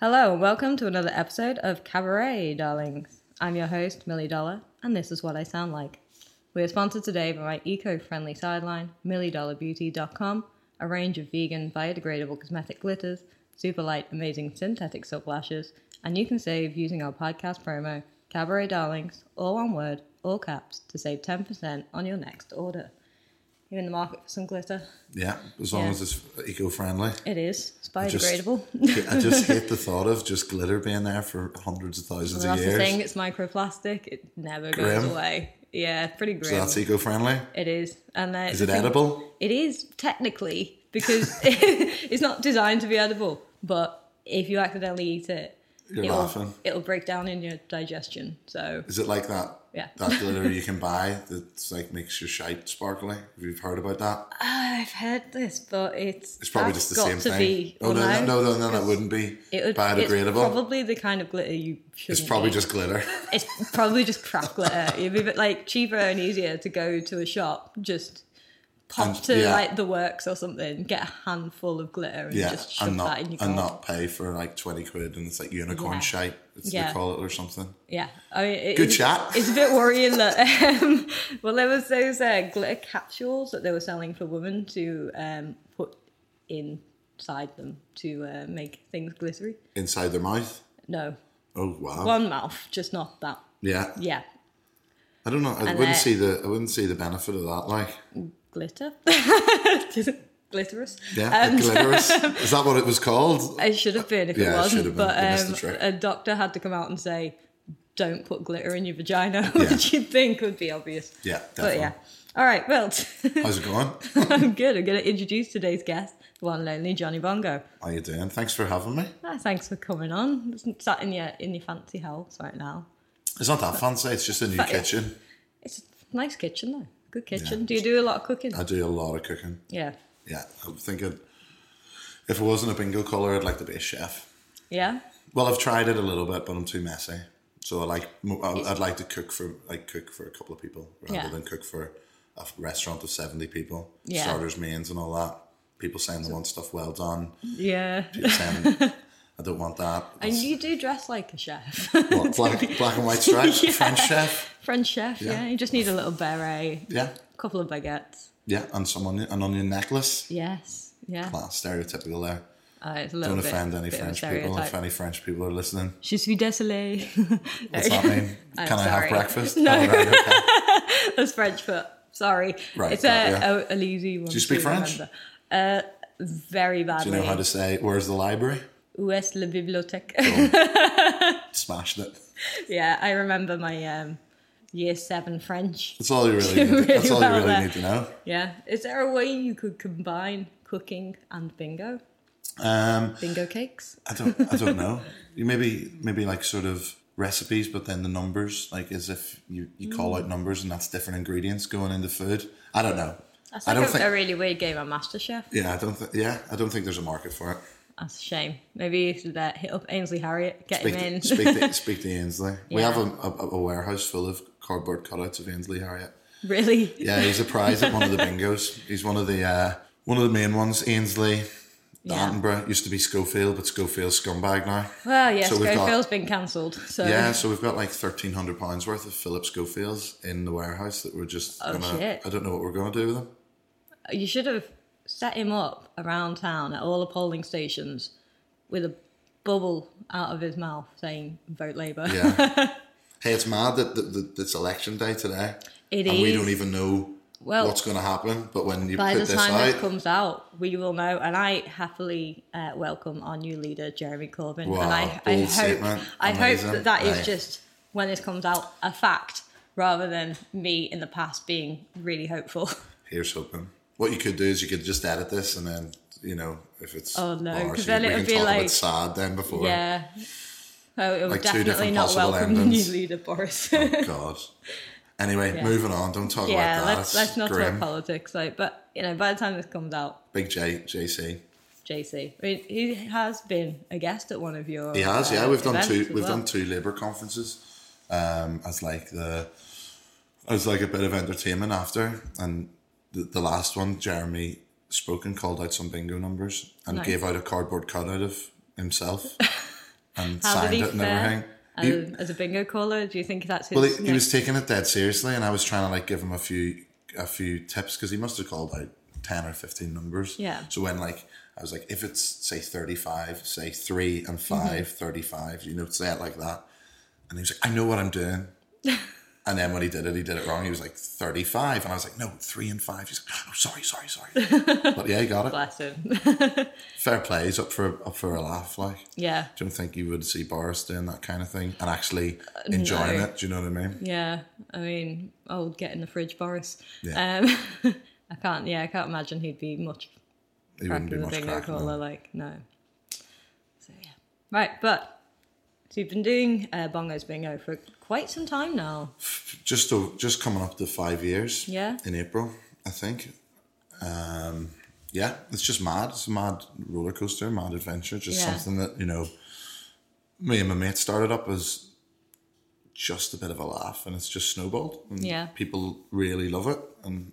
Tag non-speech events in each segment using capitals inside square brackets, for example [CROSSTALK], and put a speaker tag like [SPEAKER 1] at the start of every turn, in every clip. [SPEAKER 1] Hello, welcome to another episode of Cabaret, darlings. I'm your host, Millie Dollar, and this is what I sound like. We are sponsored today by my eco friendly sideline, milliedollarbeauty.com, a range of vegan, biodegradable cosmetic glitters, super light, amazing synthetic silk lashes, and you can save using our podcast promo, Cabaret Darlings, all one word, all caps, to save 10% on your next order. You're in the market for some glitter?
[SPEAKER 2] Yeah, as long
[SPEAKER 1] Yeah.
[SPEAKER 2] as it's eco friendly.
[SPEAKER 1] It is. It's
[SPEAKER 2] just-
[SPEAKER 1] biodegradable. [LAUGHS]
[SPEAKER 2] I just hate the thought of just glitter being there for hundreds of thousands
[SPEAKER 1] Well,
[SPEAKER 2] of
[SPEAKER 1] that's
[SPEAKER 2] years.
[SPEAKER 1] the thing. It's microplastic. It never
[SPEAKER 2] Grim.
[SPEAKER 1] goes away. Yeah, it's pretty grim.
[SPEAKER 2] So that's eco friendly.
[SPEAKER 1] it is. And then
[SPEAKER 2] Is it edible?
[SPEAKER 1] It is technically because [LAUGHS] it's not designed to be edible. But if you accidentally eat it,
[SPEAKER 2] You're
[SPEAKER 1] it'll,
[SPEAKER 2] laughing.
[SPEAKER 1] it'll break down in your digestion. So
[SPEAKER 2] Is it like that?
[SPEAKER 1] Yeah.
[SPEAKER 2] That glitter you can buy that's like makes your shite sparkly. If you've heard about that,
[SPEAKER 1] I've heard this, but it's
[SPEAKER 2] it's probably
[SPEAKER 1] that's
[SPEAKER 2] just the
[SPEAKER 1] got
[SPEAKER 2] same
[SPEAKER 1] to
[SPEAKER 2] thing.
[SPEAKER 1] Be,
[SPEAKER 2] oh no,
[SPEAKER 1] well,
[SPEAKER 2] no, no, no, no, it wouldn't be
[SPEAKER 1] It would, It's
[SPEAKER 2] biodegradable.
[SPEAKER 1] probably the kind of glitter you should.
[SPEAKER 2] It's probably just glitter.
[SPEAKER 1] [LAUGHS] It's probably just crap glitter. It'd be a bit like cheaper and easier to go to a shop, just pop
[SPEAKER 2] And-
[SPEAKER 1] to
[SPEAKER 2] yeah.
[SPEAKER 1] like the works or something, get a handful of glitter and
[SPEAKER 2] yeah,
[SPEAKER 1] just shove
[SPEAKER 2] and not
[SPEAKER 1] that in your
[SPEAKER 2] and
[SPEAKER 1] car.
[SPEAKER 2] not pay for like twenty quid, and it's like unicorn
[SPEAKER 1] Yeah.
[SPEAKER 2] shite. It's
[SPEAKER 1] Yeah.
[SPEAKER 2] they call it or something.
[SPEAKER 1] Yeah, I mean, it,
[SPEAKER 2] Good
[SPEAKER 1] it's,
[SPEAKER 2] chat.
[SPEAKER 1] It's a bit worrying that um, well, there was those uh, glitter capsules that they were selling for women to um, put inside them to uh, make things glittery.
[SPEAKER 2] Inside their mouth.
[SPEAKER 1] No,
[SPEAKER 2] Oh wow.
[SPEAKER 1] one mouth, just not that.
[SPEAKER 2] yeah.
[SPEAKER 1] Yeah,
[SPEAKER 2] I don't know. I
[SPEAKER 1] And uh,
[SPEAKER 2] wouldn't
[SPEAKER 1] that-
[SPEAKER 2] see the I wouldn't see the benefit of that. Like,
[SPEAKER 1] glitter, [LAUGHS] glitterous. [LAUGHS]
[SPEAKER 2] yeah,
[SPEAKER 1] Um,
[SPEAKER 2] glitterous. Is that what it was called?
[SPEAKER 1] It should have been if
[SPEAKER 2] Yeah,
[SPEAKER 1] it
[SPEAKER 2] it
[SPEAKER 1] wasn't.
[SPEAKER 2] should have been. They missed the
[SPEAKER 1] But um,
[SPEAKER 2] trick.
[SPEAKER 1] a doctor had to come out and say, "Don't put glitter in your vagina," [LAUGHS]
[SPEAKER 2] Yeah.
[SPEAKER 1] which you'd think would be obvious.
[SPEAKER 2] Yeah,
[SPEAKER 1] But
[SPEAKER 2] definitely.
[SPEAKER 1] yeah. All right. Well, [LAUGHS]
[SPEAKER 2] How's it going?
[SPEAKER 1] I'm good. I'm going to introduce today's guest, the one and only Johnny Bongo.
[SPEAKER 2] How you doing? Thanks for having me.
[SPEAKER 1] Ah, thanks for coming on. It's Sat in your in your fancy house right now.
[SPEAKER 2] It's not that fancy. It's just a new
[SPEAKER 1] But-
[SPEAKER 2] kitchen.
[SPEAKER 1] It's a nice kitchen though. Good kitchen. Do you do a lot of cooking?
[SPEAKER 2] I do a lot of cooking.
[SPEAKER 1] yeah.
[SPEAKER 2] Yeah, I'm thinking if it wasn't a bingo caller, I'd like to be a chef.
[SPEAKER 1] Yeah.
[SPEAKER 2] Well, I've tried it a little bit, but I'm too messy. So I like mo- I- I'd like to cook for like cook for a couple of people rather
[SPEAKER 1] Yeah.
[SPEAKER 2] than cook for a restaurant of seventy people,
[SPEAKER 1] Yeah.
[SPEAKER 2] starters, mains, and all that. People saying they want stuff well done.
[SPEAKER 1] Yeah.
[SPEAKER 2] saying, um,
[SPEAKER 1] [LAUGHS]
[SPEAKER 2] I don't want that.
[SPEAKER 1] And you do dress like a chef, [LAUGHS]
[SPEAKER 2] What, black, black and white stripes, French chef.
[SPEAKER 1] French chef. Yeah.
[SPEAKER 2] Yeah.
[SPEAKER 1] You just need a little beret,
[SPEAKER 2] Yeah,
[SPEAKER 1] a couple of baguettes.
[SPEAKER 2] yeah, and some onion, an onion necklace.
[SPEAKER 1] Yes. Yeah.
[SPEAKER 2] Well, stereotypical there.
[SPEAKER 1] Uh, it's a little
[SPEAKER 2] Don't
[SPEAKER 1] bit,
[SPEAKER 2] offend any
[SPEAKER 1] bit of a
[SPEAKER 2] French people if
[SPEAKER 1] stereotype.
[SPEAKER 2] any French people are
[SPEAKER 1] [LAUGHS]
[SPEAKER 2] listening.
[SPEAKER 1] Je suis désolée. [LAUGHS]
[SPEAKER 2] What's that mean?
[SPEAKER 1] I'm
[SPEAKER 2] Can I
[SPEAKER 1] sorry. [LAUGHS]
[SPEAKER 2] have breakfast? No. All right, okay.
[SPEAKER 1] That's French, but sorry.
[SPEAKER 2] Right,
[SPEAKER 1] It's uh, oh,
[SPEAKER 2] that,
[SPEAKER 1] a,
[SPEAKER 2] yeah.
[SPEAKER 1] a, an easy one. Do
[SPEAKER 2] you speak French?
[SPEAKER 1] Remember. Uh, very badly.
[SPEAKER 2] Do you know how to say, where's the library?
[SPEAKER 1] Où est la bibliothèque? [LAUGHS]
[SPEAKER 2] Smashed it.
[SPEAKER 1] yeah, I remember my um, year seven French.
[SPEAKER 2] That's all you
[SPEAKER 1] [LAUGHS]
[SPEAKER 2] really, need. That's all you
[SPEAKER 1] well
[SPEAKER 2] really
[SPEAKER 1] there.
[SPEAKER 2] need to know.
[SPEAKER 1] Yeah. Is there a way you could combine cooking and bingo?
[SPEAKER 2] Um,
[SPEAKER 1] Bingo cakes?
[SPEAKER 2] I don't, I don't know. You maybe, maybe like sort of recipes, but then the numbers, like as if you, you
[SPEAKER 1] Mm.
[SPEAKER 2] call out numbers and that's different ingredients going into food. I don't know.
[SPEAKER 1] That's
[SPEAKER 2] I
[SPEAKER 1] like
[SPEAKER 2] don't
[SPEAKER 1] a,
[SPEAKER 2] think-
[SPEAKER 1] a really weird game on MasterChef.
[SPEAKER 2] Yeah, I don't think. Yeah, I don't think there's a market for it.
[SPEAKER 1] That's a shame. Maybe you should uh, hit up Ainsley Harriott, get
[SPEAKER 2] Speak,
[SPEAKER 1] him in.
[SPEAKER 2] to, speak, to, speak to Ainsley. We
[SPEAKER 1] Yeah.
[SPEAKER 2] have a, a, a warehouse full of cardboard cutouts of Ainsley Harriet.
[SPEAKER 1] [LAUGHS] really?
[SPEAKER 2] Yeah, he's a prize at one
[SPEAKER 1] [LAUGHS]
[SPEAKER 2] of the bingos. He's one of the uh, one of the main ones. Ainsley,
[SPEAKER 1] Yeah.
[SPEAKER 2] Attenborough used to be Schofield, but Schofield's scumbag now.
[SPEAKER 1] Well, yes,
[SPEAKER 2] So we've got-
[SPEAKER 1] Schofield's been cancelled. So
[SPEAKER 2] Yeah, so we've got like thirteen hundred pounds worth of Philip Schofields in the warehouse that we're just.
[SPEAKER 1] Oh,
[SPEAKER 2] gonna,
[SPEAKER 1] shit.
[SPEAKER 2] I don't know what we're gonna do
[SPEAKER 1] [LAUGHS]
[SPEAKER 2] with them.
[SPEAKER 1] you should have set him up around town at all the polling stations with a bubble out of his mouth saying "Vote Labour."
[SPEAKER 2] Yeah. hey, it's mad that, that, that it's election day today,
[SPEAKER 1] [LAUGHS] It
[SPEAKER 2] and we
[SPEAKER 1] is.
[SPEAKER 2] don't even know.
[SPEAKER 1] Well,
[SPEAKER 2] What's going to happen? But when you
[SPEAKER 1] By
[SPEAKER 2] put
[SPEAKER 1] the
[SPEAKER 2] this
[SPEAKER 1] time
[SPEAKER 2] out,
[SPEAKER 1] this comes out, we will know. And I happily uh, welcome our new leader, Jeremy Corbyn.
[SPEAKER 2] Wow,
[SPEAKER 1] and I, I
[SPEAKER 2] bold
[SPEAKER 1] hope,
[SPEAKER 2] statement.
[SPEAKER 1] I hope
[SPEAKER 2] Amazing.
[SPEAKER 1] that that is
[SPEAKER 2] Aye.
[SPEAKER 1] just when this comes out a fact, rather than me in the past being really hopeful.
[SPEAKER 2] Here's hoping. What you could do is you could just edit this and then you know if it's
[SPEAKER 1] Oh, no,
[SPEAKER 2] or
[SPEAKER 1] 'cause
[SPEAKER 2] so
[SPEAKER 1] then
[SPEAKER 2] we
[SPEAKER 1] it
[SPEAKER 2] can
[SPEAKER 1] would be
[SPEAKER 2] talk
[SPEAKER 1] like-
[SPEAKER 2] about sad then before.
[SPEAKER 1] [LAUGHS] yeah. So it would
[SPEAKER 2] Like two
[SPEAKER 1] definitely
[SPEAKER 2] different
[SPEAKER 1] not
[SPEAKER 2] possible
[SPEAKER 1] welcome the
[SPEAKER 2] endings.
[SPEAKER 1] new leader, Boris.
[SPEAKER 2] [LAUGHS] God.
[SPEAKER 1] [LAUGHS]
[SPEAKER 2] Anyway, moving on. Don't talk
[SPEAKER 1] yeah,
[SPEAKER 2] about that.
[SPEAKER 1] let's
[SPEAKER 2] It's
[SPEAKER 1] let's not
[SPEAKER 2] grim.
[SPEAKER 1] talk politics. Like, but you know, by the time this comes out,
[SPEAKER 2] Big J JC.
[SPEAKER 1] JC, I mean, he has been a guest at one of your.
[SPEAKER 2] He has.
[SPEAKER 1] uh,
[SPEAKER 2] Yeah, we've done
[SPEAKER 1] events
[SPEAKER 2] two.
[SPEAKER 1] as
[SPEAKER 2] We've
[SPEAKER 1] well.
[SPEAKER 2] done two Labour conferences. Um, as like the, as like a bit of entertainment after, and the, the last one, Jeremy spoke and called out some bingo numbers and
[SPEAKER 1] Nice. [LAUGHS]
[SPEAKER 2] gave out a cardboard cutout of himself. and
[SPEAKER 1] How
[SPEAKER 2] signed
[SPEAKER 1] did he
[SPEAKER 2] it and everything.
[SPEAKER 1] fare as,
[SPEAKER 2] He-
[SPEAKER 1] as a bingo caller? Do you think that's his?
[SPEAKER 2] well, he, he
[SPEAKER 1] next-
[SPEAKER 2] was taking it dead seriously, and I was trying to like give him a few a few tips because he must have called out ten or fifteen numbers.
[SPEAKER 1] Yeah.
[SPEAKER 2] So when like I was like, if it's say thirty five, say three and
[SPEAKER 1] Mm-hmm.
[SPEAKER 2] 5 35, you know, say it like that, and he was like, I know what
[SPEAKER 1] [LAUGHS]
[SPEAKER 2] I'm doing. And then when he did it, he did it wrong. He was like 35. And I was like, no, three and five. He's like, oh, sorry, sorry, sorry.
[SPEAKER 1] [LAUGHS]
[SPEAKER 2] but yeah, he got it.
[SPEAKER 1] Bless him.
[SPEAKER 2] Fair play. He's up for, up for a laugh. Like,
[SPEAKER 1] [LAUGHS] yeah,
[SPEAKER 2] don't think you would see Boris doing that kind of thing and actually enjoying
[SPEAKER 1] Uh, no.
[SPEAKER 2] it. Do you know what I mean?
[SPEAKER 1] yeah. I mean, old get in the fridge, Boris.
[SPEAKER 2] Yeah.
[SPEAKER 1] Um, [LAUGHS] I can't. Yeah, I can't imagine he'd be much
[SPEAKER 2] He
[SPEAKER 1] crack
[SPEAKER 2] wouldn't
[SPEAKER 1] with
[SPEAKER 2] be
[SPEAKER 1] a
[SPEAKER 2] much
[SPEAKER 1] bingo
[SPEAKER 2] crack. no.
[SPEAKER 1] caller. Like no. So yeah, right. But so you've been doing uh, bongos bingo for quite some time now.
[SPEAKER 2] just to, just coming up to five years.
[SPEAKER 1] Yeah.
[SPEAKER 2] In April, I think. Um, yeah, it's just mad. It's a mad roller coaster, mad adventure. Just
[SPEAKER 1] Yeah.
[SPEAKER 2] something that you know, me and my mate started up as just a bit of a laugh, and it's just snowballed. And
[SPEAKER 1] Yeah.
[SPEAKER 2] People really love it, and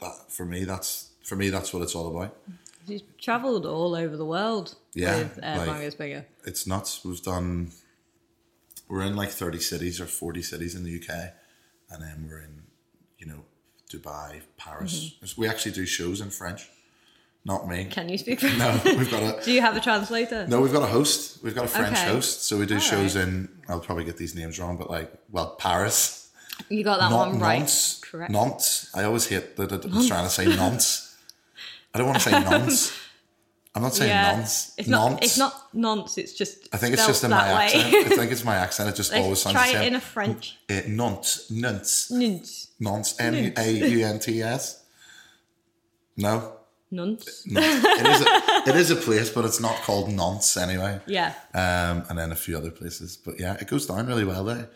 [SPEAKER 2] that for me, that's for me, that's what it's all about.
[SPEAKER 1] She's travelled all over the world
[SPEAKER 2] Yeah,
[SPEAKER 1] with uh,
[SPEAKER 2] like-
[SPEAKER 1] Bongos Bingo.
[SPEAKER 2] It's nuts. We've done. We're in like thirty cities or forty cities in the UK, and then we're in, you know, Dubai, Paris. We actually do shows in French. Not me.
[SPEAKER 1] Mm-hmm. Can you speak French?
[SPEAKER 2] [LAUGHS] No, we've got a
[SPEAKER 1] [LAUGHS] Do you have a translator?
[SPEAKER 2] no. We've got a host. We've got a French
[SPEAKER 1] Okay.
[SPEAKER 2] host. So we do
[SPEAKER 1] All
[SPEAKER 2] shows in. I'll probably get these names wrong, but like, well, Paris.
[SPEAKER 1] You got that
[SPEAKER 2] Not
[SPEAKER 1] one right.
[SPEAKER 2] Nantes.
[SPEAKER 1] Correct.
[SPEAKER 2] Nantes. I always hate that I'm trying to say nonce. I don't want
[SPEAKER 1] [LAUGHS]
[SPEAKER 2] to say nonce. I'm not saying
[SPEAKER 1] yeah.
[SPEAKER 2] nonce.
[SPEAKER 1] It's not
[SPEAKER 2] Nonce.
[SPEAKER 1] it's not nonce, it's just
[SPEAKER 2] I think it's
[SPEAKER 1] spelt
[SPEAKER 2] just in my
[SPEAKER 1] that way. [LAUGHS]
[SPEAKER 2] accent. I think it's my accent. It just always
[SPEAKER 1] Let's
[SPEAKER 2] sounds
[SPEAKER 1] try
[SPEAKER 2] the
[SPEAKER 1] it
[SPEAKER 2] same.
[SPEAKER 1] in a French
[SPEAKER 2] Uh, nonce, nunts,
[SPEAKER 1] nunce.
[SPEAKER 2] nonce, N A U N T S. No,
[SPEAKER 1] Nunce.
[SPEAKER 2] nonce. it, is a, it is a place, but it's not called nonce anyway.
[SPEAKER 1] Yeah.
[SPEAKER 2] Um, and then a few other places, but yeah, it goes down really well there.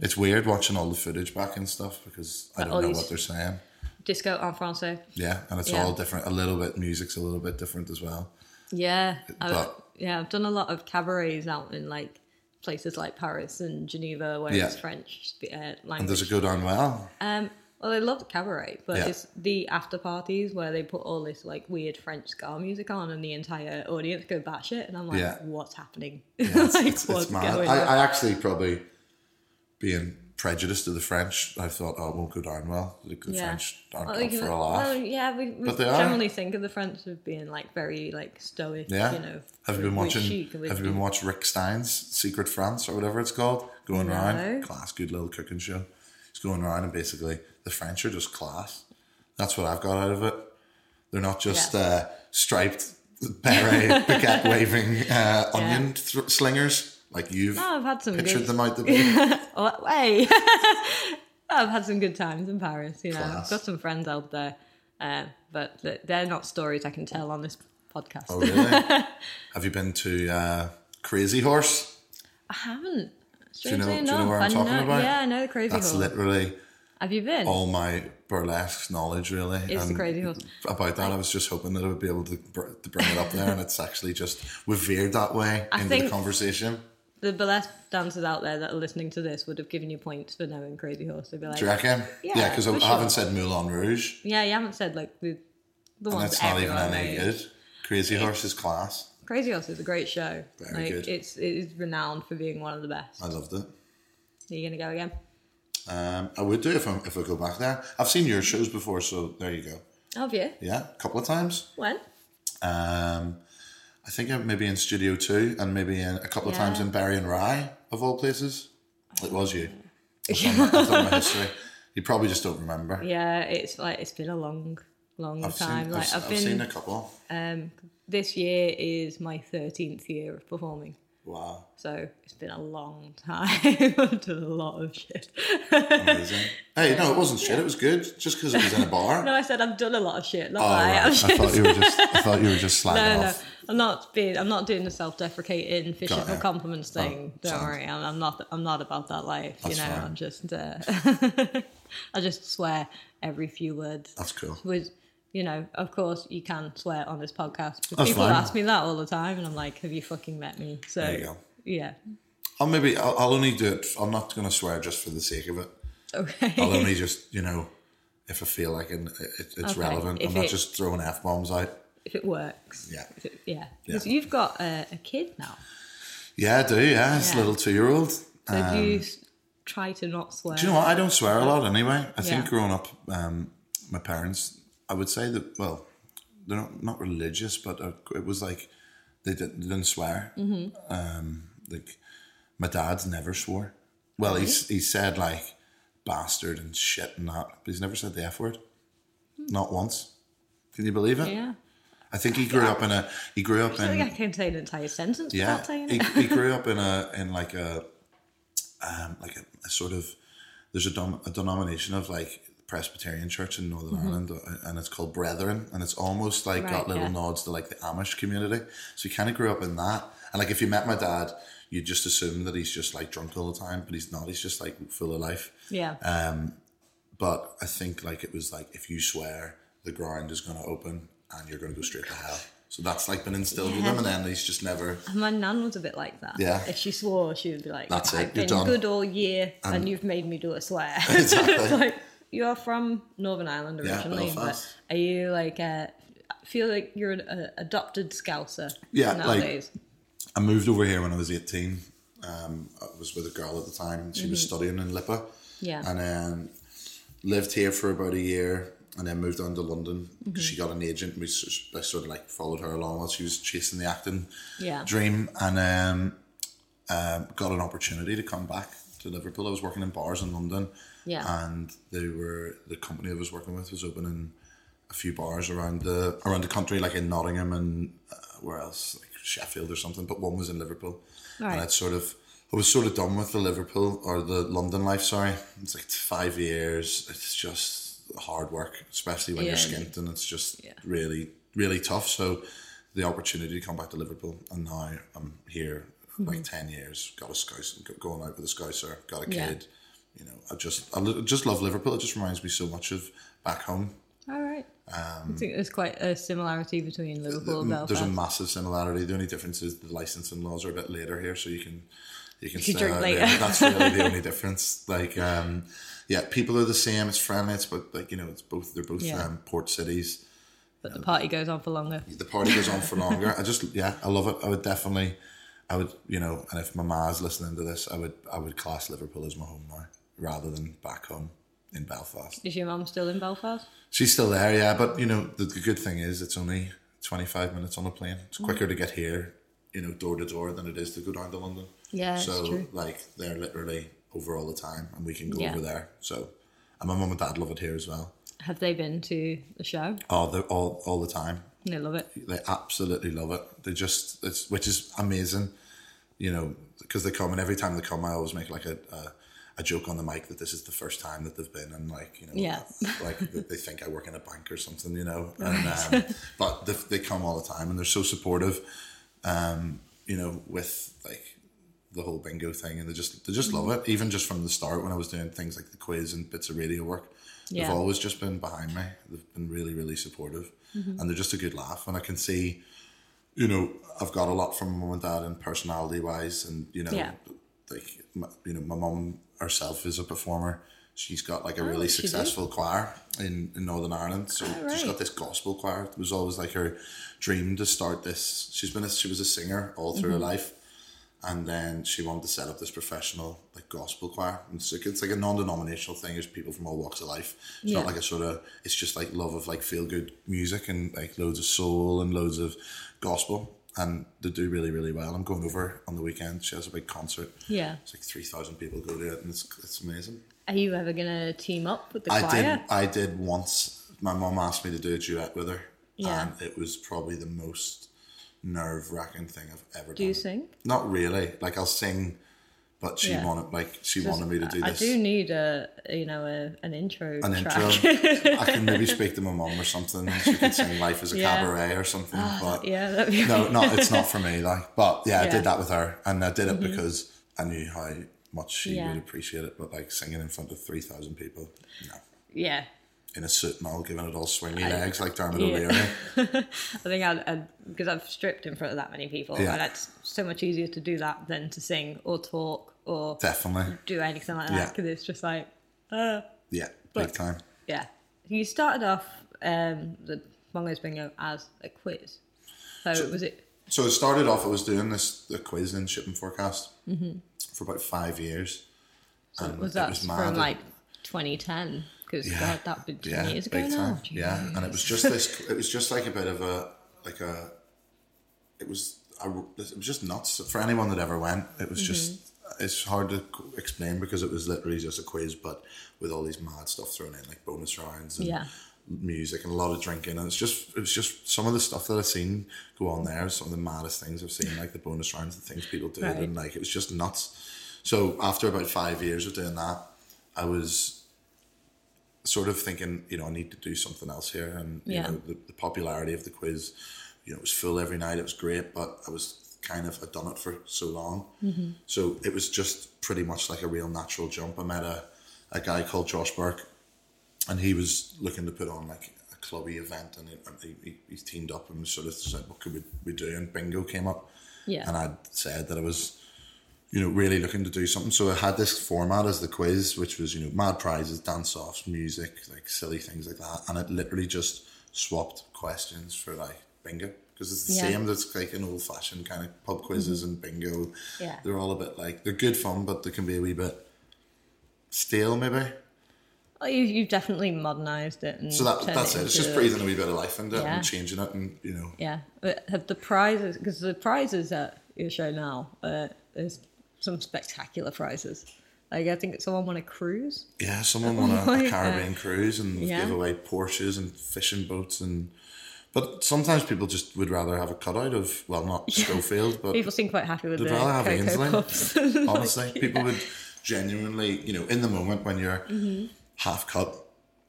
[SPEAKER 2] It's weird watching all the footage back and stuff because I
[SPEAKER 1] Hmm. all
[SPEAKER 2] don't know
[SPEAKER 1] these-
[SPEAKER 2] what they're saying.
[SPEAKER 1] Disco en français.
[SPEAKER 2] Yeah, and it's
[SPEAKER 1] Yeah.
[SPEAKER 2] all different. A little bit music's a little bit different as well.
[SPEAKER 1] Yeah. I've,
[SPEAKER 2] But-
[SPEAKER 1] yeah, I've done a lot of cabarets out in like places like Paris and Geneva where
[SPEAKER 2] Yeah.
[SPEAKER 1] it's French spe- uh,
[SPEAKER 2] And
[SPEAKER 1] language.
[SPEAKER 2] does it go down well?
[SPEAKER 1] Um, well, I love the cabaret, but
[SPEAKER 2] Yeah.
[SPEAKER 1] it's the after parties where they put all this like weird French ska music on, and the entire audience go batshit, and I'm like,
[SPEAKER 2] Yeah.
[SPEAKER 1] what's happening? [LAUGHS]
[SPEAKER 2] Yeah, it's,
[SPEAKER 1] like,
[SPEAKER 2] it's- it's
[SPEAKER 1] what's
[SPEAKER 2] mad.
[SPEAKER 1] going
[SPEAKER 2] I,
[SPEAKER 1] on?
[SPEAKER 2] I actually probably being prejudiced to the French, I thought, oh, it won't go down well. Like the
[SPEAKER 1] Yeah.
[SPEAKER 2] French aren't
[SPEAKER 1] Well,
[SPEAKER 2] up
[SPEAKER 1] you-
[SPEAKER 2] for a laugh.
[SPEAKER 1] well, yeah, we, we
[SPEAKER 2] But they are.
[SPEAKER 1] generally think of the French as being like very like stoic.
[SPEAKER 2] yeah.
[SPEAKER 1] you know.
[SPEAKER 2] have you been
[SPEAKER 1] with
[SPEAKER 2] watching?
[SPEAKER 1] chic and with-
[SPEAKER 2] have you been watching Rick Stein's Secret France or whatever it's called? Going round,
[SPEAKER 1] No.
[SPEAKER 2] class, good little cooking show. He's going around and basically the French are just class. That's what I've got out of it. They're not just
[SPEAKER 1] Yeah.
[SPEAKER 2] uh, striped
[SPEAKER 1] [LAUGHS]
[SPEAKER 2] beret, baguette waving uh, onion thr slingers like
[SPEAKER 1] [LAUGHS]
[SPEAKER 2] you've
[SPEAKER 1] Oh, I've had some good.
[SPEAKER 2] pictured
[SPEAKER 1] [LAUGHS]
[SPEAKER 2] them out the be.
[SPEAKER 1] Oh, hey, [LAUGHS] I've had some good times in Paris. You know, I've
[SPEAKER 2] Class.
[SPEAKER 1] got some friends out there, uh, but th- they're not stories I can tell on this podcast.
[SPEAKER 2] Oh, really?
[SPEAKER 1] [LAUGHS]
[SPEAKER 2] have you been to uh, Crazy Horse?
[SPEAKER 1] I haven't.
[SPEAKER 2] you know-
[SPEAKER 1] Strangely
[SPEAKER 2] do you know
[SPEAKER 1] enough,
[SPEAKER 2] where I'm
[SPEAKER 1] I
[SPEAKER 2] talking
[SPEAKER 1] know,
[SPEAKER 2] about?
[SPEAKER 1] Yeah, I know the crazy
[SPEAKER 2] That's Oh,
[SPEAKER 1] horse.
[SPEAKER 2] literally
[SPEAKER 1] Have you been?
[SPEAKER 2] all my burlesque knowledge, really.
[SPEAKER 1] it's the
[SPEAKER 2] And
[SPEAKER 1] crazy horse.
[SPEAKER 2] About that, I was just hoping that I would be able to, br- to bring it up there, and it's actually just we've veered that way into the
[SPEAKER 1] think-
[SPEAKER 2] conversation.
[SPEAKER 1] The burlesque dancers out there that are listening to this would have given you points for knowing crazy horse. They'd be like,
[SPEAKER 2] Do you reckon?
[SPEAKER 1] Yeah,
[SPEAKER 2] Yeah, because
[SPEAKER 1] for
[SPEAKER 2] I
[SPEAKER 1] sure.
[SPEAKER 2] haven't said Moulin Rouge,
[SPEAKER 1] yeah, you haven't said like the the
[SPEAKER 2] and
[SPEAKER 1] ones
[SPEAKER 2] it's not even
[SPEAKER 1] everyone eh?
[SPEAKER 2] any
[SPEAKER 1] knows.
[SPEAKER 2] good. Crazy Horse is class.
[SPEAKER 1] Crazy horse is a great show.
[SPEAKER 2] Very
[SPEAKER 1] like
[SPEAKER 2] good.
[SPEAKER 1] it's it is renowned for being one of the best.
[SPEAKER 2] I loved it.
[SPEAKER 1] Are you gonna go again?
[SPEAKER 2] Um, I would do if I if I go back there. I've seen your shows before, so there you go.
[SPEAKER 1] Have you?
[SPEAKER 2] Yeah, a couple of times.
[SPEAKER 1] When?
[SPEAKER 2] Um, I think I'm maybe in Studio Two, and maybe in a couple of times
[SPEAKER 1] Yeah.
[SPEAKER 2] in Barry and Rye, of all places. It was you. I've done, my- I've done my history. You probably just don't remember.
[SPEAKER 1] Yeah, it's like it's been a long, long
[SPEAKER 2] I've seen,
[SPEAKER 1] time.
[SPEAKER 2] I've,
[SPEAKER 1] like
[SPEAKER 2] s-
[SPEAKER 1] I've,
[SPEAKER 2] I've
[SPEAKER 1] been.
[SPEAKER 2] seen a couple.
[SPEAKER 1] um, this year is my thirteenth year of performing.
[SPEAKER 2] Wow,
[SPEAKER 1] So it's been a long [LAUGHS] time. I've done a lot of shit.
[SPEAKER 2] amazing. hey, no, it wasn't shit. It was good. Just because it was in a bar.
[SPEAKER 1] [LAUGHS] No, I said I've done a lot of shit. Not
[SPEAKER 2] Oh,
[SPEAKER 1] I
[SPEAKER 2] right.
[SPEAKER 1] am
[SPEAKER 2] I thought you were just. I thought you were just
[SPEAKER 1] [LAUGHS]
[SPEAKER 2] slagging
[SPEAKER 1] no, no,
[SPEAKER 2] off.
[SPEAKER 1] I'm not being. I'm not doing the self-deprecating physical
[SPEAKER 2] yeah.
[SPEAKER 1] compliments thing. Don't
[SPEAKER 2] sound.
[SPEAKER 1] worry, I'm, I'm not. I'm not about that life.
[SPEAKER 2] Oh, That's
[SPEAKER 1] you know,
[SPEAKER 2] fine.
[SPEAKER 1] I'm just. Uh, [LAUGHS] I just swear every few words.
[SPEAKER 2] That's cool.
[SPEAKER 1] Was you know, of course, you can swear on this podcast. But
[SPEAKER 2] That's
[SPEAKER 1] people
[SPEAKER 2] fine.
[SPEAKER 1] ask me that all the time, and I'm like, "Have you fucking met me?" So
[SPEAKER 2] There you go.
[SPEAKER 1] yeah, [LAUGHS]
[SPEAKER 2] I'll maybe. I'll, I'll only do it. I'm not going to swear just for the sake of it.
[SPEAKER 1] okay.
[SPEAKER 2] I'll
[SPEAKER 1] [LAUGHS]
[SPEAKER 2] only just you know if I feel like it, it, it's
[SPEAKER 1] Okay,
[SPEAKER 2] relevant.
[SPEAKER 1] if
[SPEAKER 2] I'm not
[SPEAKER 1] it-
[SPEAKER 2] just throwing f bombs out.
[SPEAKER 1] if it works.
[SPEAKER 2] Yeah.
[SPEAKER 1] If it- yeah. Because you've got a, a kid now.
[SPEAKER 2] Yeah, I do. Yeah, it's a
[SPEAKER 1] Yeah.
[SPEAKER 2] little two year old.
[SPEAKER 1] So do you s- try to not swear?
[SPEAKER 2] Um, Do you know what? I don't swear a lot anyway. I think
[SPEAKER 1] Yeah.
[SPEAKER 2] growing up, um, my parents, I would say that, well, they're not, not religious, but uh, it was like they didn't, they didn't swear. Um,
[SPEAKER 1] Mm-hmm.
[SPEAKER 2] like my dad's never swore. Well, he's, he said like bastard and shit and that, but he's never said the F word. Not once. Can you believe it?
[SPEAKER 1] Hmm. yeah.
[SPEAKER 2] I think he grew up in a, he grew up
[SPEAKER 1] I
[SPEAKER 2] in,
[SPEAKER 1] think I can say an entire sentence
[SPEAKER 2] Um, yeah,
[SPEAKER 1] without saying
[SPEAKER 2] he,
[SPEAKER 1] it. [LAUGHS]
[SPEAKER 2] he grew up in a in like a um, like a, a sort of there's a, dom- a denomination of like Presbyterian Church in Northern Ireland, uh, and it's called Brethren, and it's almost like
[SPEAKER 1] Mm-hmm. Right,
[SPEAKER 2] got little
[SPEAKER 1] yeah.
[SPEAKER 2] nods to like the Amish community. So he kind of grew up in that, and like if you met my dad, you'd just assume that he's just like drunk all the time, but he's not. He's just like full of life.
[SPEAKER 1] Yeah.
[SPEAKER 2] Uh, But I think like it was like if you swear, the ground is going to open and you're going to go straight to hell. So that's like been instilled with
[SPEAKER 1] Yeah.
[SPEAKER 2] him, and then he's just never.
[SPEAKER 1] And my nan was a bit like that.
[SPEAKER 2] Yeah.
[SPEAKER 1] If she swore, she would be like,
[SPEAKER 2] That's it,
[SPEAKER 1] I've
[SPEAKER 2] you're
[SPEAKER 1] been
[SPEAKER 2] done."
[SPEAKER 1] good all year and, you've made me do a
[SPEAKER 2] [LAUGHS]
[SPEAKER 1] swear. [LAUGHS] it's
[SPEAKER 2] Exactly.
[SPEAKER 1] like, you're from Northern Ireland
[SPEAKER 2] Yeah,
[SPEAKER 1] originally, but
[SPEAKER 2] Belfast.
[SPEAKER 1] are you like, uh, feel like you're an uh, adopted Scouser
[SPEAKER 2] Yeah, like-
[SPEAKER 1] nowadays?
[SPEAKER 2] I moved over here when I was 18. Um, I was with a girl at the time. and She was studying in Lipa.
[SPEAKER 1] Mm-hmm. Yeah.
[SPEAKER 2] And then lived here for about a year and then moved on to London
[SPEAKER 1] Mm-hmm.
[SPEAKER 2] because she got an agent. And we s- I sort of like followed her along while she was chasing the acting
[SPEAKER 1] yeah.
[SPEAKER 2] dream and um, um, got an opportunity to come back to Liverpool. I was working in bars in London.
[SPEAKER 1] Yeah.
[SPEAKER 2] And they were the company I was working with was opening a few bars around the around the country, like in Nottingham and uh, where else, like Sheffield or something. But one was in Liverpool,
[SPEAKER 1] Right.
[SPEAKER 2] and I'd sort of I was sort of done with the Liverpool or the London life. Sorry, it's like five years. It's just hard work, especially when you're
[SPEAKER 1] Yeah.
[SPEAKER 2] skint and it's just really really tough. So the opportunity to come back to Liverpool, and now I'm here
[SPEAKER 1] Mm-hmm.
[SPEAKER 2] like ten years. Got a scouser, go- going out with a scouser, got a
[SPEAKER 1] Yeah.
[SPEAKER 2] kid. You know, I just I li- just love Liverpool. It just reminds me so much of back home.
[SPEAKER 1] All right. I think there's quite a similarity between Liverpool and
[SPEAKER 2] Mm, um, There's
[SPEAKER 1] Belfast.
[SPEAKER 2] a massive similarity. The only difference is the licensing laws are a bit later here, so you can you can,
[SPEAKER 1] can
[SPEAKER 2] stay
[SPEAKER 1] drink
[SPEAKER 2] out
[SPEAKER 1] later.
[SPEAKER 2] there. That's really the
[SPEAKER 1] [LAUGHS]
[SPEAKER 2] only difference. Like, um, yeah, people are the same. It's friendly. It's but like you know, it's both. They're both
[SPEAKER 1] Yeah.
[SPEAKER 2] um, port cities.
[SPEAKER 1] but the party goes on for longer.
[SPEAKER 2] The party goes on for longer. I just yeah, I love it. I would definitely, I would you know, and if my ma's listening to this, I would I would class Liverpool as my home now rather than back home in Belfast.
[SPEAKER 1] Is your mum still in Belfast?
[SPEAKER 2] She's still there, yeah. But you know, the, the good thing is it's only twenty five minutes on a plane.
[SPEAKER 1] Mm.
[SPEAKER 2] It's quicker to get here, you know, door to door than it is to go down to London.
[SPEAKER 1] Yeah, it's
[SPEAKER 2] so
[SPEAKER 1] true.
[SPEAKER 2] like they're literally over all the time, and we can go
[SPEAKER 1] Yeah.
[SPEAKER 2] over there. So, and my mum and dad love it here as well.
[SPEAKER 1] Have they been to the show?
[SPEAKER 2] Oh, they're all all the time.
[SPEAKER 1] They love it.
[SPEAKER 2] They absolutely love it. They just it's which is amazing, you know, because they come and every time they come, I always make like a. a a joke on the mic that this is the first time that they've been and like you know
[SPEAKER 1] Yeah.
[SPEAKER 2] [LAUGHS] like th- they think I work in a bank or something you know and, um, but they, they come all the time and they're so supportive um you know with like the whole bingo thing and they just they just love it even just from the start when I was doing things like the quiz and bits of radio work
[SPEAKER 1] Yeah.
[SPEAKER 2] they've always just been behind me they've been really really supportive
[SPEAKER 1] Mm-hmm.
[SPEAKER 2] and they're just a good laugh and I can see you know, I've got a lot from my mum and dad and personality wise, and you know,
[SPEAKER 1] Yeah.
[SPEAKER 2] like my- you know, my mum herself is a performer. She's got like a really
[SPEAKER 1] Oh, she did?
[SPEAKER 2] successful choir in, in Northern Ireland. So
[SPEAKER 1] Oh,
[SPEAKER 2] she's
[SPEAKER 1] right.
[SPEAKER 2] got this gospel choir. It was always like her dream to start this. She's been a, she was a singer all through
[SPEAKER 1] Mm-hmm.
[SPEAKER 2] her life, and then she wanted to set up this professional like gospel choir. And it's like it's like a non-denominational thing. There's people from all walks of life. It's
[SPEAKER 1] Yeah.
[SPEAKER 2] not like a sort of. It's just like love of like feel good music and like loads of soul and loads of gospel. And they do really really well. I'm going over on the weekend. She has a big concert.
[SPEAKER 1] Yeah.
[SPEAKER 2] It's like three thousand people go to it, and it's it's amazing.
[SPEAKER 1] Are you ever going to team up with the
[SPEAKER 2] I
[SPEAKER 1] choir?
[SPEAKER 2] did. I did once. My mom asked me to do a duet with her,
[SPEAKER 1] Yeah.
[SPEAKER 2] and it was probably the most nerve wracking thing I've ever
[SPEAKER 1] Do
[SPEAKER 2] done.
[SPEAKER 1] you sing?
[SPEAKER 2] Not really. Like I'll sing, but she
[SPEAKER 1] Yeah.
[SPEAKER 2] wanted like she wanted me to do
[SPEAKER 1] I
[SPEAKER 2] this.
[SPEAKER 1] do need a you know a, an intro
[SPEAKER 2] an
[SPEAKER 1] track.
[SPEAKER 2] intro. I can maybe speak to my mom or something. She could sing "Life is
[SPEAKER 1] [LAUGHS]
[SPEAKER 2] a
[SPEAKER 1] Yeah. Ah,
[SPEAKER 2] Cabaret" or something.
[SPEAKER 1] [LAUGHS]
[SPEAKER 2] But
[SPEAKER 1] yeah, that'd be
[SPEAKER 2] no, no, it's not for me. Like, but yeah, I
[SPEAKER 1] Yeah. Mm-hmm.
[SPEAKER 2] did that with her, and I did it because I knew how much she
[SPEAKER 1] Yeah.
[SPEAKER 2] would appreciate it. But like singing in front of three thousand people, no.
[SPEAKER 1] yeah.
[SPEAKER 2] in a suit and all, giving it all swingy legs like Dermot
[SPEAKER 1] yeah.
[SPEAKER 2] O'Leary.
[SPEAKER 1] [LAUGHS] I think I'd, I'd because I've stripped in front of that many people,
[SPEAKER 2] Yeah.
[SPEAKER 1] and it's so much easier to do that than to sing or talk or
[SPEAKER 2] Definitely,
[SPEAKER 1] do anything like that
[SPEAKER 2] Yeah.
[SPEAKER 1] because it's just like uh,
[SPEAKER 2] yeah,
[SPEAKER 1] But-
[SPEAKER 2] big time.
[SPEAKER 1] yeah. You started off um, the Mongo's Bingo as a quiz, so was it
[SPEAKER 2] So it started off. I was doing this the quiz and shipping forecast for about five years.
[SPEAKER 1] Mm-hmm. So
[SPEAKER 2] And
[SPEAKER 1] was
[SPEAKER 2] it
[SPEAKER 1] that
[SPEAKER 2] was mad.
[SPEAKER 1] from like 2010? Because
[SPEAKER 2] Yeah,
[SPEAKER 1] God, that would be 20 years ago
[SPEAKER 2] big
[SPEAKER 1] now.
[SPEAKER 2] time. Yeah, and it was just this. It was just like a bit of a like a. It was a, it was just nuts for anyone that ever went. It was just
[SPEAKER 1] Mm-hmm.
[SPEAKER 2] it's hard to c- explain because it was literally just a quiz, but with all these mad stuff thrown in, like bonus rounds and
[SPEAKER 1] Yeah.
[SPEAKER 2] music and a lot of drinking, and it's just it was just some of the stuff that I've seen go on there. Some of the maddest things I've seen, like the bonus rounds and things people did,
[SPEAKER 1] Right.
[SPEAKER 2] and like it was just nuts. So after about five years of doing that, I was sort of thinking, you know, I need to do something else here. And, you
[SPEAKER 1] Yeah.
[SPEAKER 2] know, the, the popularity of the quiz, you know, it was full every night. It was great, but I was kind of, I'd done it for so long. So it was just pretty much like a real natural jump. I met a, a guy called Josh Burke and he was looking to put on like a clubby event and he, and he, he, he teamed up and sort of said, what could we, we do? And bingo came up
[SPEAKER 1] Yeah.
[SPEAKER 2] and I'd said that I was, you know, really looking to do something. So I had this format as the quiz, which was, you know, mad prizes, dance offs, music, like silly things like that. And it literally just swapped questions for like bingo. Because it's the
[SPEAKER 1] Yeah. Mm-hmm.
[SPEAKER 2] same that's like an old fashioned kind of pub quizzes and bingo.
[SPEAKER 1] Yeah.
[SPEAKER 2] They're all a bit like they're good fun, but they can be a wee bit stale maybe.
[SPEAKER 1] Oh, you, you've definitely modernised it. And
[SPEAKER 2] So that
[SPEAKER 1] turned
[SPEAKER 2] that's it. It's
[SPEAKER 1] into
[SPEAKER 2] just breathing a wee bit of life into it
[SPEAKER 1] Yeah.
[SPEAKER 2] and changing it and you know
[SPEAKER 1] Yeah. But have the prizes, because the prizes at your show now, uh, there's some spectacular prizes. Like, I think someone won a cruise.
[SPEAKER 2] Yeah, someone won a,
[SPEAKER 1] yeah.
[SPEAKER 2] a Caribbean cruise and
[SPEAKER 1] Oh Yeah.
[SPEAKER 2] gave away Porsches and fishing boats and. But sometimes people just would rather have a cutout of
[SPEAKER 1] [LAUGHS]
[SPEAKER 2] well, not Schofield, but
[SPEAKER 1] People [LAUGHS] seem quite happy with
[SPEAKER 2] They'd
[SPEAKER 1] the
[SPEAKER 2] rather have
[SPEAKER 1] cocoa
[SPEAKER 2] Ainsley.
[SPEAKER 1] cups.
[SPEAKER 2] [LAUGHS] honestly, people would genuinely, you know, in the moment when you're
[SPEAKER 1] Mm-hmm.
[SPEAKER 2] half cut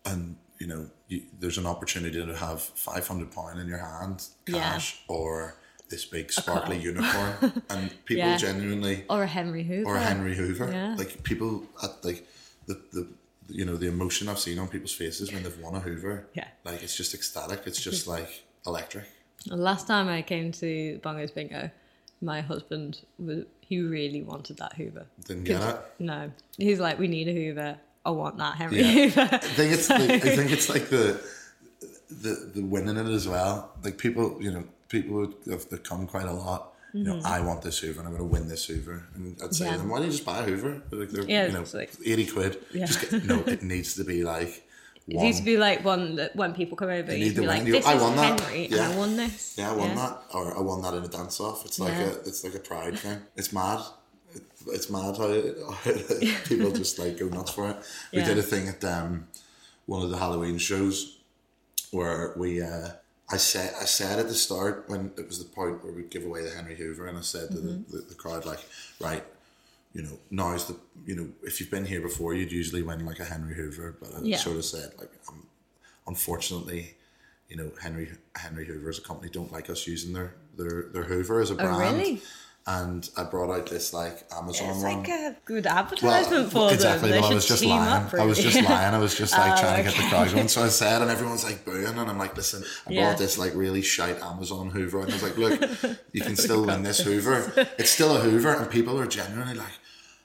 [SPEAKER 2] and you know you, there's an opportunity to have five hundred pound in your hand,
[SPEAKER 1] Yeah.
[SPEAKER 2] cash, or this big sparkly unicorn,
[SPEAKER 1] [LAUGHS]
[SPEAKER 2] and people
[SPEAKER 1] Yeah.
[SPEAKER 2] genuinely
[SPEAKER 1] [LAUGHS] or a Henry Hoover.
[SPEAKER 2] or a Henry Hoover.
[SPEAKER 1] Yeah.
[SPEAKER 2] Like people at like the the you know the emotion I've seen on people's faces when they've won a Hoover.
[SPEAKER 1] Yeah.
[SPEAKER 2] Like it's just ecstatic.
[SPEAKER 1] [LAUGHS]
[SPEAKER 2] It's just like electric.
[SPEAKER 1] The Last time I came to Bongo's Bingo, my husband was, he really wanted that Hoover.
[SPEAKER 2] Didn't get it.
[SPEAKER 1] No, he's like, we need a Hoover. I want that Henry [LAUGHS]
[SPEAKER 2] Yeah.
[SPEAKER 1] Hoover.
[SPEAKER 2] I think it's like, I think it's like the the the winning it as well. Like people, you know, people would have they come quite a lot. You know, I want this Hoover and I'm going to win this Hoover. And I'd
[SPEAKER 1] Mm-hmm.
[SPEAKER 2] say
[SPEAKER 1] Yeah.
[SPEAKER 2] to them, why don't you just buy a Hoover? Like they're,
[SPEAKER 1] Yeah,
[SPEAKER 2] you know,
[SPEAKER 1] it's like-
[SPEAKER 2] 80 quid.
[SPEAKER 1] Yeah.
[SPEAKER 2] Just get, no, it needs to
[SPEAKER 1] [LAUGHS]
[SPEAKER 2] be like
[SPEAKER 1] It
[SPEAKER 2] one.
[SPEAKER 1] used to be like one that when people come over,
[SPEAKER 2] need
[SPEAKER 1] you'd
[SPEAKER 2] the
[SPEAKER 1] be like,
[SPEAKER 2] win. You-
[SPEAKER 1] this
[SPEAKER 2] I
[SPEAKER 1] is
[SPEAKER 2] won that.
[SPEAKER 1] Henry,
[SPEAKER 2] Yeah.
[SPEAKER 1] and I won this.
[SPEAKER 2] Yeah, I won that, or I won that in a dance off. It's like
[SPEAKER 1] Yeah.
[SPEAKER 2] a, it's like a pride thing. It's mad. It's mad how, how [LAUGHS] people just like go nuts for it. We
[SPEAKER 1] Yeah.
[SPEAKER 2] did a thing at um, one of the Halloween shows where we, uh, I said, I said at the start when it was the point where we give away the Henry Hoover, and I said to
[SPEAKER 1] Mm-hmm.
[SPEAKER 2] the, the, the crowd like, right, you know, now is the, you know, if you've been here before, you'd usually win like a Henry Hoover, but I
[SPEAKER 1] Yeah.
[SPEAKER 2] sort of said like, um, unfortunately, you know, Henry Henry Hoover as a company don't like us using their their, their Hoover as a
[SPEAKER 1] Oh,
[SPEAKER 2] brand.
[SPEAKER 1] really?
[SPEAKER 2] And I brought out this like Amazon
[SPEAKER 1] It's
[SPEAKER 2] one.
[SPEAKER 1] like a good advertisement for
[SPEAKER 2] exactly,
[SPEAKER 1] them.
[SPEAKER 2] well,
[SPEAKER 1] They
[SPEAKER 2] I was
[SPEAKER 1] should
[SPEAKER 2] just
[SPEAKER 1] team
[SPEAKER 2] lying.
[SPEAKER 1] up. Really.
[SPEAKER 2] I was just lying. I was just like
[SPEAKER 1] Oh,
[SPEAKER 2] trying to get the
[SPEAKER 1] okay.
[SPEAKER 2] crowd going. So I said, and everyone's like booing, and I'm like, listen, I
[SPEAKER 1] Yeah.
[SPEAKER 2] bought this like really shite Amazon Hoover, and I was
[SPEAKER 1] [LAUGHS]
[SPEAKER 2] like, look, you can still win this Hoover. It's still a Hoover, and people are genuinely like,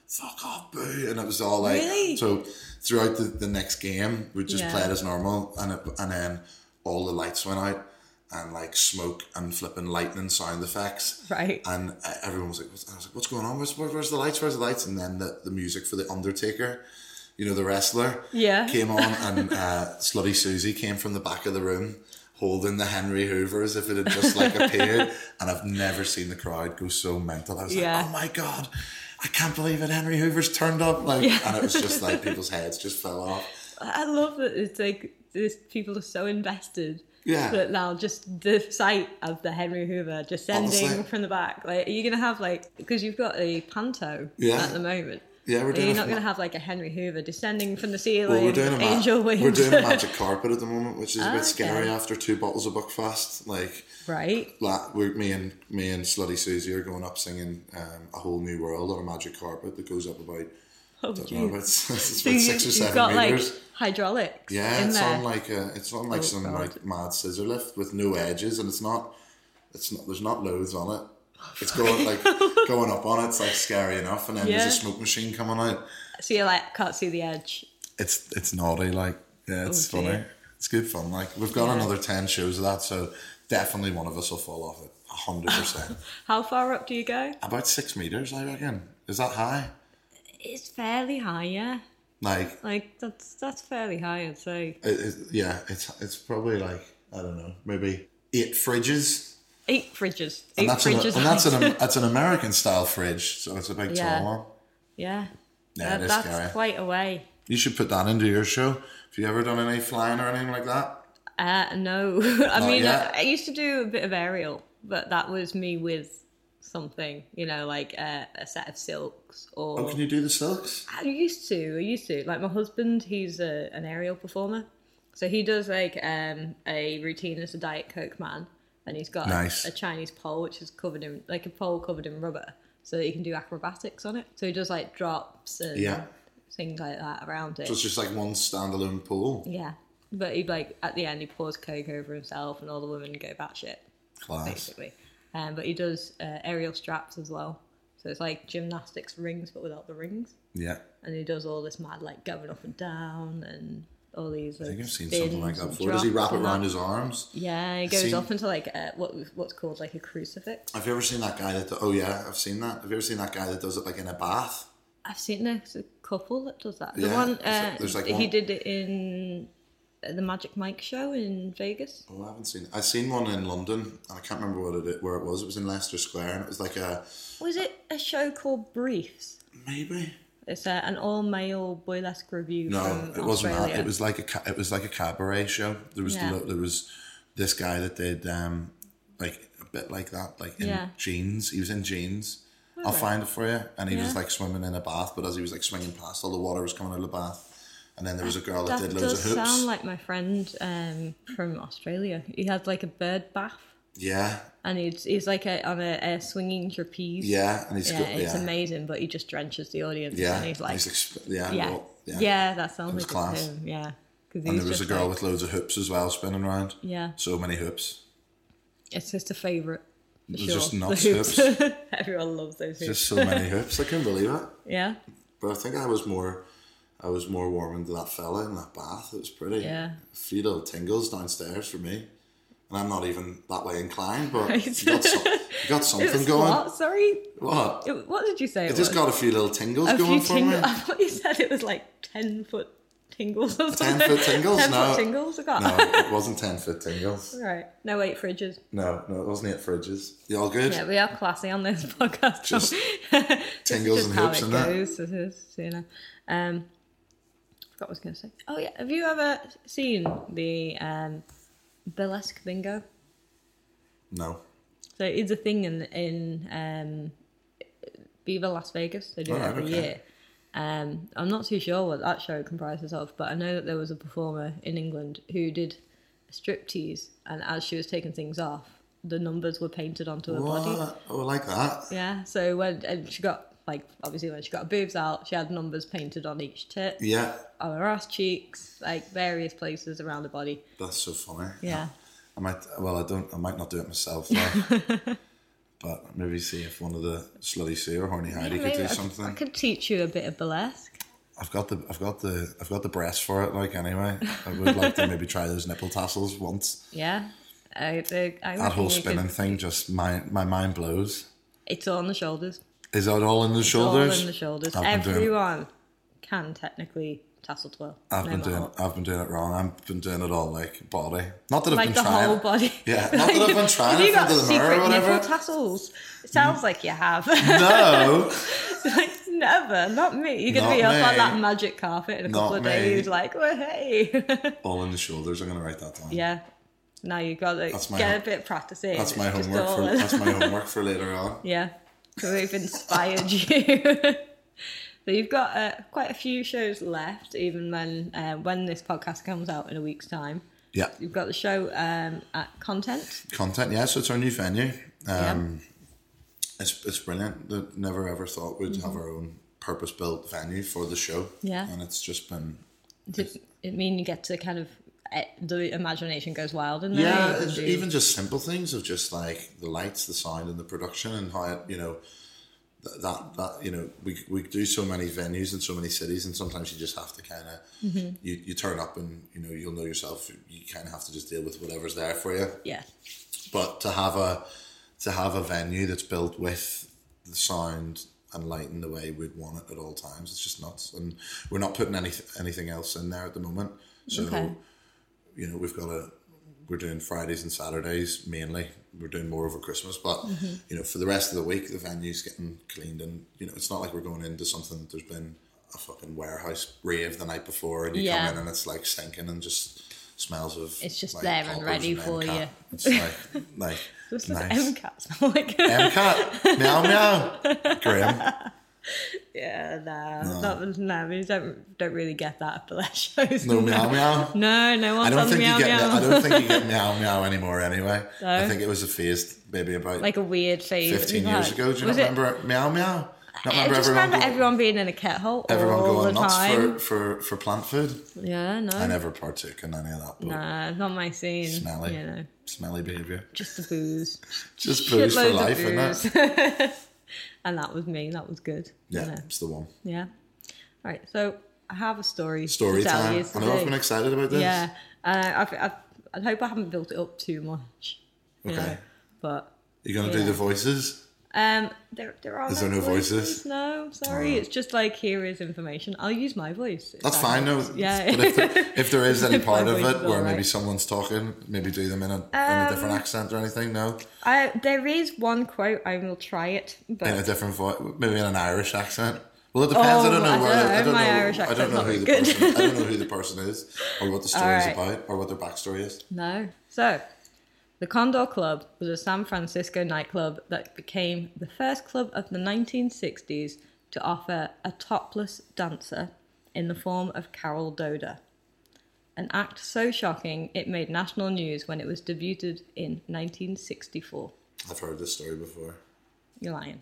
[SPEAKER 2] fuck off, boo, and it was all like,
[SPEAKER 1] Really?
[SPEAKER 2] so throughout the, the next game, we just
[SPEAKER 1] Yeah.
[SPEAKER 2] played as normal, and it, and then all the lights went out. And like smoke and flipping lightning sound effects,
[SPEAKER 1] [LAUGHS] Right.
[SPEAKER 2] and uh, everyone was like, what's, I was like, what's going on? Where's, where, where's the lights? Where's the lights? And then the, the music for The Undertaker, you know, the wrestler,
[SPEAKER 1] Yeah. [LAUGHS]
[SPEAKER 2] came on and uh, Slutty Susie came from the back of the room holding the Henry Hoover as if it had just like
[SPEAKER 1] [LAUGHS]
[SPEAKER 2] appeared. And I've never seen the crowd go so mental. I was
[SPEAKER 1] Yeah.
[SPEAKER 2] like, oh my God, I can't believe it. Henry Hoover's turned up. Like, And it was just like people's heads just fell off.
[SPEAKER 1] I love that it's like this. People are so invested.
[SPEAKER 2] Yeah.
[SPEAKER 1] That now just the sight of the Henry Hoover descending
[SPEAKER 2] Honestly.
[SPEAKER 1] from the back. Like, are you gonna have like because you've got a panto
[SPEAKER 2] Yeah.
[SPEAKER 1] at the moment.
[SPEAKER 2] Yeah, we're
[SPEAKER 1] Are you
[SPEAKER 2] doing a-
[SPEAKER 1] not gonna have like a Henry Hoover descending from the ceiling?
[SPEAKER 2] Well, we're doing a ma-
[SPEAKER 1] angel wings. Oh,
[SPEAKER 2] We're doing a magic carpet at the moment, which is a
[SPEAKER 1] [LAUGHS] Okay.
[SPEAKER 2] bit scary after two bottles of Buckfast. Like,
[SPEAKER 1] [LAUGHS] right.
[SPEAKER 2] La we, me and me and Slutty Susie are going up singing um, a whole new world on a magic carpet that goes up about
[SPEAKER 1] Oh,
[SPEAKER 2] I
[SPEAKER 1] geez.
[SPEAKER 2] don't know, about,
[SPEAKER 1] [LAUGHS]
[SPEAKER 2] [LAUGHS] it's
[SPEAKER 1] So
[SPEAKER 2] about
[SPEAKER 1] you,
[SPEAKER 2] six or
[SPEAKER 1] have
[SPEAKER 2] seven
[SPEAKER 1] got
[SPEAKER 2] meters.
[SPEAKER 1] like hydraulics.
[SPEAKER 2] yeah,
[SPEAKER 1] in
[SPEAKER 2] it's
[SPEAKER 1] there.
[SPEAKER 2] on like a, it's on like
[SPEAKER 1] Oh,
[SPEAKER 2] some
[SPEAKER 1] God.
[SPEAKER 2] like mad scissor lift with no edges, and it's not it's not there's not loads on it.
[SPEAKER 1] Oh,
[SPEAKER 2] It's going like
[SPEAKER 1] [LAUGHS]
[SPEAKER 2] going up on it. It's like scary enough, and then
[SPEAKER 1] Yeah.
[SPEAKER 2] there's a smoke machine coming out.
[SPEAKER 1] so you like can't see the edge.
[SPEAKER 2] It's it's naughty, like yeah, it's
[SPEAKER 1] Oh, dear.
[SPEAKER 2] funny. It's good fun. Like we've got another ten shows of that, so Definitely one of us will fall off it. hundred percent.
[SPEAKER 1] How far up do you go?
[SPEAKER 2] About six meters, I reckon. Is that high?
[SPEAKER 1] It's fairly high, yeah.
[SPEAKER 2] Like,
[SPEAKER 1] Like that's that's fairly high, I'd say.
[SPEAKER 2] it, it, yeah, it's it's probably like I don't know, maybe eight fridges.
[SPEAKER 1] Eight fridges. Eight
[SPEAKER 2] And that's, an,
[SPEAKER 1] fridges.
[SPEAKER 2] and that's
[SPEAKER 1] high.
[SPEAKER 2] an that's an American style fridge, so it's a big
[SPEAKER 1] Yeah.
[SPEAKER 2] tall one.
[SPEAKER 1] yeah.
[SPEAKER 2] Yeah,
[SPEAKER 1] That-
[SPEAKER 2] it is
[SPEAKER 1] that's
[SPEAKER 2] scary.
[SPEAKER 1] quite a way.
[SPEAKER 2] You should put that into your show. Have you ever done any flying or anything like that?
[SPEAKER 1] Uh, no, [LAUGHS] I
[SPEAKER 2] Not
[SPEAKER 1] mean,
[SPEAKER 2] yet.
[SPEAKER 1] I, I used to do a bit of aerial, but that was me with something, you know, like uh, a set of silks or.
[SPEAKER 2] Oh, can you do the silks?
[SPEAKER 1] I used to. I used to. Like my husband, he's a, an aerial performer, so he does like um, a routine as a diet coke man, and he's got a-
[SPEAKER 2] Nice.
[SPEAKER 1] a, Chinese pole which is covered in like a pole covered in rubber, so that he can do acrobatics on it. So he does like drops and
[SPEAKER 2] Yeah.
[SPEAKER 1] things like that around it.
[SPEAKER 2] So it's just like one standalone pool.
[SPEAKER 1] yeah, but he like at the end he pours coke over himself, and all the women go batshit
[SPEAKER 2] Class.
[SPEAKER 1] basically. Um, but he does uh, aerial straps as well. So it's like gymnastics rings, but without the rings
[SPEAKER 2] Yeah.
[SPEAKER 1] and he does all this mad like going up and down and all these. Like,
[SPEAKER 2] I think I've seen something
[SPEAKER 1] spins
[SPEAKER 2] like that
[SPEAKER 1] and
[SPEAKER 2] before. Does he
[SPEAKER 1] drops
[SPEAKER 2] wrap it
[SPEAKER 1] and that.
[SPEAKER 2] around his arms?
[SPEAKER 1] Yeah, he goes
[SPEAKER 2] seen-
[SPEAKER 1] up into like uh, what what's called like a crucifix.
[SPEAKER 2] Have you ever seen that guy that? do- oh yeah, I've seen that. Have you ever seen that guy that does it like in a bath?
[SPEAKER 1] I've seen there's a couple that does that. The
[SPEAKER 2] Yeah,
[SPEAKER 1] one
[SPEAKER 2] there's
[SPEAKER 1] uh,
[SPEAKER 2] a- there's, like,
[SPEAKER 1] he
[SPEAKER 2] one-
[SPEAKER 1] did it in uh, the Magic Mike show in Vegas.
[SPEAKER 2] Oh, I haven't seen. It. I seen one in London, and I can't remember what it where it was. It was in Leicester Square, and it was like a
[SPEAKER 1] Was it a show called Briefs?
[SPEAKER 2] maybe.
[SPEAKER 1] It's uh, an all male burlesque review.
[SPEAKER 2] No,
[SPEAKER 1] from
[SPEAKER 2] it wasn't
[SPEAKER 1] Australia.
[SPEAKER 2] that. It was like a ca- it was like a cabaret show. There was
[SPEAKER 1] Yeah.
[SPEAKER 2] lo- there was this guy that did um like a bit like that, like in
[SPEAKER 1] Yeah.
[SPEAKER 2] jeans. He was in jeans. I'll find it for you. And he was
[SPEAKER 1] Yeah.
[SPEAKER 2] like swimming in a bath, but as he was like swinging past, all the water was coming out of the bath. And then there was a girl that,
[SPEAKER 1] That
[SPEAKER 2] did loads
[SPEAKER 1] does
[SPEAKER 2] of hoops.
[SPEAKER 1] sound like my friend um, from Australia. He had like a bird bath.
[SPEAKER 2] yeah,
[SPEAKER 1] and he's, he's like a, on a, a swinging trapeze.
[SPEAKER 2] yeah, and he's
[SPEAKER 1] Yeah,
[SPEAKER 2] got
[SPEAKER 1] it's
[SPEAKER 2] yeah,
[SPEAKER 1] amazing, but he just drenches the audience.
[SPEAKER 2] yeah,
[SPEAKER 1] and he's like,
[SPEAKER 2] exp- yeah,
[SPEAKER 1] yeah,
[SPEAKER 2] well,
[SPEAKER 1] yeah,
[SPEAKER 2] yeah,
[SPEAKER 1] that sounds
[SPEAKER 2] was
[SPEAKER 1] like
[SPEAKER 2] class.
[SPEAKER 1] it's him. Yeah, because
[SPEAKER 2] And
[SPEAKER 1] he's
[SPEAKER 2] there was
[SPEAKER 1] just
[SPEAKER 2] a girl
[SPEAKER 1] like-
[SPEAKER 2] with loads of hoops as well, spinning around.
[SPEAKER 1] yeah,
[SPEAKER 2] So many hoops,
[SPEAKER 1] it's just a favorite. For
[SPEAKER 2] was
[SPEAKER 1] sure.
[SPEAKER 2] just
[SPEAKER 1] The
[SPEAKER 2] nuts
[SPEAKER 1] hoops. [LAUGHS] Everyone loves those hoops.
[SPEAKER 2] just so many hoops. I couldn't believe it.
[SPEAKER 1] yeah,
[SPEAKER 2] But I think I was more, I was more warm into that fella in that bath. It was pretty.
[SPEAKER 1] Yeah.
[SPEAKER 2] A few little tingles downstairs for me, and I'm not even that way
[SPEAKER 1] [LAUGHS]
[SPEAKER 2] inclined. But
[SPEAKER 1] Right.
[SPEAKER 2] you got, some, you
[SPEAKER 1] [LAUGHS]
[SPEAKER 2] got
[SPEAKER 1] it
[SPEAKER 2] something
[SPEAKER 1] was
[SPEAKER 2] going.
[SPEAKER 1] what? Sorry,
[SPEAKER 2] What?
[SPEAKER 1] It- what did you say? It,
[SPEAKER 2] I just
[SPEAKER 1] was?
[SPEAKER 2] got a few little tingles
[SPEAKER 1] a
[SPEAKER 2] going
[SPEAKER 1] few
[SPEAKER 2] for
[SPEAKER 1] tingles. [LAUGHS]
[SPEAKER 2] me.
[SPEAKER 1] I thought you said it was like ten foot tingles or something.
[SPEAKER 2] 10 foot tingles?
[SPEAKER 1] Ten
[SPEAKER 2] No.
[SPEAKER 1] foot tingles. I got
[SPEAKER 2] No, it wasn't ten foot tingles.
[SPEAKER 1] [LAUGHS] right. No eight fridges.
[SPEAKER 2] No, no, it wasn't eight fridges. You all good?
[SPEAKER 1] Yeah, we are classy on this [LAUGHS] podcast.
[SPEAKER 2] Just tingles
[SPEAKER 1] This is just
[SPEAKER 2] and
[SPEAKER 1] how
[SPEAKER 2] hoops
[SPEAKER 1] it
[SPEAKER 2] and that.
[SPEAKER 1] goes. This is, you know. Um, I forgot what I was going to say. Oh yeah, have you ever seen the um, burlesque bingo?
[SPEAKER 2] No.
[SPEAKER 1] So it's a thing in in um, Viva Las Vegas. They do it
[SPEAKER 2] Alright,
[SPEAKER 1] every
[SPEAKER 2] okay.
[SPEAKER 1] year. Um, I'm not too sure what that show comprises of, but I know that there was a performer in England who did striptease, and as she was taking things off, the numbers were painted onto her body.
[SPEAKER 2] What? Oh, I like that.
[SPEAKER 1] Yeah. So when and she got like obviously when she got her boobs out, she had numbers painted on each tit,
[SPEAKER 2] Yeah,
[SPEAKER 1] on her ass cheeks, like various places around the body.
[SPEAKER 2] that's so funny.
[SPEAKER 1] Yeah.
[SPEAKER 2] I might. Well, I don't. I might not do it myself. Though.
[SPEAKER 1] [LAUGHS]
[SPEAKER 2] but maybe see if one of the slutty Sue or horny Heidi could
[SPEAKER 1] Maybe
[SPEAKER 2] do
[SPEAKER 1] I- I
[SPEAKER 2] something.
[SPEAKER 1] could teach you a bit of burlesque.
[SPEAKER 2] I've got the. I've got the. I've got the breast for it. Like anyway, I would like to maybe try those nipple
[SPEAKER 1] [LAUGHS]
[SPEAKER 2] tassels once.
[SPEAKER 1] Yeah. I, I, I
[SPEAKER 2] That
[SPEAKER 1] reckon you
[SPEAKER 2] whole
[SPEAKER 1] could-
[SPEAKER 2] spinning thing just my my mind blows.
[SPEAKER 1] It's all on the shoulders.
[SPEAKER 2] Is that all in the
[SPEAKER 1] It's All
[SPEAKER 2] shoulders?
[SPEAKER 1] in the shoulders.
[SPEAKER 2] I've been doing-
[SPEAKER 1] Everyone can technically tassel twirl.
[SPEAKER 2] I've
[SPEAKER 1] no
[SPEAKER 2] been
[SPEAKER 1] matter
[SPEAKER 2] doing.
[SPEAKER 1] what.
[SPEAKER 2] I've been doing it wrong. I've been doing it all like body. Not that I've
[SPEAKER 1] Like
[SPEAKER 2] been
[SPEAKER 1] the
[SPEAKER 2] trying.
[SPEAKER 1] whole body.
[SPEAKER 2] Yeah, not that
[SPEAKER 1] [LAUGHS]
[SPEAKER 2] I've been trying
[SPEAKER 1] Have you
[SPEAKER 2] in front
[SPEAKER 1] got
[SPEAKER 2] of the mirror or
[SPEAKER 1] secret nipple
[SPEAKER 2] whatever? Mm.
[SPEAKER 1] tassels? It sounds like you have.
[SPEAKER 2] [LAUGHS] [LAUGHS] No,
[SPEAKER 1] like [LAUGHS] never, not me. You're gonna be
[SPEAKER 2] Not
[SPEAKER 1] up on
[SPEAKER 2] me.
[SPEAKER 1] that magic carpet in a couple
[SPEAKER 2] Not
[SPEAKER 1] of
[SPEAKER 2] me.
[SPEAKER 1] days, like, well, hey, [LAUGHS]
[SPEAKER 2] all in the shoulders. I'm gonna write that down.
[SPEAKER 1] yeah. Now you got to
[SPEAKER 2] That's my
[SPEAKER 1] get
[SPEAKER 2] hom-
[SPEAKER 1] a bit of practice in.
[SPEAKER 2] that's my
[SPEAKER 1] It's just
[SPEAKER 2] homework. For,
[SPEAKER 1] all in-
[SPEAKER 2] that's my homework for later on.
[SPEAKER 1] [LAUGHS] yeah, so we've inspired [LAUGHS] you. so you've got uh, quite a few shows left, even when uh, when this podcast comes out in a week's time.
[SPEAKER 2] Yeah.
[SPEAKER 1] You've got the show um, at Content.
[SPEAKER 2] content. Yeah, so it's our new venue. Um, It's it's brilliant. That never ever thought we'd have our own purpose built venue for the show.
[SPEAKER 1] Yeah.
[SPEAKER 2] and it's just been
[SPEAKER 1] Does it mean you get to kind of eh, the imagination goes wild in there? You
[SPEAKER 2] yeah,
[SPEAKER 1] can
[SPEAKER 2] it's
[SPEAKER 1] do-
[SPEAKER 2] even just simple things of just like the lights, the sound, and the production, and how it you know. that, that that you know we we do so many venues in so many cities, and sometimes you just have to kind of you, you turn up and you know you'll know yourself. You kind of have to just deal with whatever's there for you.
[SPEAKER 1] Yeah.
[SPEAKER 2] But to have a to have a venue that's built with the sound and lighting the way we'd want it at all times, it's just nuts. And we're not putting any anything else in there at the moment. So
[SPEAKER 1] Okay.
[SPEAKER 2] you know we've got a we're doing Fridays and Saturdays mainly. We're doing more over Christmas, but
[SPEAKER 1] Mm-hmm.
[SPEAKER 2] you know for the rest of the week the venue's getting cleaned and you know it's not like we're going into something that there's been a fucking warehouse rave the night before and you
[SPEAKER 1] Yeah.
[SPEAKER 2] come in and it's like stinking and just smells of
[SPEAKER 1] It's just
[SPEAKER 2] like,
[SPEAKER 1] there and
[SPEAKER 2] poppers
[SPEAKER 1] ready for
[SPEAKER 2] MCAT.
[SPEAKER 1] you.
[SPEAKER 2] It's like like
[SPEAKER 1] [LAUGHS] This is
[SPEAKER 2] nice.
[SPEAKER 1] MCAT [LAUGHS] smell like.
[SPEAKER 2] MCAT meow meow. Graham,
[SPEAKER 1] yeah, nah, that was nah. We don't don't really get that at Blair shows.
[SPEAKER 2] no meow meow.
[SPEAKER 1] No, no
[SPEAKER 2] I
[SPEAKER 1] one's
[SPEAKER 2] don't
[SPEAKER 1] on the
[SPEAKER 2] think
[SPEAKER 1] meow
[SPEAKER 2] you get.
[SPEAKER 1] meow.
[SPEAKER 2] I don't think you get meow meow anymore. Anyway,
[SPEAKER 1] [LAUGHS] No.
[SPEAKER 2] I think it was a phase maybe about
[SPEAKER 1] like a weird phase. that
[SPEAKER 2] 15
[SPEAKER 1] we've
[SPEAKER 2] years
[SPEAKER 1] had.
[SPEAKER 2] ago. Do you
[SPEAKER 1] Was
[SPEAKER 2] not
[SPEAKER 1] it-
[SPEAKER 2] remember it? Meow Meow? Not
[SPEAKER 1] I
[SPEAKER 2] remember
[SPEAKER 1] just
[SPEAKER 2] everyone,
[SPEAKER 1] remember
[SPEAKER 2] go-
[SPEAKER 1] everyone being in a kettle
[SPEAKER 2] everyone
[SPEAKER 1] all the
[SPEAKER 2] going nuts
[SPEAKER 1] time.
[SPEAKER 2] for, for, for plant food.
[SPEAKER 1] Yeah, no,
[SPEAKER 2] I never partook in any of that, but
[SPEAKER 1] nah, not my scene.
[SPEAKER 2] Smelly.
[SPEAKER 1] You know,
[SPEAKER 2] smelly behaviour.
[SPEAKER 1] just the booze.
[SPEAKER 2] Just booze for
[SPEAKER 1] Shitloads of
[SPEAKER 2] life, isn't it?
[SPEAKER 1] booze. [LAUGHS] and that was me. That was good. you
[SPEAKER 2] Yeah,
[SPEAKER 1] know.
[SPEAKER 2] it's the one.
[SPEAKER 1] Yeah. All right. So I have a story.
[SPEAKER 2] Story
[SPEAKER 1] to tell You
[SPEAKER 2] time. I know I've
[SPEAKER 1] today.
[SPEAKER 2] been excited about this.
[SPEAKER 1] Yeah. Uh, I've, I've, I hope I haven't built it up too much. you
[SPEAKER 2] Okay.
[SPEAKER 1] know, But
[SPEAKER 2] You're going to do
[SPEAKER 1] Yeah.
[SPEAKER 2] the voices?
[SPEAKER 1] um, there, there are.
[SPEAKER 2] Is there no voices? Oh.
[SPEAKER 1] No, I'm sorry. It's just like here is information. I'll use my voice. if
[SPEAKER 2] That's
[SPEAKER 1] that
[SPEAKER 2] fine, no.
[SPEAKER 1] helps. Yeah.
[SPEAKER 2] But if there, if there is any
[SPEAKER 1] If my
[SPEAKER 2] part of
[SPEAKER 1] voice is
[SPEAKER 2] it where
[SPEAKER 1] all
[SPEAKER 2] maybe
[SPEAKER 1] right.
[SPEAKER 2] someone's talking, maybe do them in a, in a different
[SPEAKER 1] Um,
[SPEAKER 2] accent or anything, no?
[SPEAKER 1] [LAUGHS] I, there is one quote. I will try it. But
[SPEAKER 2] In a different voice, maybe in an Irish accent. Well, it depends. I don't
[SPEAKER 1] Oh,
[SPEAKER 2] know
[SPEAKER 1] I
[SPEAKER 2] where.
[SPEAKER 1] don't
[SPEAKER 2] I
[SPEAKER 1] know.
[SPEAKER 2] don't
[SPEAKER 1] My
[SPEAKER 2] know.
[SPEAKER 1] Irish
[SPEAKER 2] I
[SPEAKER 1] accent's
[SPEAKER 2] don't know
[SPEAKER 1] not
[SPEAKER 2] who the
[SPEAKER 1] very good.
[SPEAKER 2] person. I don't know
[SPEAKER 1] [LAUGHS]
[SPEAKER 2] who the person is, or what the story is
[SPEAKER 1] Alright.
[SPEAKER 2] about, or what their backstory is.
[SPEAKER 1] No. So, the Condor Club was a San Francisco nightclub that became the first club of the 1960s to offer a topless dancer in the form of Carol Doda. An act so shocking it made national news when it was debuted in 1964.
[SPEAKER 2] I've heard this story before.
[SPEAKER 1] You're lying.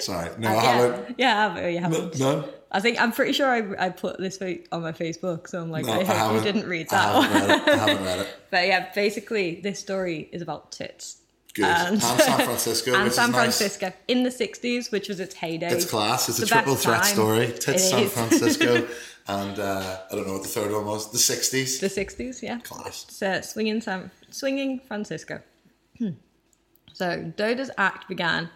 [SPEAKER 2] Sorry, no, I
[SPEAKER 1] Uh, Yeah,
[SPEAKER 2] haven't.
[SPEAKER 1] yeah, I have it, you haven't.
[SPEAKER 2] No,
[SPEAKER 1] I think I'm pretty sure I, I put this fa- on my Facebook, so I'm like,
[SPEAKER 2] no,
[SPEAKER 1] I
[SPEAKER 2] I
[SPEAKER 1] hope
[SPEAKER 2] haven't.
[SPEAKER 1] you didn't read
[SPEAKER 2] I
[SPEAKER 1] that.
[SPEAKER 2] haven't read it. I haven't read it.
[SPEAKER 1] [LAUGHS] But yeah, basically, this story is about tits. [LAUGHS]
[SPEAKER 2] Good. And, San Francisco.
[SPEAKER 1] and
[SPEAKER 2] which
[SPEAKER 1] San
[SPEAKER 2] is
[SPEAKER 1] Francisco in the 60s, which was its heyday.
[SPEAKER 2] Nice. It's class. It's,
[SPEAKER 1] The
[SPEAKER 2] a triple
[SPEAKER 1] best
[SPEAKER 2] threat
[SPEAKER 1] time.
[SPEAKER 2] story. Tits
[SPEAKER 1] It
[SPEAKER 2] San
[SPEAKER 1] is. [LAUGHS]
[SPEAKER 2] Francisco, and uh, I don't know what the third one was. The sixties.
[SPEAKER 1] The 60s, yeah.
[SPEAKER 2] Class.
[SPEAKER 1] So swinging San, swinging Francisco. [CLEARS THROAT] Hmm. So Doda's act began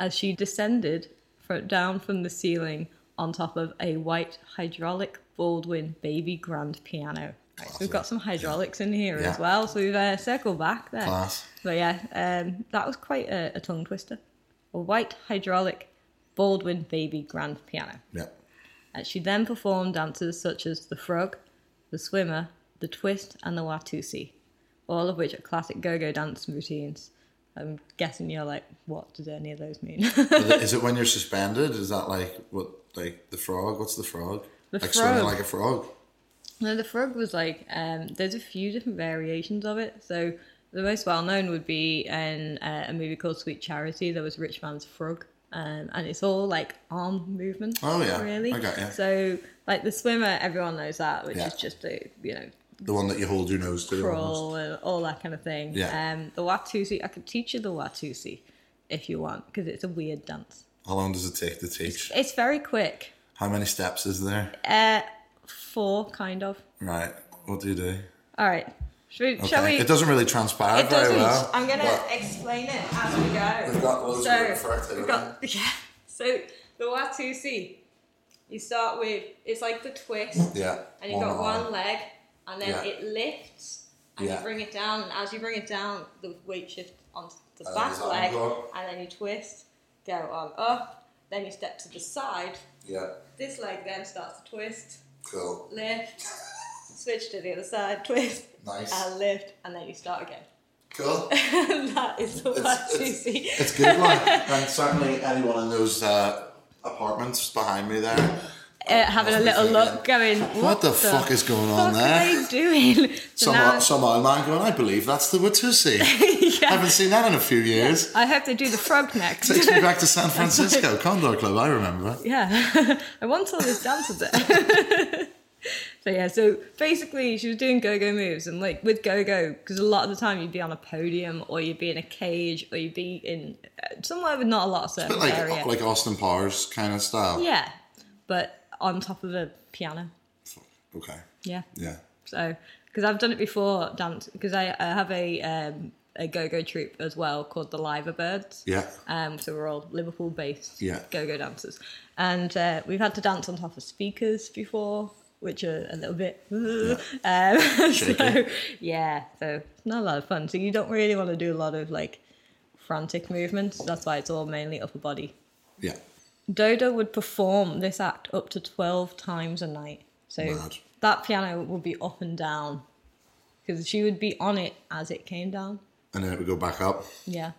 [SPEAKER 1] as she descended fro- down from the ceiling on top of a white hydraulic Baldwin baby grand piano. Right, so we've got some hydraulics in here
[SPEAKER 2] Yeah.
[SPEAKER 1] as well, so we've uh, circled back there.
[SPEAKER 2] Class.
[SPEAKER 1] But yeah, um, that was quite a, a tongue twister. A white hydraulic Baldwin baby grand piano.
[SPEAKER 2] Yeah.
[SPEAKER 1] And she then performed dances such as the frog, the swimmer, the twist, and the watusi, all of which are classic go-go dance routines. I'm guessing you're like, what does any of those mean? [LAUGHS]
[SPEAKER 2] Is it- is it when you're suspended? Is that like what? Like the frog? What's the frog?
[SPEAKER 1] The
[SPEAKER 2] like swimming
[SPEAKER 1] frog.
[SPEAKER 2] like a frog.
[SPEAKER 1] no, the frog was like, um, there's a few different variations of it. So the most well-known would be in uh, a movie called Sweet Charity. There was Rich Man's Frog. Um, and it's all like arm movement.
[SPEAKER 2] Oh, yeah.
[SPEAKER 1] really.
[SPEAKER 2] I got ya.
[SPEAKER 1] So like the swimmer, everyone knows that, which
[SPEAKER 2] Yeah.
[SPEAKER 1] is just a you know
[SPEAKER 2] The one that you hold your nose to. almost.
[SPEAKER 1] crawl and all that kind of thing.
[SPEAKER 2] Yeah.
[SPEAKER 1] Um, the watusi, I could teach you the watusi if you want, because it's a weird dance.
[SPEAKER 2] How long does it take to teach?
[SPEAKER 1] It's very quick.
[SPEAKER 2] How many steps is there?
[SPEAKER 1] Uh, four, kind of.
[SPEAKER 2] Right. What do you do?
[SPEAKER 1] All right. Should we, Shall we?
[SPEAKER 2] Okay. It doesn't really transpire
[SPEAKER 1] it
[SPEAKER 2] very
[SPEAKER 1] doesn't-
[SPEAKER 2] well.
[SPEAKER 1] I'm gonna
[SPEAKER 2] but
[SPEAKER 1] explain it as we go.
[SPEAKER 2] We've got loads of room for it,
[SPEAKER 1] we've
[SPEAKER 2] haven't
[SPEAKER 1] got, [LAUGHS] yeah. So the watusi, you start with it's like the twist,
[SPEAKER 2] yeah.
[SPEAKER 1] and you've got
[SPEAKER 2] arm.
[SPEAKER 1] one leg, and then
[SPEAKER 2] Yeah.
[SPEAKER 1] it lifts, and
[SPEAKER 2] Yeah.
[SPEAKER 1] you bring it down. And as you bring it down, the weight shifts onto the
[SPEAKER 2] And then
[SPEAKER 1] back
[SPEAKER 2] his arm
[SPEAKER 1] leg,
[SPEAKER 2] go up.
[SPEAKER 1] and then you twist, go on up. Then you step to the side.
[SPEAKER 2] Yeah.
[SPEAKER 1] This leg then starts to twist,
[SPEAKER 2] Cool. [LAUGHS]
[SPEAKER 1] lift, switch to the other side, twist,
[SPEAKER 2] Nice.
[SPEAKER 1] and lift, and then you start again. [LAUGHS]
[SPEAKER 2] Cool.
[SPEAKER 1] that is the one
[SPEAKER 2] it's-
[SPEAKER 1] you see.
[SPEAKER 2] It's
[SPEAKER 1] [LAUGHS]
[SPEAKER 2] good one. and certainly anyone in those uh, apartments behind me there.
[SPEAKER 1] Uh, having a
[SPEAKER 2] Must be
[SPEAKER 1] little
[SPEAKER 2] thinking,
[SPEAKER 1] look, going, what,
[SPEAKER 2] What the fuck is going on
[SPEAKER 1] fuck
[SPEAKER 2] there?
[SPEAKER 1] are they doing? So
[SPEAKER 2] Some,
[SPEAKER 1] now-
[SPEAKER 2] some old man going, I believe that's the Watusi. I
[SPEAKER 1] [LAUGHS] yeah,
[SPEAKER 2] haven't seen that in a few years.
[SPEAKER 1] I hope they do the frog next.
[SPEAKER 2] Takes me back
[SPEAKER 1] [LAUGHS]
[SPEAKER 2] to San Francisco, Condor Club, I remember.
[SPEAKER 1] Yeah, I once saw this dancer there. [LAUGHS] So yeah, so basically she was doing go-go moves and like with go-go, because a lot of the time you'd be on a podium or you'd be in a cage or you'd be in uh, somewhere with not a lot of
[SPEAKER 2] But
[SPEAKER 1] surface
[SPEAKER 2] like
[SPEAKER 1] area.
[SPEAKER 2] like Austin Powers kind of style.
[SPEAKER 1] yeah, but on top of a piano.
[SPEAKER 2] Okay.
[SPEAKER 1] Yeah.
[SPEAKER 2] Yeah.
[SPEAKER 1] So, because I've done it before, dance. Because I, I have a um, a go-go troupe as well called the Liver Birds.
[SPEAKER 2] Yeah.
[SPEAKER 1] Um, so we're all Liverpool-based
[SPEAKER 2] Yeah.
[SPEAKER 1] go-go dancers, and uh, we've had to dance on top of speakers before, which are a little bit. [LAUGHS] Um, [LAUGHS] so
[SPEAKER 2] Shaky.
[SPEAKER 1] yeah, so it's not a lot of fun. So you don't really want to do a lot of like frantic movements. That's why it's all mainly upper body.
[SPEAKER 2] Yeah.
[SPEAKER 1] Dodo would perform this act up to 12 times a night. So
[SPEAKER 2] Mad.
[SPEAKER 1] that piano would be up and down because she would be on it as it came down.
[SPEAKER 2] And then it would go back up
[SPEAKER 1] Yeah.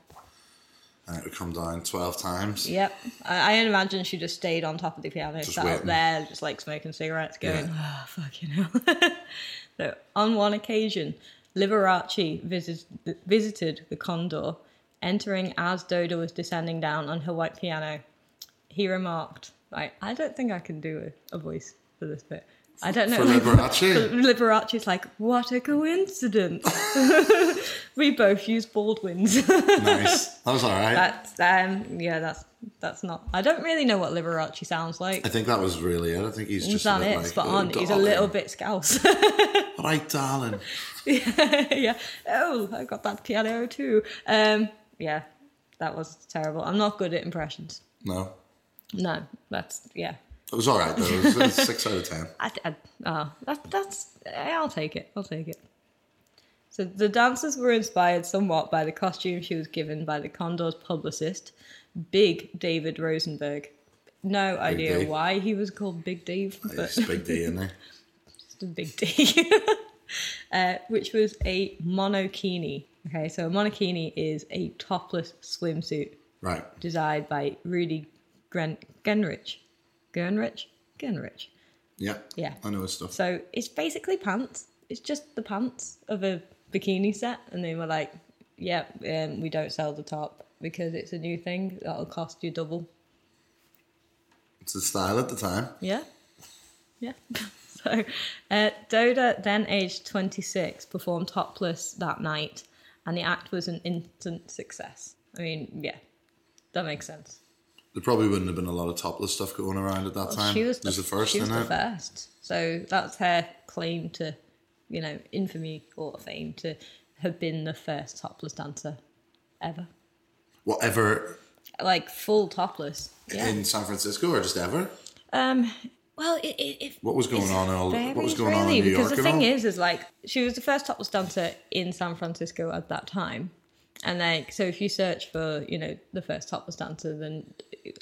[SPEAKER 2] and it would come down 12 times.
[SPEAKER 1] Yep. I, I imagine she just stayed on top of the piano, sat up
[SPEAKER 2] waiting.
[SPEAKER 1] there, just like smoking cigarettes, going,
[SPEAKER 2] Yeah.
[SPEAKER 1] oh, fucking hell. [LAUGHS] so, on one occasion, Liberace visit, visited the Condor, entering as Dodo was descending down on her white piano. He remarked, right, I don't think I can do a, a voice for this bit. I don't know.
[SPEAKER 2] For
[SPEAKER 1] [LAUGHS]
[SPEAKER 2] Liberace.
[SPEAKER 1] Liberace's like, what a coincidence. [LAUGHS] we both use Baldwin's. [LAUGHS]
[SPEAKER 2] nice. That was all right.
[SPEAKER 1] That's um yeah, that's that's not. I don't really know what Liberace sounds like.
[SPEAKER 2] I think that was really it. I think he's
[SPEAKER 1] He's
[SPEAKER 2] just. a
[SPEAKER 1] on
[SPEAKER 2] bit
[SPEAKER 1] it,
[SPEAKER 2] like,
[SPEAKER 1] spot
[SPEAKER 2] "Oh,
[SPEAKER 1] on. He's a
[SPEAKER 2] darling."
[SPEAKER 1] little bit scouse. [LAUGHS]
[SPEAKER 2] All right, darling.
[SPEAKER 1] yeah. Oh, I got that piano too. Um, yeah, that was terrible. I'm not good at impressions.
[SPEAKER 2] No.
[SPEAKER 1] No, that's yeah.
[SPEAKER 2] It was all right, though. It was, it was six out of 10.
[SPEAKER 1] I, I, oh, that, that's. I'll take it. I'll take it. So the dancers were inspired somewhat by the costume she was given by the Condor's publicist, Big David Rosenberg. No idea
[SPEAKER 2] Dave.
[SPEAKER 1] why he was called Big Dave, [LAUGHS] but
[SPEAKER 2] It's a big D in there.
[SPEAKER 1] the big D, [LAUGHS] uh, which was a monokini. Okay, so a monokini is a topless swimsuit
[SPEAKER 2] Right.
[SPEAKER 1] designed by Rudy Gren- Genrich. Genrich? Genrich.
[SPEAKER 2] Yeah.
[SPEAKER 1] Yeah.
[SPEAKER 2] I know his stuff.
[SPEAKER 1] So it's basically pants. It's just the pants of a bikini set. And they were like, yeah, um, we don't sell the top because it's a new thing. That'll cost you double.
[SPEAKER 2] It's the style at the time.
[SPEAKER 1] Yeah. Yeah. [LAUGHS] so uh, Doda, then aged 26, performed topless that night, and the act was an instant success. I mean, yeah, that makes sense.
[SPEAKER 2] There probably wouldn't have been a lot of topless stuff going around at that time.
[SPEAKER 1] She was
[SPEAKER 2] It
[SPEAKER 1] the,
[SPEAKER 2] the first,
[SPEAKER 1] She was the
[SPEAKER 2] innit?
[SPEAKER 1] first. So that's her claim to, you know, infamy or fame to have been the first topless dancer ever.
[SPEAKER 2] Whatever
[SPEAKER 1] Like full topless. Yeah.
[SPEAKER 2] in San Francisco or just ever.
[SPEAKER 1] Um. Well, it, it, it
[SPEAKER 2] What was going
[SPEAKER 1] it's
[SPEAKER 2] on in all-
[SPEAKER 1] varies,
[SPEAKER 2] what was going on in
[SPEAKER 1] really,
[SPEAKER 2] New
[SPEAKER 1] Because
[SPEAKER 2] York
[SPEAKER 1] the
[SPEAKER 2] and
[SPEAKER 1] thing
[SPEAKER 2] all?
[SPEAKER 1] is, is like she was the first topless dancer in San Francisco at that time, and like so, if you search for you know the first topless dancer, then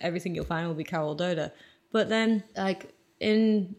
[SPEAKER 1] everything you'll find will be Carol Doda. But then, like in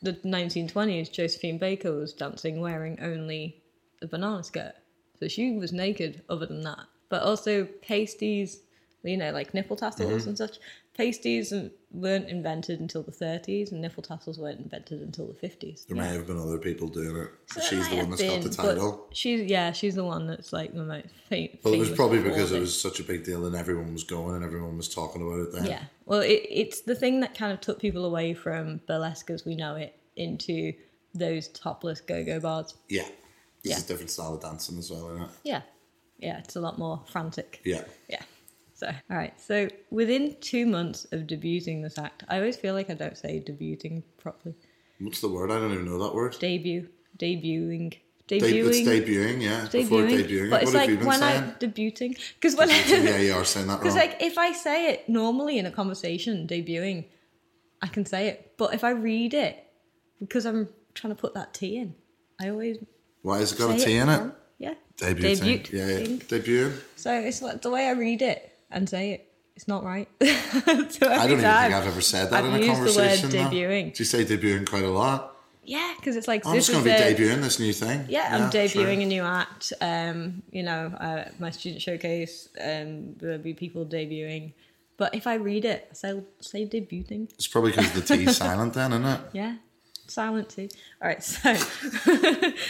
[SPEAKER 1] the 1920s, Josephine Baker was dancing wearing only a banana skirt, so she was naked other than that. But also pasties, you know, like nipple tassels
[SPEAKER 2] Mm-hmm.
[SPEAKER 1] and such. Pasties and- weren't invented until the 30s, and nipple tassels weren't invented until the 50s.
[SPEAKER 2] There may have been other people doing it.
[SPEAKER 1] So it
[SPEAKER 2] She's
[SPEAKER 1] might
[SPEAKER 2] the one
[SPEAKER 1] have
[SPEAKER 2] that's got the
[SPEAKER 1] been, but
[SPEAKER 2] title.
[SPEAKER 1] She's yeah, she's the one that's like the most famous.
[SPEAKER 2] But it was probably
[SPEAKER 1] for
[SPEAKER 2] because
[SPEAKER 1] it.
[SPEAKER 2] it was such a big deal and everyone was going and everyone was talking about it then.
[SPEAKER 1] Yeah. Well, it, it's the thing that kind of took people away from burlesque as we know it into those topless go-go bars.
[SPEAKER 2] Yeah. This
[SPEAKER 1] Yeah.
[SPEAKER 2] is a different style of dancing as well, isn't it?
[SPEAKER 1] Yeah. Yeah, it's a lot more frantic.
[SPEAKER 2] Yeah.
[SPEAKER 1] Yeah. So, all right. So, within two months of debuting this act, I always feel like I don't say debuting properly.
[SPEAKER 2] What's the word? I don't even know that word.
[SPEAKER 1] Debut, debuting,
[SPEAKER 2] Deb- it's
[SPEAKER 1] debuting,
[SPEAKER 2] debuting, yeah. Before
[SPEAKER 1] debuting. But
[SPEAKER 2] debuting. What
[SPEAKER 1] it's
[SPEAKER 2] have
[SPEAKER 1] like
[SPEAKER 2] you been
[SPEAKER 1] when
[SPEAKER 2] saying?
[SPEAKER 1] I debuting because when [LAUGHS]
[SPEAKER 2] yeah, you are saying that wrong.
[SPEAKER 1] because like if I say it normally in a conversation, debuting, I can say it. But if I read it, because I'm trying to put that T in, I always
[SPEAKER 2] Why has it got a
[SPEAKER 1] say
[SPEAKER 2] T in it?
[SPEAKER 1] wrong. Yeah.
[SPEAKER 2] Debuting.
[SPEAKER 1] Debut.
[SPEAKER 2] Yeah, yeah.
[SPEAKER 1] Ding.
[SPEAKER 2] Debut.
[SPEAKER 1] So it's like the way I read it and say it, it's not right. [LAUGHS] so every
[SPEAKER 2] I don't even think
[SPEAKER 1] time-
[SPEAKER 2] I've ever said that
[SPEAKER 1] I've
[SPEAKER 2] in a
[SPEAKER 1] used the word
[SPEAKER 2] conversation. though.
[SPEAKER 1] debuting.
[SPEAKER 2] Do you say debuting quite a lot?
[SPEAKER 1] Yeah, because it's like
[SPEAKER 2] I'm
[SPEAKER 1] this
[SPEAKER 2] just going
[SPEAKER 1] is
[SPEAKER 2] to be
[SPEAKER 1] a-
[SPEAKER 2] debuting this new thing.
[SPEAKER 1] Yeah, I'm debuting
[SPEAKER 2] sure.
[SPEAKER 1] a new act. Um, you know, uh, my student showcase. Um, there'll be people debuting, but if I read it, I say, say debuting.
[SPEAKER 2] It's probably because the
[SPEAKER 1] [LAUGHS]
[SPEAKER 2] T's silent then, isn't it?
[SPEAKER 1] Yeah, silent too. All right, so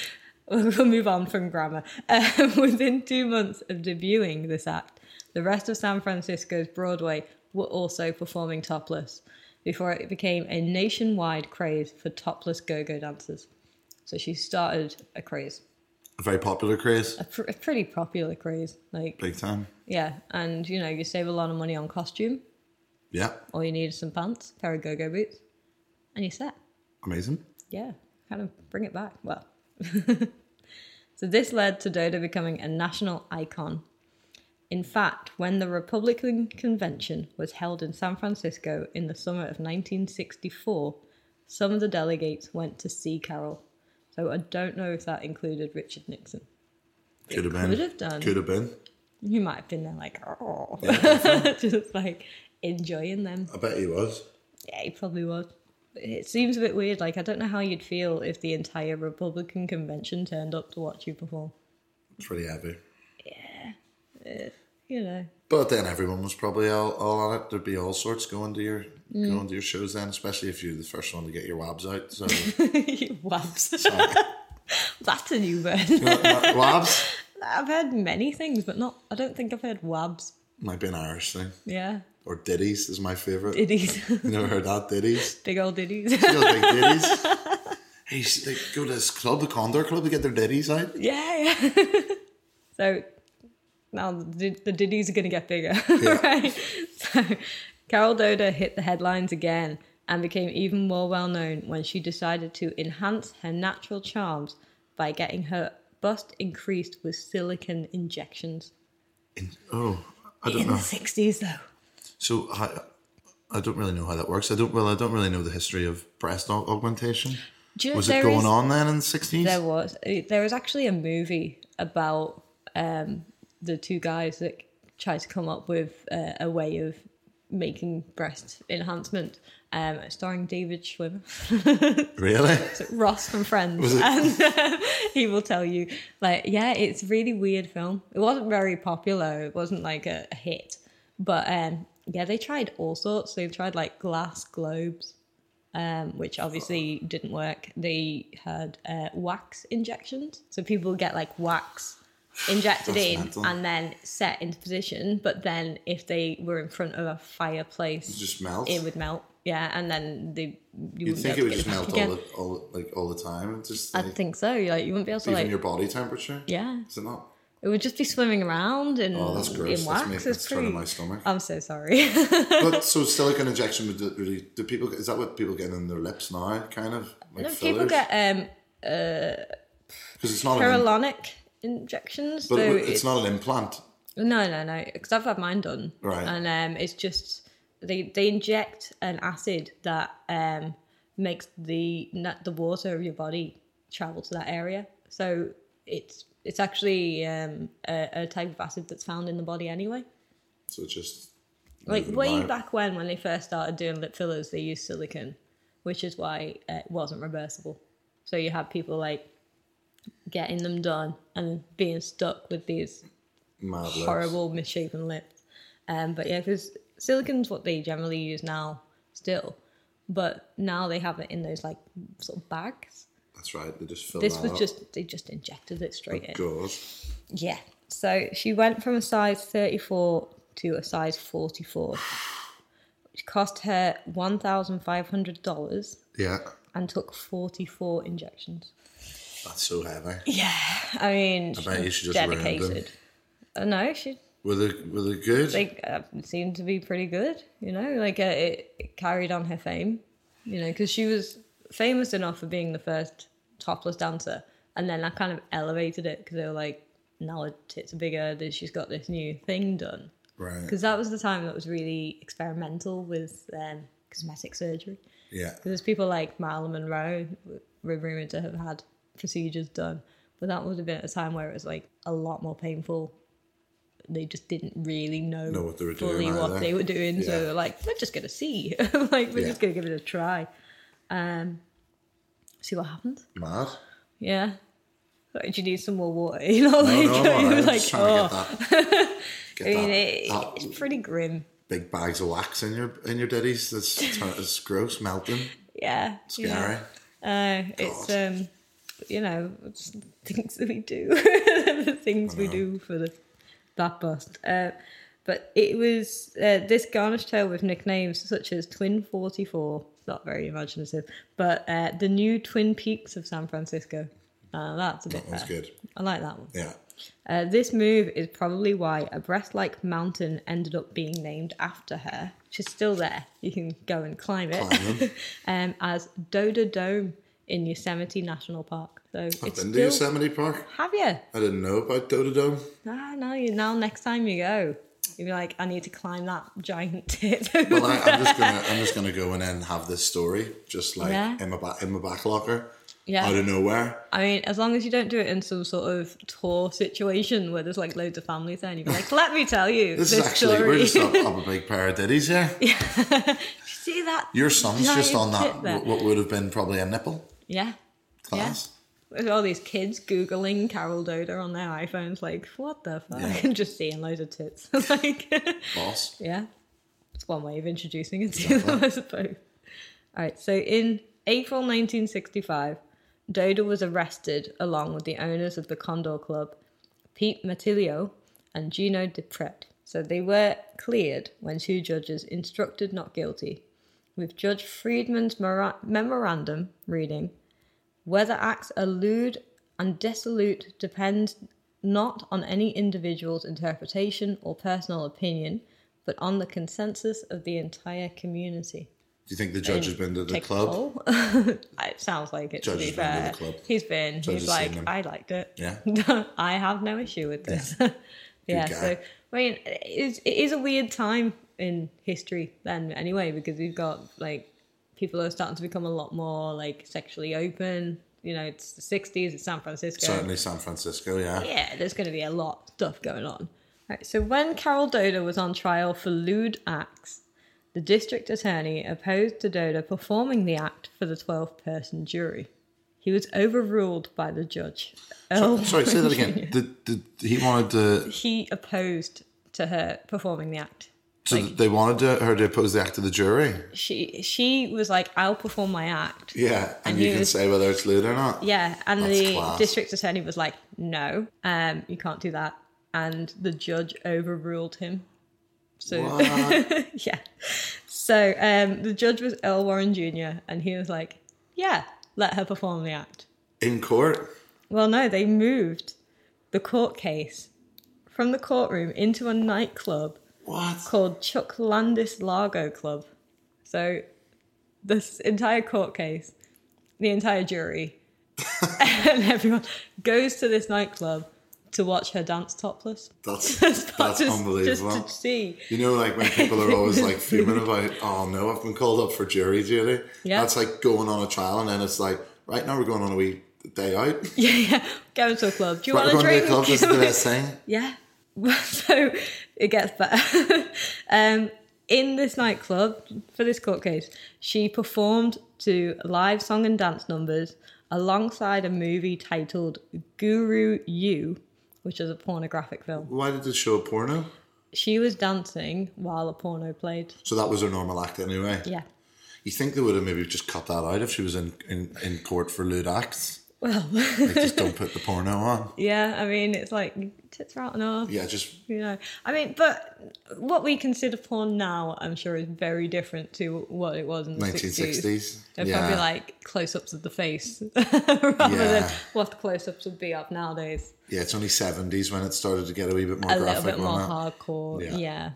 [SPEAKER 1] [LAUGHS] we'll move on from grammar. Um, [LAUGHS] within two months of debuting this act, the rest of San Francisco's Broadway were also performing topless. before it became a nationwide craze for topless go-go dancers. So she started a craze,
[SPEAKER 2] A very popular craze,
[SPEAKER 1] a, pr- a pretty popular craze. Like,
[SPEAKER 2] big time.
[SPEAKER 1] yeah, and you know, you save a lot of money on costume.
[SPEAKER 2] Yeah,
[SPEAKER 1] All you need is some pants, pair of go-go boots, and you're set.
[SPEAKER 2] amazing.
[SPEAKER 1] yeah, kind of bring it back. Well, [LAUGHS] so this led to Dodo becoming a national icon. In fact, when the Republican Convention was held in San Francisco in the summer of 1964, some of the delegates went to see Carol. So I don't know if that included Richard Nixon.
[SPEAKER 2] Could have been.
[SPEAKER 1] could have done.
[SPEAKER 2] Could have been.
[SPEAKER 1] You might have been there like, [LAUGHS] oh, just like enjoying them.
[SPEAKER 2] I bet he was.
[SPEAKER 1] Yeah, he probably would. It seems a bit weird. Like, I don't know how you'd feel if the entire Republican convention turned up to watch you perform.
[SPEAKER 2] It's pretty heavy.
[SPEAKER 1] You know, [LAUGHS]
[SPEAKER 2] But then everyone was probably all, all on it. There'd be all sorts going to your
[SPEAKER 1] Mm.
[SPEAKER 2] going to your shows then, especially if you're the first one to get your wabs out. So [LAUGHS]
[SPEAKER 1] you wabs. [LAUGHS] That's a new word. [LAUGHS]
[SPEAKER 2] wabs
[SPEAKER 1] I've heard many things, but not. I don't think I've heard wabs.
[SPEAKER 2] might be an Irish thing.
[SPEAKER 1] Yeah,
[SPEAKER 2] Or ditties is my favorite.
[SPEAKER 1] diddies,
[SPEAKER 2] You never heard that ditties.
[SPEAKER 1] [LAUGHS] big old diddies. [LAUGHS]
[SPEAKER 2] You know, like [LAUGHS] ditties. Hey, you should, like, go to this club, the Condor Club, to get their ditties out.
[SPEAKER 1] yeah, yeah. [LAUGHS] so now the, did- the diddies are going to get bigger, [LAUGHS] right? So Carol Doda hit the headlines again and became even more well known when she decided to enhance her natural charms by getting her bust increased with silicone injections.
[SPEAKER 2] In- oh, I don't
[SPEAKER 1] In the
[SPEAKER 2] know.
[SPEAKER 1] 60s, though.
[SPEAKER 2] So I, I don't really know how that works. I don't well, I don't really know the history of breast au- augmentation.
[SPEAKER 1] Do you know
[SPEAKER 2] Was
[SPEAKER 1] there
[SPEAKER 2] it going
[SPEAKER 1] is-
[SPEAKER 2] on then in the sixties?
[SPEAKER 1] There was. There was actually a movie about um, the two guys that tried to come up with uh, a way of making breast enhancement, um, starring David Schwimmer,
[SPEAKER 2] Really?
[SPEAKER 1] Ross from Friends, and [LAUGHS] um, he will tell you. Like, yeah, it's a really weird film. It wasn't very popular. It wasn't like a, a hit, but um, yeah, they tried all sorts. They tried like glass globes. um, which obviously didn't work. They had uh, wax injections, so people get like wax injected
[SPEAKER 2] That's
[SPEAKER 1] in
[SPEAKER 2] mental.
[SPEAKER 1] and then set into position. But then if they were in front of a
[SPEAKER 2] It
[SPEAKER 1] fireplace,
[SPEAKER 2] just melts.
[SPEAKER 1] it would melt. Yeah, and then they you
[SPEAKER 2] You'd
[SPEAKER 1] wouldn't
[SPEAKER 2] think
[SPEAKER 1] be able
[SPEAKER 2] it
[SPEAKER 1] to
[SPEAKER 2] would just
[SPEAKER 1] get it back
[SPEAKER 2] melt all the,
[SPEAKER 1] again.
[SPEAKER 2] all like all the time. It's just
[SPEAKER 1] I
[SPEAKER 2] like,
[SPEAKER 1] think so. Like you wouldn't be able to
[SPEAKER 2] even
[SPEAKER 1] like
[SPEAKER 2] your body temperature.
[SPEAKER 1] yeah.
[SPEAKER 2] Is it not?
[SPEAKER 1] It would just be swimming around in,
[SPEAKER 2] Oh, that's gross.
[SPEAKER 1] in
[SPEAKER 2] That's
[SPEAKER 1] wax.
[SPEAKER 2] me-
[SPEAKER 1] It's
[SPEAKER 2] that's turning
[SPEAKER 1] pretty-
[SPEAKER 2] my stomach.
[SPEAKER 1] [LAUGHS] I'm so sorry. [LAUGHS]
[SPEAKER 2] but so silicone injection would do- really do people? Is that what people get in their lips now? Kind of like
[SPEAKER 1] People
[SPEAKER 2] fillers
[SPEAKER 1] get um,
[SPEAKER 2] because it's not an,
[SPEAKER 1] paralonic injections.
[SPEAKER 2] but
[SPEAKER 1] so
[SPEAKER 2] it- it's not an implant.
[SPEAKER 1] No, no, no. Because I've had mine done,
[SPEAKER 2] Right.
[SPEAKER 1] And um, it's just they they inject an acid that um makes the na- the water of your body travel to that area. So it's it's actually um a, a type of acid that's found in the body anyway.
[SPEAKER 2] So it's just
[SPEAKER 1] Like
[SPEAKER 2] moving
[SPEAKER 1] way
[SPEAKER 2] about.
[SPEAKER 1] back when, when they first started doing lip fillers, they used silicone, which is why uh, it wasn't reversible. So you had people like getting them done and being stuck with these
[SPEAKER 2] Mad lips.
[SPEAKER 1] horrible misshapen lip. Um, but yeah, because silicon's what they generally use now, still. But now they have it in those like sort of bags.
[SPEAKER 2] That's right. They just fill
[SPEAKER 1] This
[SPEAKER 2] that
[SPEAKER 1] was
[SPEAKER 2] up.
[SPEAKER 1] just they just injected it straight in.
[SPEAKER 2] God.
[SPEAKER 1] Yeah. So she went from a size 34 to a size 44, which cost her $1,500
[SPEAKER 2] Yeah,
[SPEAKER 1] and took 44 injections.
[SPEAKER 2] that's
[SPEAKER 1] [LAUGHS]
[SPEAKER 2] so heavy.
[SPEAKER 1] I mean, she
[SPEAKER 2] bet you
[SPEAKER 1] was
[SPEAKER 2] she just ruined them.
[SPEAKER 1] dedicated. Uh, no, she
[SPEAKER 2] Were they were they good?
[SPEAKER 1] like uh, seemed to be pretty good you know like uh, it, it carried on her fame you know because she was famous enough for being the first topless dancer and then that kind of elevated it because they were like now her tits are bigger that she's got this new thing done
[SPEAKER 2] right.
[SPEAKER 1] because that was the time that was really experimental with um, cosmetic surgery
[SPEAKER 2] Yeah.
[SPEAKER 1] there's people like Marilyn Monroe who were rumored to have had procedures done, but that would have been at a time where it was like a lot more painful. They just didn't really know,
[SPEAKER 2] Know what they were
[SPEAKER 1] fully
[SPEAKER 2] doing
[SPEAKER 1] what
[SPEAKER 2] either.
[SPEAKER 1] they were doing, so
[SPEAKER 2] Yeah.
[SPEAKER 1] they were like, we're just gonna see, [LAUGHS] like we're
[SPEAKER 2] Yeah.
[SPEAKER 1] just gonna give it a try, um, see what happens.
[SPEAKER 2] Mad.
[SPEAKER 1] [LAUGHS] Yeah, like, do you need some more water? [LAUGHS] You know,
[SPEAKER 2] No,
[SPEAKER 1] like,
[SPEAKER 2] no, I'm
[SPEAKER 1] you're
[SPEAKER 2] alright.
[SPEAKER 1] like
[SPEAKER 2] Just trying
[SPEAKER 1] oh,
[SPEAKER 2] to get that.
[SPEAKER 1] [LAUGHS]
[SPEAKER 2] Get
[SPEAKER 1] I mean,
[SPEAKER 2] that,
[SPEAKER 1] it,
[SPEAKER 2] that
[SPEAKER 1] it's pretty grim.
[SPEAKER 2] big bags of wax in your in your
[SPEAKER 1] [LAUGHS]
[SPEAKER 2] ditties. That's it's gross, melting,
[SPEAKER 1] Yeah, you
[SPEAKER 2] scary.
[SPEAKER 1] know. Uh, it's um, you know, it's [LAUGHS] things that we do, the things we do for the that bust. Uh, But it was uh, this garnish tale with nicknames such as Twin 44, not very imaginative, but uh, the new Twin Peaks of San Francisco. Uh, that's a bit
[SPEAKER 2] That was
[SPEAKER 1] fair.
[SPEAKER 2] good.
[SPEAKER 1] I like that one.
[SPEAKER 2] Yeah.
[SPEAKER 1] Uh, this move is probably why a breast like mountain ended up being named after her. She's still there. You can go and climb it.
[SPEAKER 2] Climb them.
[SPEAKER 1] [LAUGHS] um, as Doda Dome in Yosemite National Park. So
[SPEAKER 2] I've
[SPEAKER 1] it's
[SPEAKER 2] been
[SPEAKER 1] still.
[SPEAKER 2] to Yosemite Park.
[SPEAKER 1] Have you?
[SPEAKER 2] I didn't know about Dota Dome.
[SPEAKER 1] Ah, now you now next time you go, you'll be like, I need to climb that giant [LAUGHS] tit. over
[SPEAKER 2] Well, I, I'm just
[SPEAKER 1] there."
[SPEAKER 2] gonna I'm just gonna go in and have this story just like
[SPEAKER 1] Yeah.
[SPEAKER 2] in my back in my back locker
[SPEAKER 1] [LAUGHS] Yeah.
[SPEAKER 2] out of nowhere.
[SPEAKER 1] I mean, as long as you don't do it in some sort of tour situation where there's like loads of families there, and you're like, let me tell you
[SPEAKER 2] [LAUGHS] This,
[SPEAKER 1] this,
[SPEAKER 2] is actually
[SPEAKER 1] story.
[SPEAKER 2] we're just up, up a big pair of ditties here.
[SPEAKER 1] [LAUGHS] See that?
[SPEAKER 2] Your son's just
[SPEAKER 1] giant
[SPEAKER 2] on that
[SPEAKER 1] tit there?
[SPEAKER 2] wh- what would have been probably a nipple
[SPEAKER 1] Yeah.
[SPEAKER 2] class.
[SPEAKER 1] There's all these kids googling Carol Doder on their iPhones, like what the fuck,
[SPEAKER 2] Yeah.
[SPEAKER 1] and just seeing loads of tits. [LAUGHS] like,
[SPEAKER 2] Boss.
[SPEAKER 1] Yeah. It's one way of introducing it to them, [LAUGHS] I suppose. All right. So in April 1965, Doda was arrested along with the owners of the Condor Club, Pete Matilio and Gino Depret. So they were cleared when two judges instructed not guilty, with Judge Friedman's mora- memorandum reading whether acts allude and dissolute depends not on any individual's interpretation or personal opinion, but on the consensus of the entire community.
[SPEAKER 2] Do you think the judge has been to the
[SPEAKER 1] Take a
[SPEAKER 2] club?
[SPEAKER 1] poll. [LAUGHS] it sounds like it.
[SPEAKER 2] Judge
[SPEAKER 1] to be
[SPEAKER 2] has been
[SPEAKER 1] fair.
[SPEAKER 2] to the club.
[SPEAKER 1] he's been.
[SPEAKER 2] Judge
[SPEAKER 1] he's
[SPEAKER 2] has seen
[SPEAKER 1] like,
[SPEAKER 2] them.
[SPEAKER 1] I liked it.
[SPEAKER 2] Yeah.
[SPEAKER 1] [LAUGHS] I have no issue with this. [LAUGHS] yeah.
[SPEAKER 2] guy.
[SPEAKER 1] So I mean, it is, it is a weird time in history then, anyway, because we've got like people are starting to become a lot more like sexually open. You know, it's the '60s. It's San Francisco.
[SPEAKER 2] Certainly San Francisco, yeah.
[SPEAKER 1] Yeah, there's going to be a lot of stuff going on. Right, so when Carol Doda was on trial for lewd acts, the district attorney opposed to Doda performing the act for the 12-person jury. He was overruled by the judge. Oh, Earl
[SPEAKER 2] Sorry, say
[SPEAKER 1] [LAUGHS]
[SPEAKER 2] that again. Did, did, he wanted to
[SPEAKER 1] He opposed to her performing the act.
[SPEAKER 2] so they wanted to, her to oppose the act of the jury.
[SPEAKER 1] She she was like, "I'll perform my act."
[SPEAKER 2] Yeah, and,
[SPEAKER 1] And
[SPEAKER 2] you
[SPEAKER 1] he
[SPEAKER 2] can
[SPEAKER 1] was-
[SPEAKER 2] say whether it's lewd or not.
[SPEAKER 1] Yeah, and
[SPEAKER 2] That's
[SPEAKER 1] the
[SPEAKER 2] class.
[SPEAKER 1] district attorney was like, "No, um, you can't do that." And the judge overruled him. So
[SPEAKER 2] What?
[SPEAKER 1] [LAUGHS] yeah. So um, the judge was Earl Warren Jr. and he was like, "Yeah, let her perform the act."
[SPEAKER 2] In court?
[SPEAKER 1] Well, no, they moved the court case from the courtroom into a nightclub
[SPEAKER 2] What?
[SPEAKER 1] called Chuck Landis Largo Club. So this entire court case, the entire
[SPEAKER 2] [LAUGHS]
[SPEAKER 1] jury, and everyone goes to this nightclub to watch her dance topless. [LAUGHS]
[SPEAKER 2] That's
[SPEAKER 1] But
[SPEAKER 2] that's
[SPEAKER 1] just,
[SPEAKER 2] unbelievable.
[SPEAKER 1] Just to see. [LAUGHS]
[SPEAKER 2] You know, like when people are always like fuming about, oh no, I've been called up for jury duty.
[SPEAKER 1] Yeah.
[SPEAKER 2] That's like going on a trial and then it's like, right now we're going on a wee
[SPEAKER 1] [LAUGHS]
[SPEAKER 2] day out.
[SPEAKER 1] Yeah, yeah. Go to a club. Do you
[SPEAKER 2] Right,
[SPEAKER 1] want
[SPEAKER 2] we're
[SPEAKER 1] a
[SPEAKER 2] going
[SPEAKER 1] drink?
[SPEAKER 2] to
[SPEAKER 1] [LAUGHS]
[SPEAKER 2] the club, this is the best thing.
[SPEAKER 1] Yeah. [LAUGHS] so it gets better. [LAUGHS] um, in this nightclub, for this court case, she performed to live song and dance numbers alongside a movie titled Guru You, which is a pornographic film.
[SPEAKER 2] Why did it show porno?
[SPEAKER 1] She was dancing while a porno played.
[SPEAKER 2] So that was her normal act anyway.
[SPEAKER 1] Yeah.
[SPEAKER 2] You think they would have maybe just cut that out if she was in, in, in court for lewd acts?
[SPEAKER 1] Well, [LAUGHS]
[SPEAKER 2] Like, just don't put the porno on.
[SPEAKER 1] yeah, I mean, it's like tits are out and off.
[SPEAKER 2] Yeah, just
[SPEAKER 1] You know, I mean, but what we consider porn now, I'm sure, is very different to what it was in the 60s.
[SPEAKER 2] 1960s.
[SPEAKER 1] They're
[SPEAKER 2] yeah.
[SPEAKER 1] probably like close ups of the face [LAUGHS] rather than
[SPEAKER 2] Yeah.
[SPEAKER 1] what the close ups would be up nowadays.
[SPEAKER 2] yeah, it's only 70s when it started to get a wee bit more
[SPEAKER 1] A little
[SPEAKER 2] graphic.
[SPEAKER 1] bit more
[SPEAKER 2] wasn't it?
[SPEAKER 1] hardcore.
[SPEAKER 2] Yeah.
[SPEAKER 1] Yeah.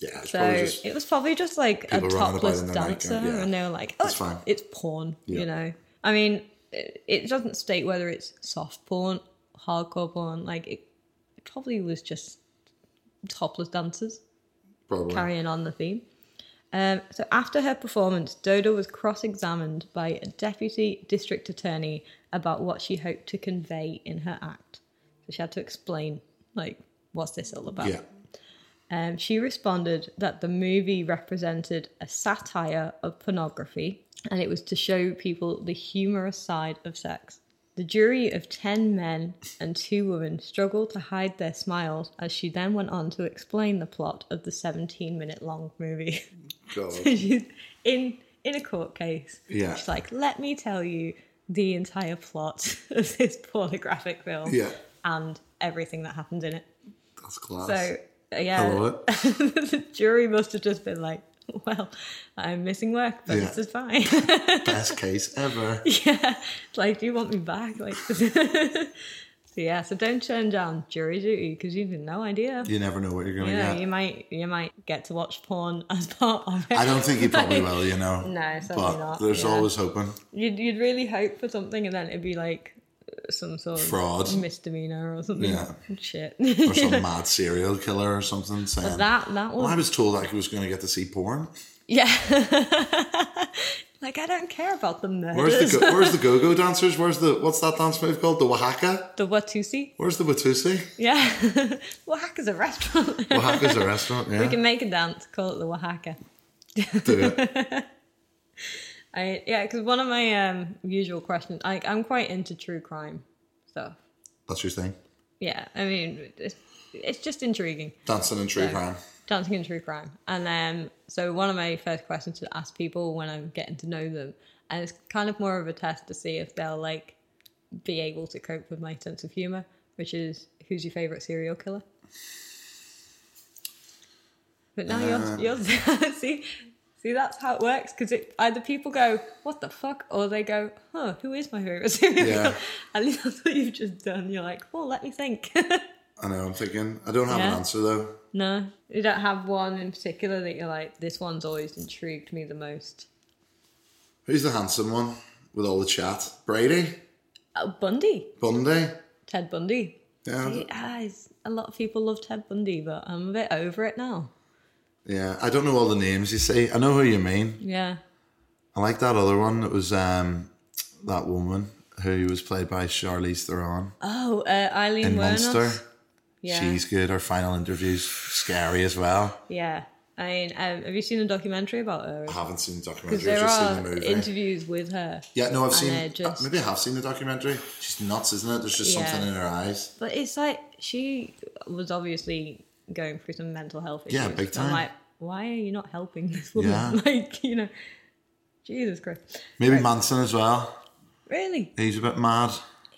[SPEAKER 2] Yeah, it's
[SPEAKER 1] So
[SPEAKER 2] probably just
[SPEAKER 1] it was probably just like a
[SPEAKER 2] people running about
[SPEAKER 1] topless
[SPEAKER 2] in their nightgown,
[SPEAKER 1] dancer
[SPEAKER 2] yeah.
[SPEAKER 1] and they were like, oh,
[SPEAKER 2] It's
[SPEAKER 1] it's,
[SPEAKER 2] fine.
[SPEAKER 1] it's porn,
[SPEAKER 2] Yeah.
[SPEAKER 1] you know? I mean, it, it doesn't state whether it's soft porn, hardcore porn. Like, it, it probably was just topless dancers.
[SPEAKER 2] probably.
[SPEAKER 1] carrying on the theme. Um, so after her performance, Dodo was cross-examined by a deputy district attorney about what she hoped to convey in her act. So she had to explain, like, what's this all about?
[SPEAKER 2] Yeah.
[SPEAKER 1] Um, she responded that the movie represented a satire of pornography and it was to show people the humorous side of sex. The jury of 10 men and two women struggled to hide their smiles as she then went on to explain the plot of the 17 minute long movie. [LAUGHS]
[SPEAKER 2] God.
[SPEAKER 1] She's in, in a court case.
[SPEAKER 2] Yeah.
[SPEAKER 1] She's like, let me tell you the entire plot [LAUGHS] of this pornographic film
[SPEAKER 2] Yeah.
[SPEAKER 1] and everything that happens in it.
[SPEAKER 2] That's class.
[SPEAKER 1] So uh, yeah.
[SPEAKER 2] Hello?
[SPEAKER 1] [LAUGHS] the jury must have just been like, well, I'm missing work, but
[SPEAKER 2] Yeah.
[SPEAKER 1] this is fine. [LAUGHS]
[SPEAKER 2] Best case ever.
[SPEAKER 1] yeah. Like, do you want me back? Like, [LAUGHS] so yeah. So don't turn down jury duty because you've no idea.
[SPEAKER 2] You never know what you're gonna
[SPEAKER 1] Yeah,
[SPEAKER 2] get.
[SPEAKER 1] you might you might get to watch porn [LAUGHS] as part of it.
[SPEAKER 2] I don't think
[SPEAKER 1] [LAUGHS]
[SPEAKER 2] you probably will, you know.
[SPEAKER 1] No, certainly
[SPEAKER 2] but
[SPEAKER 1] not,
[SPEAKER 2] There's
[SPEAKER 1] yeah.
[SPEAKER 2] always hoping.
[SPEAKER 1] You'd you'd really hope for something, and then it'd be like uh, some sort of [LAUGHS]
[SPEAKER 2] Fraud.
[SPEAKER 1] misdemeanor or something.
[SPEAKER 2] Yeah.
[SPEAKER 1] [LAUGHS] Shit.
[SPEAKER 2] Or some mad serial killer or something saying
[SPEAKER 1] that that
[SPEAKER 2] Well, I
[SPEAKER 1] was
[SPEAKER 2] was told I was gonna get to see porn.
[SPEAKER 1] yeah. [LAUGHS] like I don't care about the murders.
[SPEAKER 2] Where's the go- where's the go-go dancers? Where's the what's that dance move called? The Oaxaca?
[SPEAKER 1] [LAUGHS] the Watusi?
[SPEAKER 2] Where's the Watusi?
[SPEAKER 1] Yeah. [LAUGHS] Oaxaca's a restaurant.
[SPEAKER 2] Oaxaca's a restaurant, yeah.
[SPEAKER 1] we can make a dance, call it the Oaxaca.
[SPEAKER 2] Do
[SPEAKER 1] [LAUGHS]
[SPEAKER 2] it.
[SPEAKER 1] I, yeah, because one of my um, usual questions, I, I'm quite into true crime stuff.
[SPEAKER 2] That's your thing.
[SPEAKER 1] Yeah, I mean, it's, it's just intriguing.
[SPEAKER 2] Dancing and true crime.
[SPEAKER 1] Dancing in true crime. And um, so one of my first questions to ask people when I'm getting to know them, and it's kind of more of a test to see if they'll like be able to cope with my sense of humor, which is who's your favorite serial killer? But now you're, you're [LAUGHS] see, see that's how it works because it either people go what the fuck or they go huh who is my favorite [LAUGHS] serial
[SPEAKER 2] Yeah.
[SPEAKER 1] killer? And [LAUGHS] that's what you've just done. You're like, well, let me think. [LAUGHS]
[SPEAKER 2] I know, I'm thinking. I don't have an
[SPEAKER 1] Yeah.
[SPEAKER 2] answer though.
[SPEAKER 1] No, you don't have one in particular that you're like, this one's always intrigued me the most.
[SPEAKER 2] Who's the handsome one with all the chat? Brady?
[SPEAKER 1] Oh, Bundy,
[SPEAKER 2] Bundy?
[SPEAKER 1] Ted Bundy.
[SPEAKER 2] Yeah.
[SPEAKER 1] He- ah, he's- a lot of people love Ted Bundy, but I'm a bit over it now.
[SPEAKER 2] Yeah. I don't know all the names you say. I know who you mean.
[SPEAKER 1] Yeah,
[SPEAKER 2] I like that other one. It was um, that woman who was played by Charlize Theron
[SPEAKER 1] Oh, uh, Eileen
[SPEAKER 2] in
[SPEAKER 1] Wernos.
[SPEAKER 2] Monster.
[SPEAKER 1] Yeah,
[SPEAKER 2] She's good. Her final interview's scary as well.
[SPEAKER 1] yeah. I mean, um, have you seen a documentary about her?
[SPEAKER 2] I haven't seen the documentary.
[SPEAKER 1] Because
[SPEAKER 2] I've
[SPEAKER 1] there
[SPEAKER 2] just
[SPEAKER 1] are
[SPEAKER 2] seen the movie.
[SPEAKER 1] interviews with her,
[SPEAKER 2] yeah, no, I've seen.
[SPEAKER 1] they're just-
[SPEAKER 2] uh, maybe I have seen the documentary. She's nuts, isn't it? There's just
[SPEAKER 1] Yeah.
[SPEAKER 2] something in her eyes.
[SPEAKER 1] but it's like she was obviously going through some mental health issues.
[SPEAKER 2] Yeah, big time.
[SPEAKER 1] I'm like, why are you not helping this woman?
[SPEAKER 2] Yeah.
[SPEAKER 1] [LAUGHS] like, you know, Jesus Christ.
[SPEAKER 2] Maybe Manson as well.
[SPEAKER 1] Really?
[SPEAKER 2] He's a bit mad.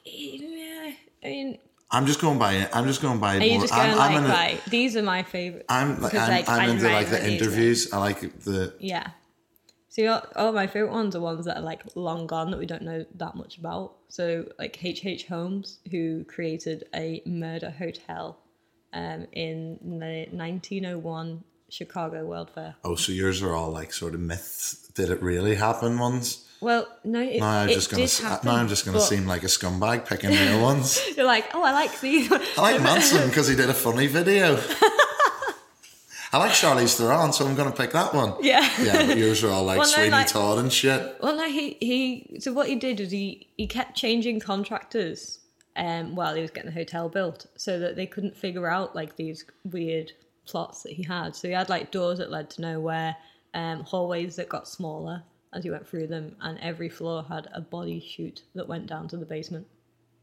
[SPEAKER 1] Yeah. I mean,
[SPEAKER 2] I'm just going by. I'm just going by.
[SPEAKER 1] are you
[SPEAKER 2] more-
[SPEAKER 1] just
[SPEAKER 2] I'm,
[SPEAKER 1] going
[SPEAKER 2] I'm
[SPEAKER 1] like,
[SPEAKER 2] in a-
[SPEAKER 1] right, these are my favourite?
[SPEAKER 2] I'm like,
[SPEAKER 1] 'Cause,
[SPEAKER 2] I'm,
[SPEAKER 1] like,
[SPEAKER 2] I'm
[SPEAKER 1] I'd
[SPEAKER 2] into like
[SPEAKER 1] rather
[SPEAKER 2] the
[SPEAKER 1] these
[SPEAKER 2] interviews. I like the
[SPEAKER 1] Yeah. So you're, all my favourite ones are ones that are like long gone that we don't know that much about. So like H. H. Holmes, who created a murder hotel um, in the 1901 Chicago World Fair.
[SPEAKER 2] oh, so yours are all like sort of myths. Did it really happen ones?
[SPEAKER 1] Well, no, it,
[SPEAKER 2] No, I'm
[SPEAKER 1] it
[SPEAKER 2] just gonna.
[SPEAKER 1] did
[SPEAKER 2] s- uh,
[SPEAKER 1] happen,
[SPEAKER 2] now I'm just gonna
[SPEAKER 1] but
[SPEAKER 2] seem like a scumbag picking real ones.
[SPEAKER 1] You're like, oh, I like these.
[SPEAKER 2] [LAUGHS] I like Manson because he did a funny
[SPEAKER 1] [LAUGHS]
[SPEAKER 2] video. I like Charlize Theron, so I'm gonna pick that
[SPEAKER 1] [LAUGHS]
[SPEAKER 2] one.
[SPEAKER 1] yeah.
[SPEAKER 2] Yeah, but yours are all like
[SPEAKER 1] Well, no,
[SPEAKER 2] Sweeney
[SPEAKER 1] like-
[SPEAKER 2] Todd and shit.
[SPEAKER 1] Well, no, he he. So what he did was he he kept changing contractors um, while he was getting the hotel built, so that they couldn't figure out like these weird plots that he had. So he had like doors that led to nowhere, um, hallways that got smaller as you went through them, and every floor had a body chute that went down to the basement.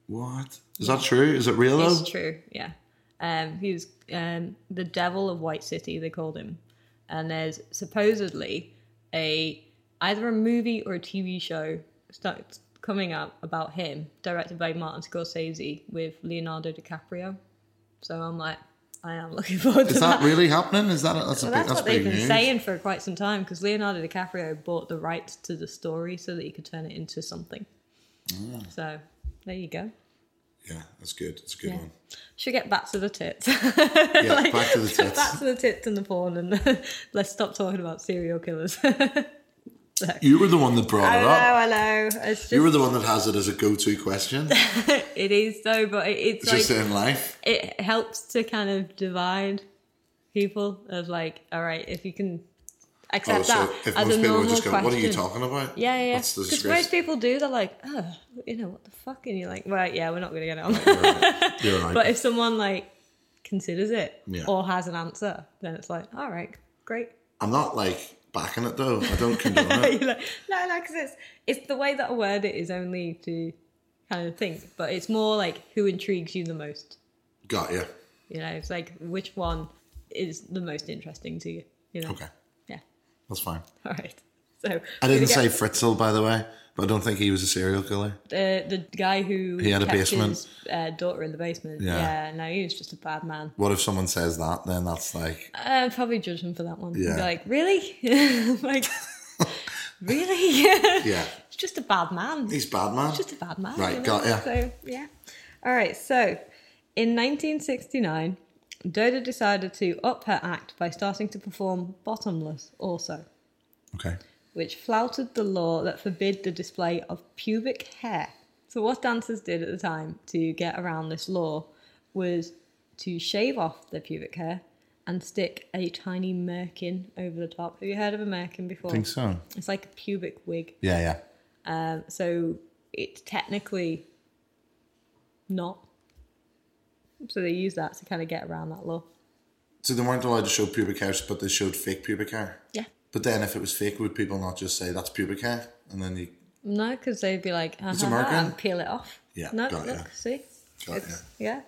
[SPEAKER 2] What is that true? Is it real though?
[SPEAKER 1] It's true, yeah. Um, he was um, the devil of White City, they called him. And there's supposedly a either a movie or a TV show starts coming up about him, directed by Martin Scorsese with Leonardo DiCaprio. So I'm like, I am looking [LAUGHS] forward to
[SPEAKER 2] Is
[SPEAKER 1] that.
[SPEAKER 2] that really happening? Is that that's a
[SPEAKER 1] Well,
[SPEAKER 2] big,
[SPEAKER 1] that's,
[SPEAKER 2] that's
[SPEAKER 1] what they've
[SPEAKER 2] big
[SPEAKER 1] been
[SPEAKER 2] news?
[SPEAKER 1] saying for quite some time because Leonardo DiCaprio bought the rights to the story so that he could turn it into something. So there you go.
[SPEAKER 2] Yeah, that's good. That's a good
[SPEAKER 1] Yeah. [LAUGHS]
[SPEAKER 2] one.
[SPEAKER 1] Should get back to the tits.
[SPEAKER 2] Yeah, back
[SPEAKER 1] [LAUGHS]
[SPEAKER 2] to the tits.
[SPEAKER 1] back to the tits and the porn, and [LAUGHS] let's stop talking about serial killers. [LAUGHS] I know,
[SPEAKER 2] You were the one that brought it up.
[SPEAKER 1] I know. It's just,
[SPEAKER 2] You were the one that has it as a go-to
[SPEAKER 1] [LAUGHS]
[SPEAKER 2] question. It's
[SPEAKER 1] it is though, but it, it's like
[SPEAKER 2] just in life.
[SPEAKER 1] it helps to kind of divide people of like, all right, if you can accept
[SPEAKER 2] Oh, so
[SPEAKER 1] that
[SPEAKER 2] if
[SPEAKER 1] as
[SPEAKER 2] most
[SPEAKER 1] a
[SPEAKER 2] people
[SPEAKER 1] normal
[SPEAKER 2] would just go,
[SPEAKER 1] question.
[SPEAKER 2] "What are you talking about?"
[SPEAKER 1] Yeah, yeah, yeah.
[SPEAKER 2] What's the
[SPEAKER 1] Because
[SPEAKER 2] disgrace?
[SPEAKER 1] most people do. They're like, oh, you know what the fuck, and you're like, right, yeah, we're not gonna get it on. [LAUGHS]
[SPEAKER 2] You're right. You're right.
[SPEAKER 1] But if someone like considers it
[SPEAKER 2] Yeah.
[SPEAKER 1] or has an answer, then it's like, all right, great.
[SPEAKER 2] I'm not like backing it though. I don't condone
[SPEAKER 1] [LAUGHS]
[SPEAKER 2] it. [LAUGHS]
[SPEAKER 1] You're like, no, no, because it's it's the way that I word it is only to kind of think, but it's more like who intrigues you the most.
[SPEAKER 2] Got you.
[SPEAKER 1] You know, it's like which one is the most interesting to you. You know,
[SPEAKER 2] Okay,
[SPEAKER 1] yeah, [LAUGHS]
[SPEAKER 2] that's fine.
[SPEAKER 1] all right. So
[SPEAKER 2] I didn't say Fritzl, by the way, but I don't think he was a serial killer.
[SPEAKER 1] the the guy who
[SPEAKER 2] He had a
[SPEAKER 1] kept
[SPEAKER 2] basement.
[SPEAKER 1] his, uh, daughter in the basement.
[SPEAKER 2] Yeah.
[SPEAKER 1] Yeah. no, he was just a bad man.
[SPEAKER 2] What if someone says that? Then that's like,
[SPEAKER 1] I'd probably judge him for that one.
[SPEAKER 2] Yeah.
[SPEAKER 1] Be like, really? [LAUGHS]
[SPEAKER 2] [LAUGHS]
[SPEAKER 1] like, really? [LAUGHS]
[SPEAKER 2] yeah,
[SPEAKER 1] He's just a bad man.
[SPEAKER 2] he's bad man.
[SPEAKER 1] just a bad man.
[SPEAKER 2] Right,
[SPEAKER 1] you know?
[SPEAKER 2] got ya.
[SPEAKER 1] So, yeah. All right, so in 1969, Doda decided to up her act by starting to perform bottomless also,
[SPEAKER 2] Okay,
[SPEAKER 1] which flouted the law that forbid the display of pubic hair. So, what dancers did at the time to get around this law was to shave off their pubic hair and stick a tiny merkin over the top. Have you heard of a merkin before?
[SPEAKER 2] I think so.
[SPEAKER 1] It's like a pubic wig.
[SPEAKER 2] Yeah, yeah.
[SPEAKER 1] Um, so it's technically not. So they use that to kind of get around that law.
[SPEAKER 2] So they weren't allowed to show pubic hair, but they showed fake pubic hair.
[SPEAKER 1] Yeah.
[SPEAKER 2] But then, if it was fake, would people not just say that's pubic hair? And then you,
[SPEAKER 1] No, because they'd be like, uh
[SPEAKER 2] a marker?
[SPEAKER 1] and peel it off.
[SPEAKER 2] Yeah,
[SPEAKER 1] No,
[SPEAKER 2] got
[SPEAKER 1] look,
[SPEAKER 2] ya.
[SPEAKER 1] see?
[SPEAKER 2] Got
[SPEAKER 1] It's- yeah.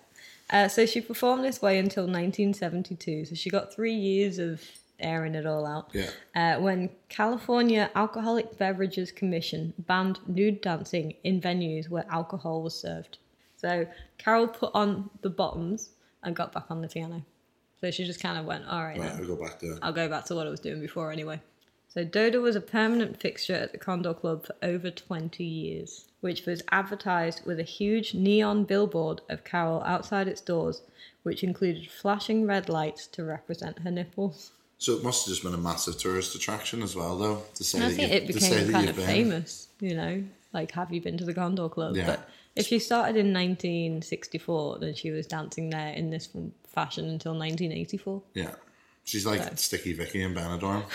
[SPEAKER 1] Uh, so she performed this way until 1972. So she got three years of airing it all out.
[SPEAKER 2] Yeah.
[SPEAKER 1] Uh, when California Alcoholic Beverages Commission banned nude dancing in venues where alcohol was served. So Carol put on the bottoms and got back on the piano. So she just kind of went, all right,
[SPEAKER 2] right,
[SPEAKER 1] then.
[SPEAKER 2] I'll go back there.
[SPEAKER 1] I'll go back to what I was doing before anyway. So Doda was a permanent fixture at the Condor Club for over 20 years, which was advertised with a huge neon billboard of Carol outside its doors, which included flashing red lights to represent her nipples.
[SPEAKER 2] So it must have just been a massive tourist attraction as well, though. To say
[SPEAKER 1] And I
[SPEAKER 2] that
[SPEAKER 1] think
[SPEAKER 2] you,
[SPEAKER 1] it
[SPEAKER 2] to say
[SPEAKER 1] became
[SPEAKER 2] that
[SPEAKER 1] kind
[SPEAKER 2] you've
[SPEAKER 1] of
[SPEAKER 2] been.
[SPEAKER 1] famous, you know, like have you been to the Condor Club?
[SPEAKER 2] Yeah.
[SPEAKER 1] But if she started in 1964, then she was dancing there in this fashion until 1984.
[SPEAKER 2] Yeah, she's like Sticky Vicky in Benidorm.
[SPEAKER 1] [LAUGHS]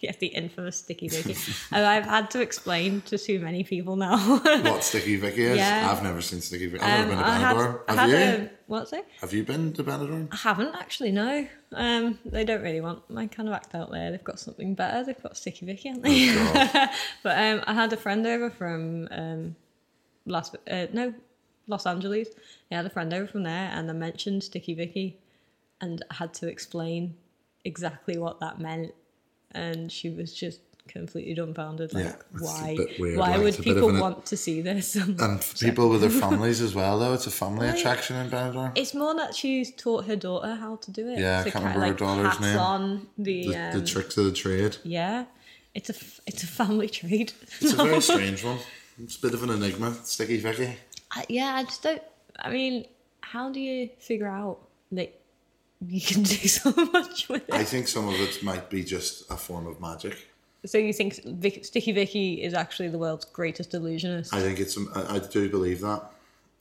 [SPEAKER 1] Yes, the infamous sticky dicky. and I've had to explain to too many people now. [LAUGHS]
[SPEAKER 2] what Sticky Vicky is?
[SPEAKER 1] Yeah.
[SPEAKER 2] I've never seen Sticky Vicky. I've
[SPEAKER 1] Um,
[SPEAKER 2] never been to
[SPEAKER 1] I had-
[SPEAKER 2] Benidorm.
[SPEAKER 1] I
[SPEAKER 2] have you?
[SPEAKER 1] had a- what's it?
[SPEAKER 2] Have you been to Benidorm?
[SPEAKER 1] [LAUGHS] I haven't actually. No, um, they don't really want my kind of act out there. They've got something better. They've got Sticky Vicky, haven't they? but um, I had a friend over from um, Las uh, no Los Angeles. I had a friend over from there, and I mentioned Sticky Vicky, and I had to explain exactly what that meant, and she was just completely dumbfounded. Like,
[SPEAKER 2] Yeah, it's a
[SPEAKER 1] why?
[SPEAKER 2] bit weird,
[SPEAKER 1] Why
[SPEAKER 2] like,
[SPEAKER 1] would
[SPEAKER 2] it's a bit of
[SPEAKER 1] people
[SPEAKER 2] an-
[SPEAKER 1] want to see this? [LAUGHS]
[SPEAKER 2] And for people with their families as well, though. It's a family attraction in Benidorm.
[SPEAKER 1] It's more that she's taught her daughter how to do it.
[SPEAKER 2] Yeah, I
[SPEAKER 1] to
[SPEAKER 2] can't
[SPEAKER 1] kinda,
[SPEAKER 2] remember her daughter's
[SPEAKER 1] pass
[SPEAKER 2] name.
[SPEAKER 1] on the,
[SPEAKER 2] The, the
[SPEAKER 1] um,
[SPEAKER 2] tricks of the trade.
[SPEAKER 1] yeah, it's a f- it's a family [LAUGHS] trade.
[SPEAKER 2] It's
[SPEAKER 1] [LAUGHS]
[SPEAKER 2] a very strange one. It's a bit of an enigma, Sticky Vicky.
[SPEAKER 1] I, yeah, I just don't. I mean, how do you figure out that you can [LAUGHS] do so much with it?
[SPEAKER 2] I think some of it might be just a form of magic.
[SPEAKER 1] so you think Vic, Sticky Vicky is actually the world's greatest illusionist?
[SPEAKER 2] I think it's. um, I, I do believe that.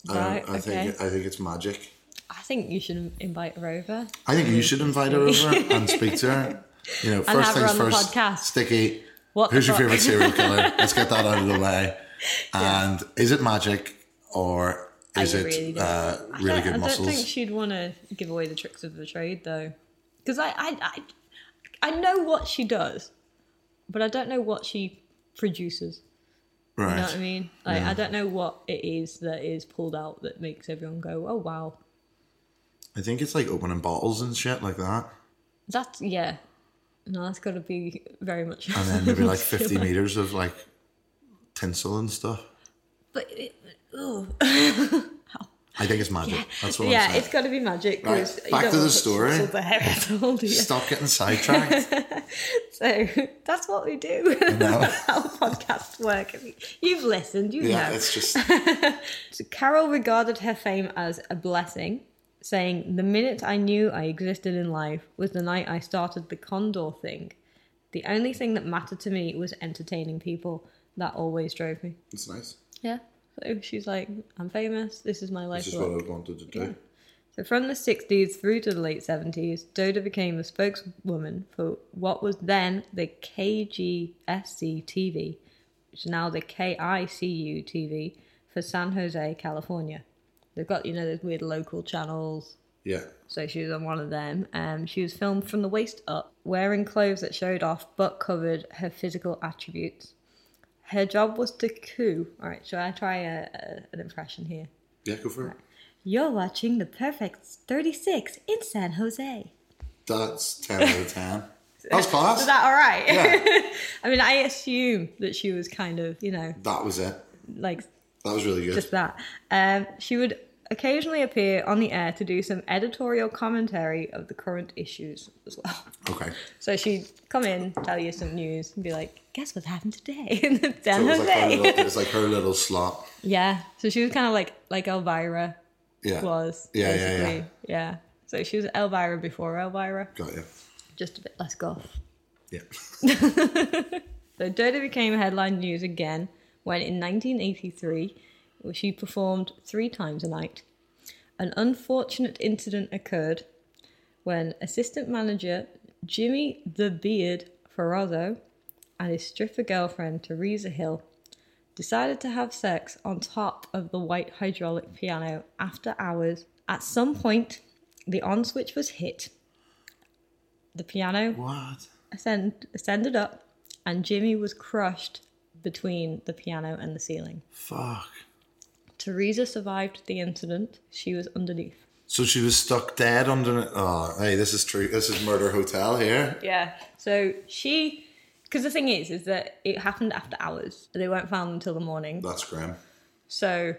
[SPEAKER 2] I don't-
[SPEAKER 1] Right,
[SPEAKER 2] I think.
[SPEAKER 1] okay.
[SPEAKER 2] I think it's magic.
[SPEAKER 1] I think you should invite her over.
[SPEAKER 2] I think you should invite her
[SPEAKER 1] [LAUGHS]
[SPEAKER 2] over and speak to her. You know, first
[SPEAKER 1] Mm. have her
[SPEAKER 2] things
[SPEAKER 1] on the
[SPEAKER 2] first.
[SPEAKER 1] podcast.
[SPEAKER 2] Sticky.
[SPEAKER 1] What the
[SPEAKER 2] who's your
[SPEAKER 1] fuck? [LAUGHS]
[SPEAKER 2] favorite serial killer? Let's get that out of the way. And is it magic or is
[SPEAKER 1] I
[SPEAKER 2] it
[SPEAKER 1] really don't-
[SPEAKER 2] uh,
[SPEAKER 1] I
[SPEAKER 2] really
[SPEAKER 1] don't-
[SPEAKER 2] good
[SPEAKER 1] I
[SPEAKER 2] muscles?
[SPEAKER 1] don't think she'd want to give away the tricks of the trade though, because I, I, I, I know what she does, but I don't know what she produces.
[SPEAKER 2] right.
[SPEAKER 1] You know what I mean? Like I don't know what it is that is pulled out that makes everyone go, "Oh wow,
[SPEAKER 2] I think it's like opening bottles and shit like that.
[SPEAKER 1] that's yeah." No, that's got to be very much.
[SPEAKER 2] And then maybe
[SPEAKER 1] [LAUGHS]
[SPEAKER 2] like 50 meters of like tinsel and stuff.
[SPEAKER 1] But it, oh
[SPEAKER 2] I think it's magic. That's what I'm
[SPEAKER 1] yeah,
[SPEAKER 2] saying.
[SPEAKER 1] it's got to be magic. 'cause
[SPEAKER 2] Right,
[SPEAKER 1] you
[SPEAKER 2] back
[SPEAKER 1] don't wanna
[SPEAKER 2] to the
[SPEAKER 1] put
[SPEAKER 2] story.
[SPEAKER 1] tinsel there at all, do you? [LAUGHS]
[SPEAKER 2] Stop getting sidetracked.
[SPEAKER 1] So that's what we do.
[SPEAKER 2] know.
[SPEAKER 1] that's [LAUGHS] how podcasts work. If you- You've listened, you
[SPEAKER 2] yeah,
[SPEAKER 1] know.
[SPEAKER 2] it's just.
[SPEAKER 1] So Carol regarded her fame as a blessing, saying, The minute I knew I existed in life was the night I started the Condor thing. The only thing that mattered to me was entertaining people. That always drove me.
[SPEAKER 2] It's nice.
[SPEAKER 1] Yeah. So she's like, I'm famous. This is my life.
[SPEAKER 2] It's just
[SPEAKER 1] work."
[SPEAKER 2] what I wanted to do.
[SPEAKER 1] So from the 60s through to the late 70s, Doda became a spokeswoman for what was then the KGSC TV, which is now the KICU TV for San Jose, California. They've got, you know, those weird local channels.
[SPEAKER 2] Yeah.
[SPEAKER 1] So she was on one of them. Um, she was filmed from the waist up, wearing clothes that showed off but covered her physical attributes. Her job was to coo. All right, shall I try a, a, an impression here?
[SPEAKER 2] Yeah, go for it.
[SPEAKER 1] You're watching The Perfect 36 in San Jose. [LAUGHS]
[SPEAKER 2] That's 10 out of 10. That was class.
[SPEAKER 1] Is that all right?
[SPEAKER 2] Yeah.
[SPEAKER 1] [LAUGHS] I mean, I assume that she was kind of, you know,
[SPEAKER 2] That was it.
[SPEAKER 1] like
[SPEAKER 2] That was really good.
[SPEAKER 1] just that. Um, she would occasionally appear on the air to do some editorial commentary of the current issues as well. [LAUGHS]
[SPEAKER 2] okay.
[SPEAKER 1] So she'd come in, tell you some news, and be like, "Guess what happened today [LAUGHS] in the
[SPEAKER 2] So
[SPEAKER 1] San
[SPEAKER 2] it was, like her
[SPEAKER 1] Jose?"
[SPEAKER 2] little, it was like her little slot.
[SPEAKER 1] yeah. So she was kind of like like Elvira
[SPEAKER 2] Yeah.
[SPEAKER 1] was.
[SPEAKER 2] Yeah, yeah,
[SPEAKER 1] basically.
[SPEAKER 2] yeah.
[SPEAKER 1] Yeah. So she was Elvira before Elvira,
[SPEAKER 2] Got you.
[SPEAKER 1] just a bit less goth.
[SPEAKER 2] Yeah.
[SPEAKER 1] So Doda became headline news again when in 1983 she performed three times a night. An unfortunate incident occurred when assistant manager Jimmy the Beard Ferrazzo and his stripper girlfriend Teresa Hill decided to have sex on top of the white hydraulic piano after hours. At some point, the on switch was hit. The piano
[SPEAKER 2] What?
[SPEAKER 1] ascend, ascended up, and Jimmy was crushed between the piano and the ceiling.
[SPEAKER 2] Fuck.
[SPEAKER 1] Teresa survived the incident. She was underneath.
[SPEAKER 2] So she was stuck dead under. Oh, hey, this is true. This is Murder Hotel here.
[SPEAKER 1] Yeah. So she, because the thing is, is that it happened after hours. They weren't found until the morning.
[SPEAKER 2] That's grim.
[SPEAKER 1] So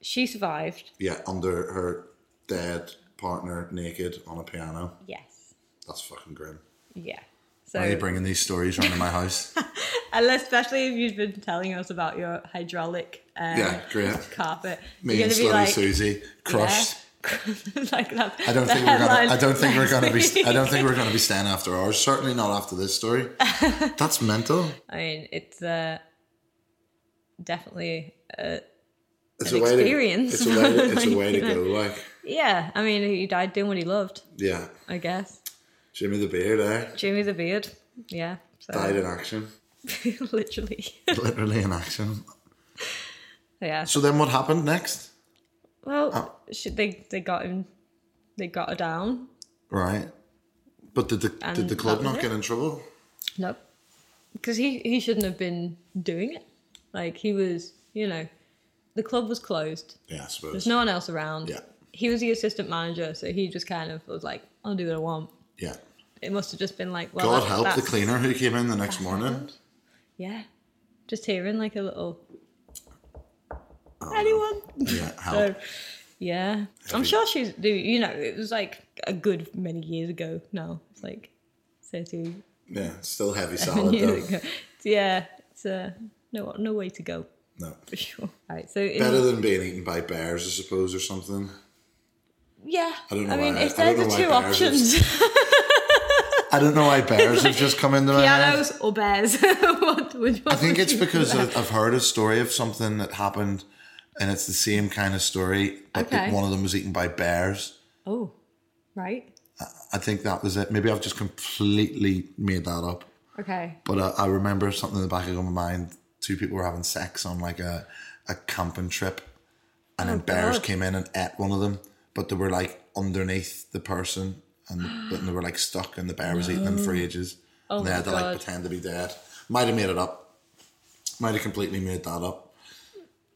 [SPEAKER 1] she survived.
[SPEAKER 2] Yeah, under her dead partner, naked on a piano.
[SPEAKER 1] Yes.
[SPEAKER 2] That's fucking grim.
[SPEAKER 1] Yeah.
[SPEAKER 2] Why are you
[SPEAKER 1] So,
[SPEAKER 2] bringing these stories round to
[SPEAKER 1] [LAUGHS]
[SPEAKER 2] my house?
[SPEAKER 1] and especially if you've been telling us about your hydraulic um,
[SPEAKER 2] Yeah, great.
[SPEAKER 1] carpet,
[SPEAKER 2] Me
[SPEAKER 1] you're
[SPEAKER 2] and
[SPEAKER 1] gonna be
[SPEAKER 2] Slutty
[SPEAKER 1] like,
[SPEAKER 2] Susie crushed.
[SPEAKER 1] yeah. [LAUGHS] like that.
[SPEAKER 2] I don't
[SPEAKER 1] the
[SPEAKER 2] think we're gonna. I
[SPEAKER 1] headline
[SPEAKER 2] don't think we're gonna
[SPEAKER 1] next
[SPEAKER 2] be.
[SPEAKER 1] [LAUGHS]
[SPEAKER 2] I don't
[SPEAKER 1] week.
[SPEAKER 2] think we're gonna be staying after hours. Certainly not after this
[SPEAKER 1] [LAUGHS]
[SPEAKER 2] story. That's mental.
[SPEAKER 1] I mean, it's uh, definitely
[SPEAKER 2] It's
[SPEAKER 1] An
[SPEAKER 2] a way to.
[SPEAKER 1] experience.
[SPEAKER 2] It's a way.
[SPEAKER 1] [LAUGHS]
[SPEAKER 2] To, it's a way to
[SPEAKER 1] Like,
[SPEAKER 2] go. Like,
[SPEAKER 1] yeah. I mean, he died doing what he loved,
[SPEAKER 2] yeah,
[SPEAKER 1] I guess.
[SPEAKER 2] Jimmy the Beard, eh?
[SPEAKER 1] Jimmy the Beard, yeah.
[SPEAKER 2] Died
[SPEAKER 1] So [LAUGHS]
[SPEAKER 2] in action.
[SPEAKER 1] literally,
[SPEAKER 2] Uh, [LAUGHS] Literally in action.
[SPEAKER 1] yeah.
[SPEAKER 2] So then, what happened next?
[SPEAKER 1] Well,
[SPEAKER 2] Oh.
[SPEAKER 1] sh they they got him, they got her down.
[SPEAKER 2] Right. But did the
[SPEAKER 1] And
[SPEAKER 2] did the club
[SPEAKER 1] that was
[SPEAKER 2] not
[SPEAKER 1] it.
[SPEAKER 2] get in trouble?
[SPEAKER 1] No, because he he shouldn't have been doing it. Like he was, you know, the club was closed.
[SPEAKER 2] Yeah, I
[SPEAKER 1] There's
[SPEAKER 2] suppose.
[SPEAKER 1] no one else around.
[SPEAKER 2] Yeah.
[SPEAKER 1] He was the assistant manager, so he just kind of was like, "I'll do what I want."
[SPEAKER 2] yeah.
[SPEAKER 1] It must have just been like, well,
[SPEAKER 2] God
[SPEAKER 1] that-
[SPEAKER 2] help the
[SPEAKER 1] that's-
[SPEAKER 2] cleaner who came in the next morning.
[SPEAKER 1] Yeah. Just hearing like a little. Anyone?
[SPEAKER 2] Yeah,
[SPEAKER 1] So,
[SPEAKER 2] help.
[SPEAKER 1] yeah. I'm sure she's, do- you know, it was like a good many years ago now. It's like 30
[SPEAKER 2] Yeah, still
[SPEAKER 1] [LAUGHS]
[SPEAKER 2] heavy salad
[SPEAKER 1] years
[SPEAKER 2] though.
[SPEAKER 1] ago. It's- yeah. It's uh, no, no way to go
[SPEAKER 2] No.
[SPEAKER 1] for sure. All right. So, in-
[SPEAKER 2] Better than being eaten by bears, I suppose, or something.
[SPEAKER 1] yeah.
[SPEAKER 2] I don't know
[SPEAKER 1] mean,
[SPEAKER 2] why-
[SPEAKER 1] if
[SPEAKER 2] I don't
[SPEAKER 1] there's the
[SPEAKER 2] know
[SPEAKER 1] two
[SPEAKER 2] why bears [LAUGHS]
[SPEAKER 1] options, [LAUGHS]
[SPEAKER 2] I don't know why bears have just come into my head.
[SPEAKER 1] [LAUGHS] pianos or bears, [LAUGHS] what would you
[SPEAKER 2] I think it's because uh, I- I've heard a story of something that happened, and it's the same kind of story. But it-
[SPEAKER 1] Okay.
[SPEAKER 2] one of them was eaten by bears.
[SPEAKER 1] Oh, right.
[SPEAKER 2] I think that was it. Maybe I've just completely made that up.
[SPEAKER 1] Okay.
[SPEAKER 2] But I, I remember something in the back of my mind. Two people were having sex on like a, a camping trip, and then bears
[SPEAKER 1] Oh, God.
[SPEAKER 2] came in and ate one of them. But they were like underneath the person, and, and they were like stuck, and the bear was eating them for ages. and they
[SPEAKER 1] Oh my
[SPEAKER 2] had to
[SPEAKER 1] God.
[SPEAKER 2] like pretend to be dead. Might have made it up. Might have completely made that up.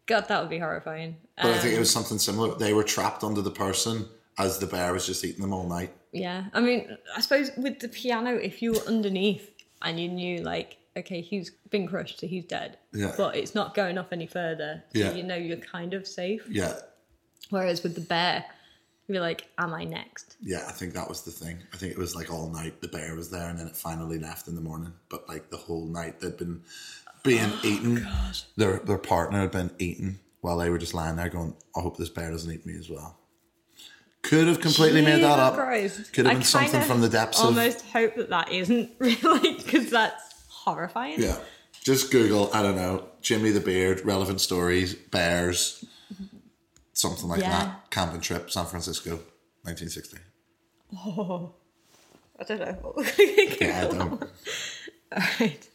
[SPEAKER 1] God, that would be horrifying.
[SPEAKER 2] But I think it was
[SPEAKER 1] Um,
[SPEAKER 2] something similar. They were trapped under the person as the bear was just eating them all night.
[SPEAKER 1] Yeah, I mean, I suppose with the piano, if you were underneath and you knew, like, okay, he's been crushed, so he's dead,
[SPEAKER 2] Yeah.
[SPEAKER 1] but it's not going off any further, so
[SPEAKER 2] Yeah.
[SPEAKER 1] you know you're kind of safe.
[SPEAKER 2] Yeah,
[SPEAKER 1] Whereas with the bear, you're like, am I next?
[SPEAKER 2] yeah. I think that was the thing. I think it was like all night the bear was there, and then it finally left in the morning. But like the whole night they'd been being
[SPEAKER 1] Oh,
[SPEAKER 2] eaten. Their their partner had been eaten while they were just lying there going, "I hope this bear doesn't eat me as well." Could have completely made that
[SPEAKER 1] Jesus
[SPEAKER 2] up.
[SPEAKER 1] Christ.
[SPEAKER 2] Could have
[SPEAKER 1] I
[SPEAKER 2] been something
[SPEAKER 1] kinda
[SPEAKER 2] from the depths of
[SPEAKER 1] Almost hope that that isn't [LAUGHS] really, because that's horrifying.
[SPEAKER 2] yeah. Just Google. I don't know. Jimmy the Beard. Relevant stories. Bears. Something like
[SPEAKER 1] Yeah.
[SPEAKER 2] that. Camping trip. San Francisco. 1960.
[SPEAKER 1] I don't know. [LAUGHS] what we're
[SPEAKER 2] Yeah, I
[SPEAKER 1] gonna
[SPEAKER 2] don't.
[SPEAKER 1] Right.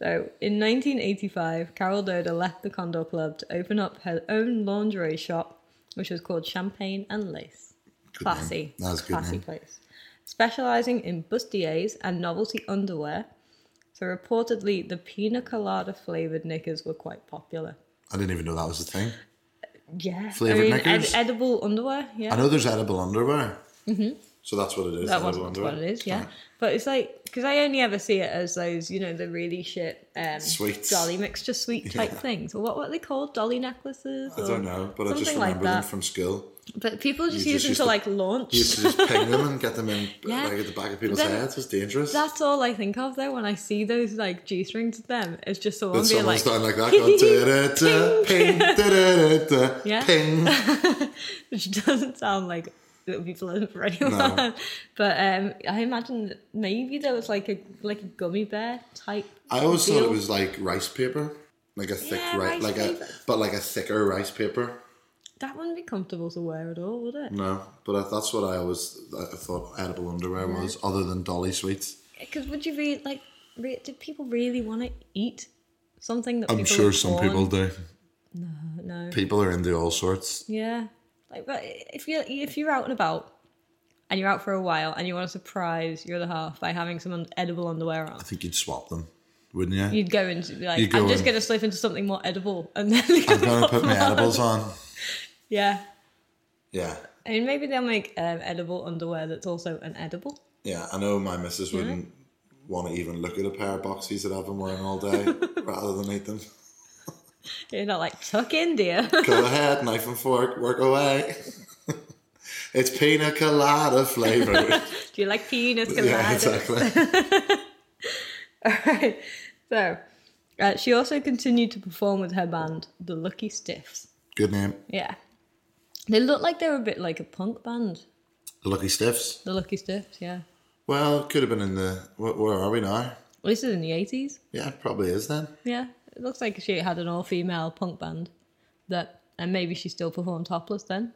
[SPEAKER 1] So, in 1985, Carol Doda left the Condor Club to open up her own lingerie shop, which was called Champagne and Lace.
[SPEAKER 2] Good
[SPEAKER 1] Classy.
[SPEAKER 2] name. That was a good
[SPEAKER 1] Classy
[SPEAKER 2] name.
[SPEAKER 1] place. Specialising in bustiers and novelty underwear. So, reportedly, the pina colada flavoured knickers were quite popular.
[SPEAKER 2] I didn't even know that was a thing.
[SPEAKER 1] Yeah.
[SPEAKER 2] Flavoured
[SPEAKER 1] I mean, ed-
[SPEAKER 2] knickers?
[SPEAKER 1] edible underwear, yeah.
[SPEAKER 2] I know there's edible underwear. So that's what it is.
[SPEAKER 1] Mm-hmm. That
[SPEAKER 2] the
[SPEAKER 1] wasn't
[SPEAKER 2] Hillbender.
[SPEAKER 1] what it is, yeah.
[SPEAKER 2] Right.
[SPEAKER 1] But it's like because I only ever see it as those, you know, the really shit um,
[SPEAKER 2] Sweets.
[SPEAKER 1] dolly mixture
[SPEAKER 2] [LAUGHS]
[SPEAKER 1] sweet type things, or what what are they called, dolly necklaces.
[SPEAKER 2] I
[SPEAKER 1] or
[SPEAKER 2] don't know, but I just
[SPEAKER 1] something like
[SPEAKER 2] remember them
[SPEAKER 1] that.
[SPEAKER 2] from school.
[SPEAKER 1] But people just
[SPEAKER 2] You
[SPEAKER 1] use
[SPEAKER 2] just
[SPEAKER 1] them
[SPEAKER 2] used
[SPEAKER 1] to
[SPEAKER 2] to-
[SPEAKER 1] like launch.
[SPEAKER 2] You used to just ping them and get them in
[SPEAKER 1] [LAUGHS] Yeah.
[SPEAKER 2] like at the back of people's
[SPEAKER 1] Then-
[SPEAKER 2] heads. It was dangerous.
[SPEAKER 1] That's all I think of though when I see those like G strings with them. It's just someone
[SPEAKER 2] But
[SPEAKER 1] being like,
[SPEAKER 2] someone's down
[SPEAKER 1] [LAUGHS]
[SPEAKER 2] like that going, da-da-da, ping, da-da-da-da,
[SPEAKER 1] Yeah. [LAUGHS]
[SPEAKER 2] ping.
[SPEAKER 1] which doesn't sound like it would be pleasant for anyone.
[SPEAKER 2] No.
[SPEAKER 1] [LAUGHS] But um, I imagine that maybe there was like a like a gummy bear type.
[SPEAKER 2] I always thought it
[SPEAKER 1] deal.
[SPEAKER 2] was like rice paper. Like a thick
[SPEAKER 1] Yeah, rice
[SPEAKER 2] rice, like
[SPEAKER 1] paper.
[SPEAKER 2] a but like a thicker rice paper.
[SPEAKER 1] that wouldn't be comfortable to wear at all, would it?
[SPEAKER 2] No, but I, that's what I always I thought edible underwear was, other than dolly sweets.
[SPEAKER 1] Because would you be like, re- do people really want to eat something that
[SPEAKER 2] I'm
[SPEAKER 1] people
[SPEAKER 2] sure
[SPEAKER 1] have
[SPEAKER 2] some
[SPEAKER 1] worn?
[SPEAKER 2] people do.
[SPEAKER 1] No.
[SPEAKER 2] People are into all sorts.
[SPEAKER 1] Yeah. Like, but if you if you're out and about and you're out for a while and you want to surprise your other half by having some edible underwear on,
[SPEAKER 2] I think you'd swap them, wouldn't you?
[SPEAKER 1] you'd go into be like,
[SPEAKER 2] You'd go
[SPEAKER 1] I'm just
[SPEAKER 2] in.
[SPEAKER 1] going to slip into something more edible, and then [LAUGHS] they
[SPEAKER 2] I'm gonna put my edibles on.
[SPEAKER 1] [LAUGHS] Yeah.
[SPEAKER 2] Yeah,
[SPEAKER 1] I mean, maybe they'll make um, edible underwear that's also an edible.
[SPEAKER 2] yeah. I know my missus wouldn't want to even look at a pair of boxies that I've been wearing
[SPEAKER 1] [LAUGHS]
[SPEAKER 2] all day, rather than eat them.
[SPEAKER 1] You're not like tuck in, dear. [LAUGHS]
[SPEAKER 2] Go ahead, knife and fork, work away. [LAUGHS] it's pina
[SPEAKER 1] [LAUGHS]
[SPEAKER 2] colada flavour.
[SPEAKER 1] Do you like penis?
[SPEAKER 2] yeah,
[SPEAKER 1] colada?
[SPEAKER 2] exactly.
[SPEAKER 1] [LAUGHS] Right. So, uh, she also continued to perform with her band, the Lucky Stiffs.
[SPEAKER 2] Good name.
[SPEAKER 1] Yeah. They looked like they were a bit like a punk band,
[SPEAKER 2] The Lucky Stiffs.
[SPEAKER 1] the Lucky Stiffs, yeah.
[SPEAKER 2] Well, it could have been in the. Where, where are we now?
[SPEAKER 1] Well, this is in the 80s.
[SPEAKER 2] Yeah, it probably is then.
[SPEAKER 1] Yeah. It looks like she had an all female punk band that, and maybe she still performed topless then.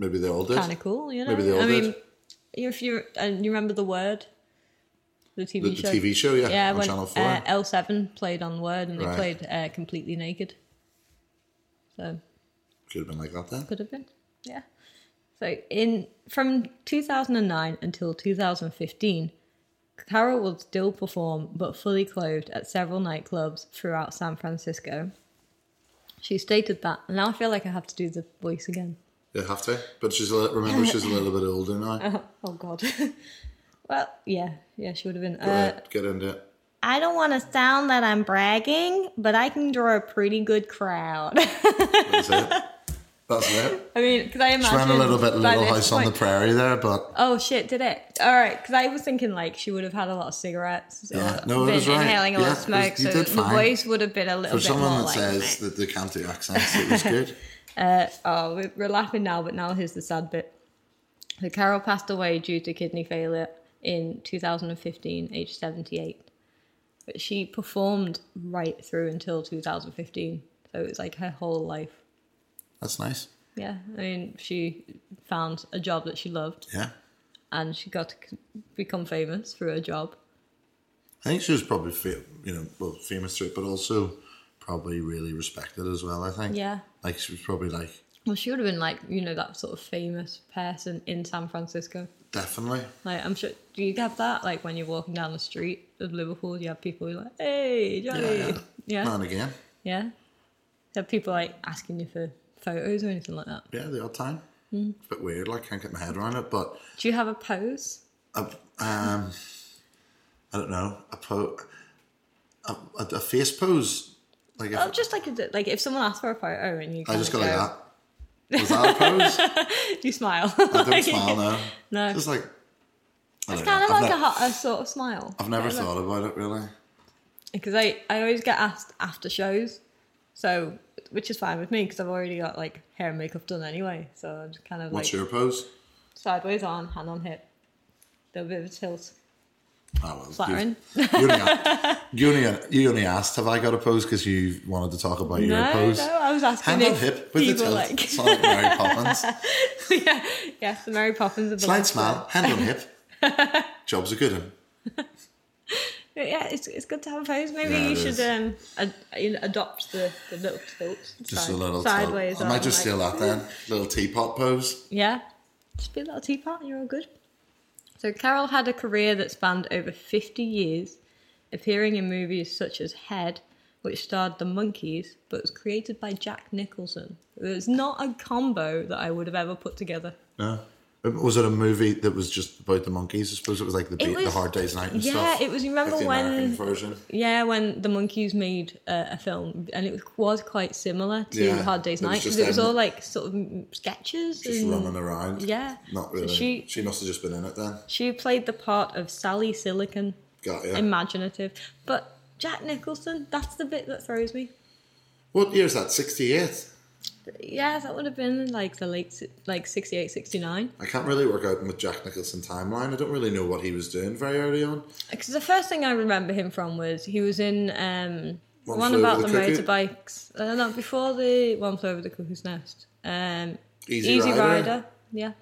[SPEAKER 2] Maybe they all did.
[SPEAKER 1] Kind of cool, you know?
[SPEAKER 2] Maybe they all
[SPEAKER 1] I mean,
[SPEAKER 2] did.
[SPEAKER 1] if you, and you remember The Word? The TV
[SPEAKER 2] The, the
[SPEAKER 1] show?
[SPEAKER 2] TV show, yeah,
[SPEAKER 1] Yeah,
[SPEAKER 2] on
[SPEAKER 1] when
[SPEAKER 2] Channel Four.
[SPEAKER 1] uh, L7 played on Word and they
[SPEAKER 2] Right.
[SPEAKER 1] played uh, completely naked. So.
[SPEAKER 2] could have been like that then.
[SPEAKER 1] Could have been. Yeah. So in from 2009 until 2015, Carol would still perform but fully clothed at several nightclubs throughout San Francisco. She stated that, and now I feel like I have to do the voice again.
[SPEAKER 2] They have to. But she's a, li- remember she's a little bit
[SPEAKER 1] [LAUGHS]
[SPEAKER 2] older now.
[SPEAKER 1] Oh God. well, yeah, yeah, she would have been.
[SPEAKER 2] Go
[SPEAKER 1] Uh,
[SPEAKER 2] ahead, get into it.
[SPEAKER 1] I don't want to sound that I'm bragging, but I can draw a pretty good crowd. [LAUGHS]
[SPEAKER 2] That's it. That's it.
[SPEAKER 1] I mean, because I
[SPEAKER 2] She
[SPEAKER 1] imagine
[SPEAKER 2] ran a little bit
[SPEAKER 1] by
[SPEAKER 2] Little
[SPEAKER 1] this
[SPEAKER 2] House on
[SPEAKER 1] point-
[SPEAKER 2] the Prairie there, but
[SPEAKER 1] Oh shit! Did it? All right, because I was thinking like she would have had a lot of cigarettes, or
[SPEAKER 2] Yeah, no, it
[SPEAKER 1] been
[SPEAKER 2] was right.
[SPEAKER 1] inhaling a
[SPEAKER 2] Yeah,
[SPEAKER 1] lot of
[SPEAKER 2] it was-
[SPEAKER 1] smoke,
[SPEAKER 2] you
[SPEAKER 1] so
[SPEAKER 2] did
[SPEAKER 1] the
[SPEAKER 2] fine.
[SPEAKER 1] voice would have been a little
[SPEAKER 2] for
[SPEAKER 1] bit more
[SPEAKER 2] someone that
[SPEAKER 1] like.
[SPEAKER 2] says that they can't do accents, it was good.
[SPEAKER 1] Uh, oh, we- we're laughing now, but now here's the sad bit. So Carol passed away due to kidney failure in 2015, aged 78. But she performed right through until 2015, so it was like her whole life.
[SPEAKER 2] That's nice.
[SPEAKER 1] Yeah, I mean, she found a job that she loved,
[SPEAKER 2] Yeah.
[SPEAKER 1] and she got to c- become famous through her job.
[SPEAKER 2] I think she was probably, fa- you know, well, famous through it, but also probably really respected as well, I think.
[SPEAKER 1] Yeah.
[SPEAKER 2] Like, she was probably like,
[SPEAKER 1] Well, she would have been like, you know, that sort of famous person in San Francisco.
[SPEAKER 2] definitely.
[SPEAKER 1] Like, I'm sure, do you have that? Like, when you're walking down the street of Liverpool, you have people who are like, hey, Johnny. Yeah.
[SPEAKER 2] Yeah.
[SPEAKER 1] Yeah.
[SPEAKER 2] Man again.
[SPEAKER 1] You have people like asking you for photos or anything like that.
[SPEAKER 2] Yeah, the odd time.
[SPEAKER 1] Mm.
[SPEAKER 2] It's a bit weird, like, can't get my head around it, but
[SPEAKER 1] Do you have a pose?
[SPEAKER 2] a, um, I don't know, a, po- a, a, a face pose. Like if,
[SPEAKER 1] Oh, just like, a, like if someone asks for a photo and you
[SPEAKER 2] I just go
[SPEAKER 1] kinda
[SPEAKER 2] like that. Was that a pose?
[SPEAKER 1] [LAUGHS] You smile.
[SPEAKER 2] I
[SPEAKER 1] [LAUGHS]
[SPEAKER 2] don't smile now.
[SPEAKER 1] No.
[SPEAKER 2] Just like, I
[SPEAKER 1] It's
[SPEAKER 2] don't know.
[SPEAKER 1] kind of
[SPEAKER 2] I've
[SPEAKER 1] like a,
[SPEAKER 2] ne-
[SPEAKER 1] hot, a sort of smile.
[SPEAKER 2] I've never thought about it really.
[SPEAKER 1] because I, I always get asked after shows, so which is fine with me because I've already got like hair and makeup done anyway. So I'm just kind of
[SPEAKER 2] What's
[SPEAKER 1] like
[SPEAKER 2] your pose?
[SPEAKER 1] sideways on, hand on hip, little bit of a tilt,
[SPEAKER 2] Oh, well,
[SPEAKER 1] flattering.
[SPEAKER 2] You, you,
[SPEAKER 1] [LAUGHS]
[SPEAKER 2] only, a- you, only, you only asked, have I got a pose? Because you wanted to talk about your
[SPEAKER 1] No,
[SPEAKER 2] pose.
[SPEAKER 1] no, I was asking
[SPEAKER 2] Hand on
[SPEAKER 1] if
[SPEAKER 2] hip with the
[SPEAKER 1] people
[SPEAKER 2] tilt.
[SPEAKER 1] like, [LAUGHS]
[SPEAKER 2] It's not like Mary Poppins.
[SPEAKER 1] yeah, yes, the Mary Poppins of the
[SPEAKER 2] Slight
[SPEAKER 1] last
[SPEAKER 2] smile, hand on hip.
[SPEAKER 1] [LAUGHS]
[SPEAKER 2] Job's a good one.
[SPEAKER 1] But yeah, it's, it's good to have a pose. Maybe
[SPEAKER 2] Yeah,
[SPEAKER 1] you
[SPEAKER 2] it
[SPEAKER 1] should
[SPEAKER 2] is.
[SPEAKER 1] um ad, you know, adopt the, the little tilt,
[SPEAKER 2] Just
[SPEAKER 1] side-
[SPEAKER 2] a little tilt.
[SPEAKER 1] sideways.
[SPEAKER 2] I might
[SPEAKER 1] on,
[SPEAKER 2] just
[SPEAKER 1] like-
[SPEAKER 2] steal that then.
[SPEAKER 1] [LAUGHS]
[SPEAKER 2] Little teapot pose.
[SPEAKER 1] Yeah. Just be a little teapot, you're all good. So, Carol had a career that spanned over 50 years, appearing in movies such as Head, which starred the monkeys, but was created by Jack Nicholson. It's not a combo that I would have ever put together.
[SPEAKER 2] No. Um, Was it a movie that was just about the monkeys? I suppose it was like the,
[SPEAKER 1] It
[SPEAKER 2] beat, the
[SPEAKER 1] was-
[SPEAKER 2] Hard Day's Night and
[SPEAKER 1] yeah,
[SPEAKER 2] stuff.
[SPEAKER 1] it was- you remember
[SPEAKER 2] like the
[SPEAKER 1] when-
[SPEAKER 2] American version?
[SPEAKER 1] Yeah, when the monkeys made uh, a film, and it was quite similar to
[SPEAKER 2] Yeah,
[SPEAKER 1] Hard Day's
[SPEAKER 2] it was
[SPEAKER 1] Night because
[SPEAKER 2] just
[SPEAKER 1] it was
[SPEAKER 2] them-
[SPEAKER 1] all like sort of mm, sketches.
[SPEAKER 2] Just
[SPEAKER 1] and
[SPEAKER 2] running around.
[SPEAKER 1] Yeah,
[SPEAKER 2] Not
[SPEAKER 1] So
[SPEAKER 2] really.
[SPEAKER 1] she
[SPEAKER 2] she must have just been in it then.
[SPEAKER 1] she played the part of Sally Silicon,
[SPEAKER 2] Got ya.
[SPEAKER 1] imaginative. But Jack Nicholson, that's the bit that throws me.
[SPEAKER 2] What year is that? 68?
[SPEAKER 1] Yeah, that would have been like the late si- like 68, 69.
[SPEAKER 2] I can't really work out with Jack Nicholson timeline. I don't really know what he was doing very early on.
[SPEAKER 1] Because the first thing I remember him from was he was in um,
[SPEAKER 2] One
[SPEAKER 1] one
[SPEAKER 2] Flew Over
[SPEAKER 1] about the,
[SPEAKER 2] the Cuckoo?
[SPEAKER 1] motorbikes. Uh, no, before the One Flew Over the Cuckoo's Nest. Um,
[SPEAKER 2] Easy
[SPEAKER 1] Rider.
[SPEAKER 2] Rider.
[SPEAKER 1] Yeah.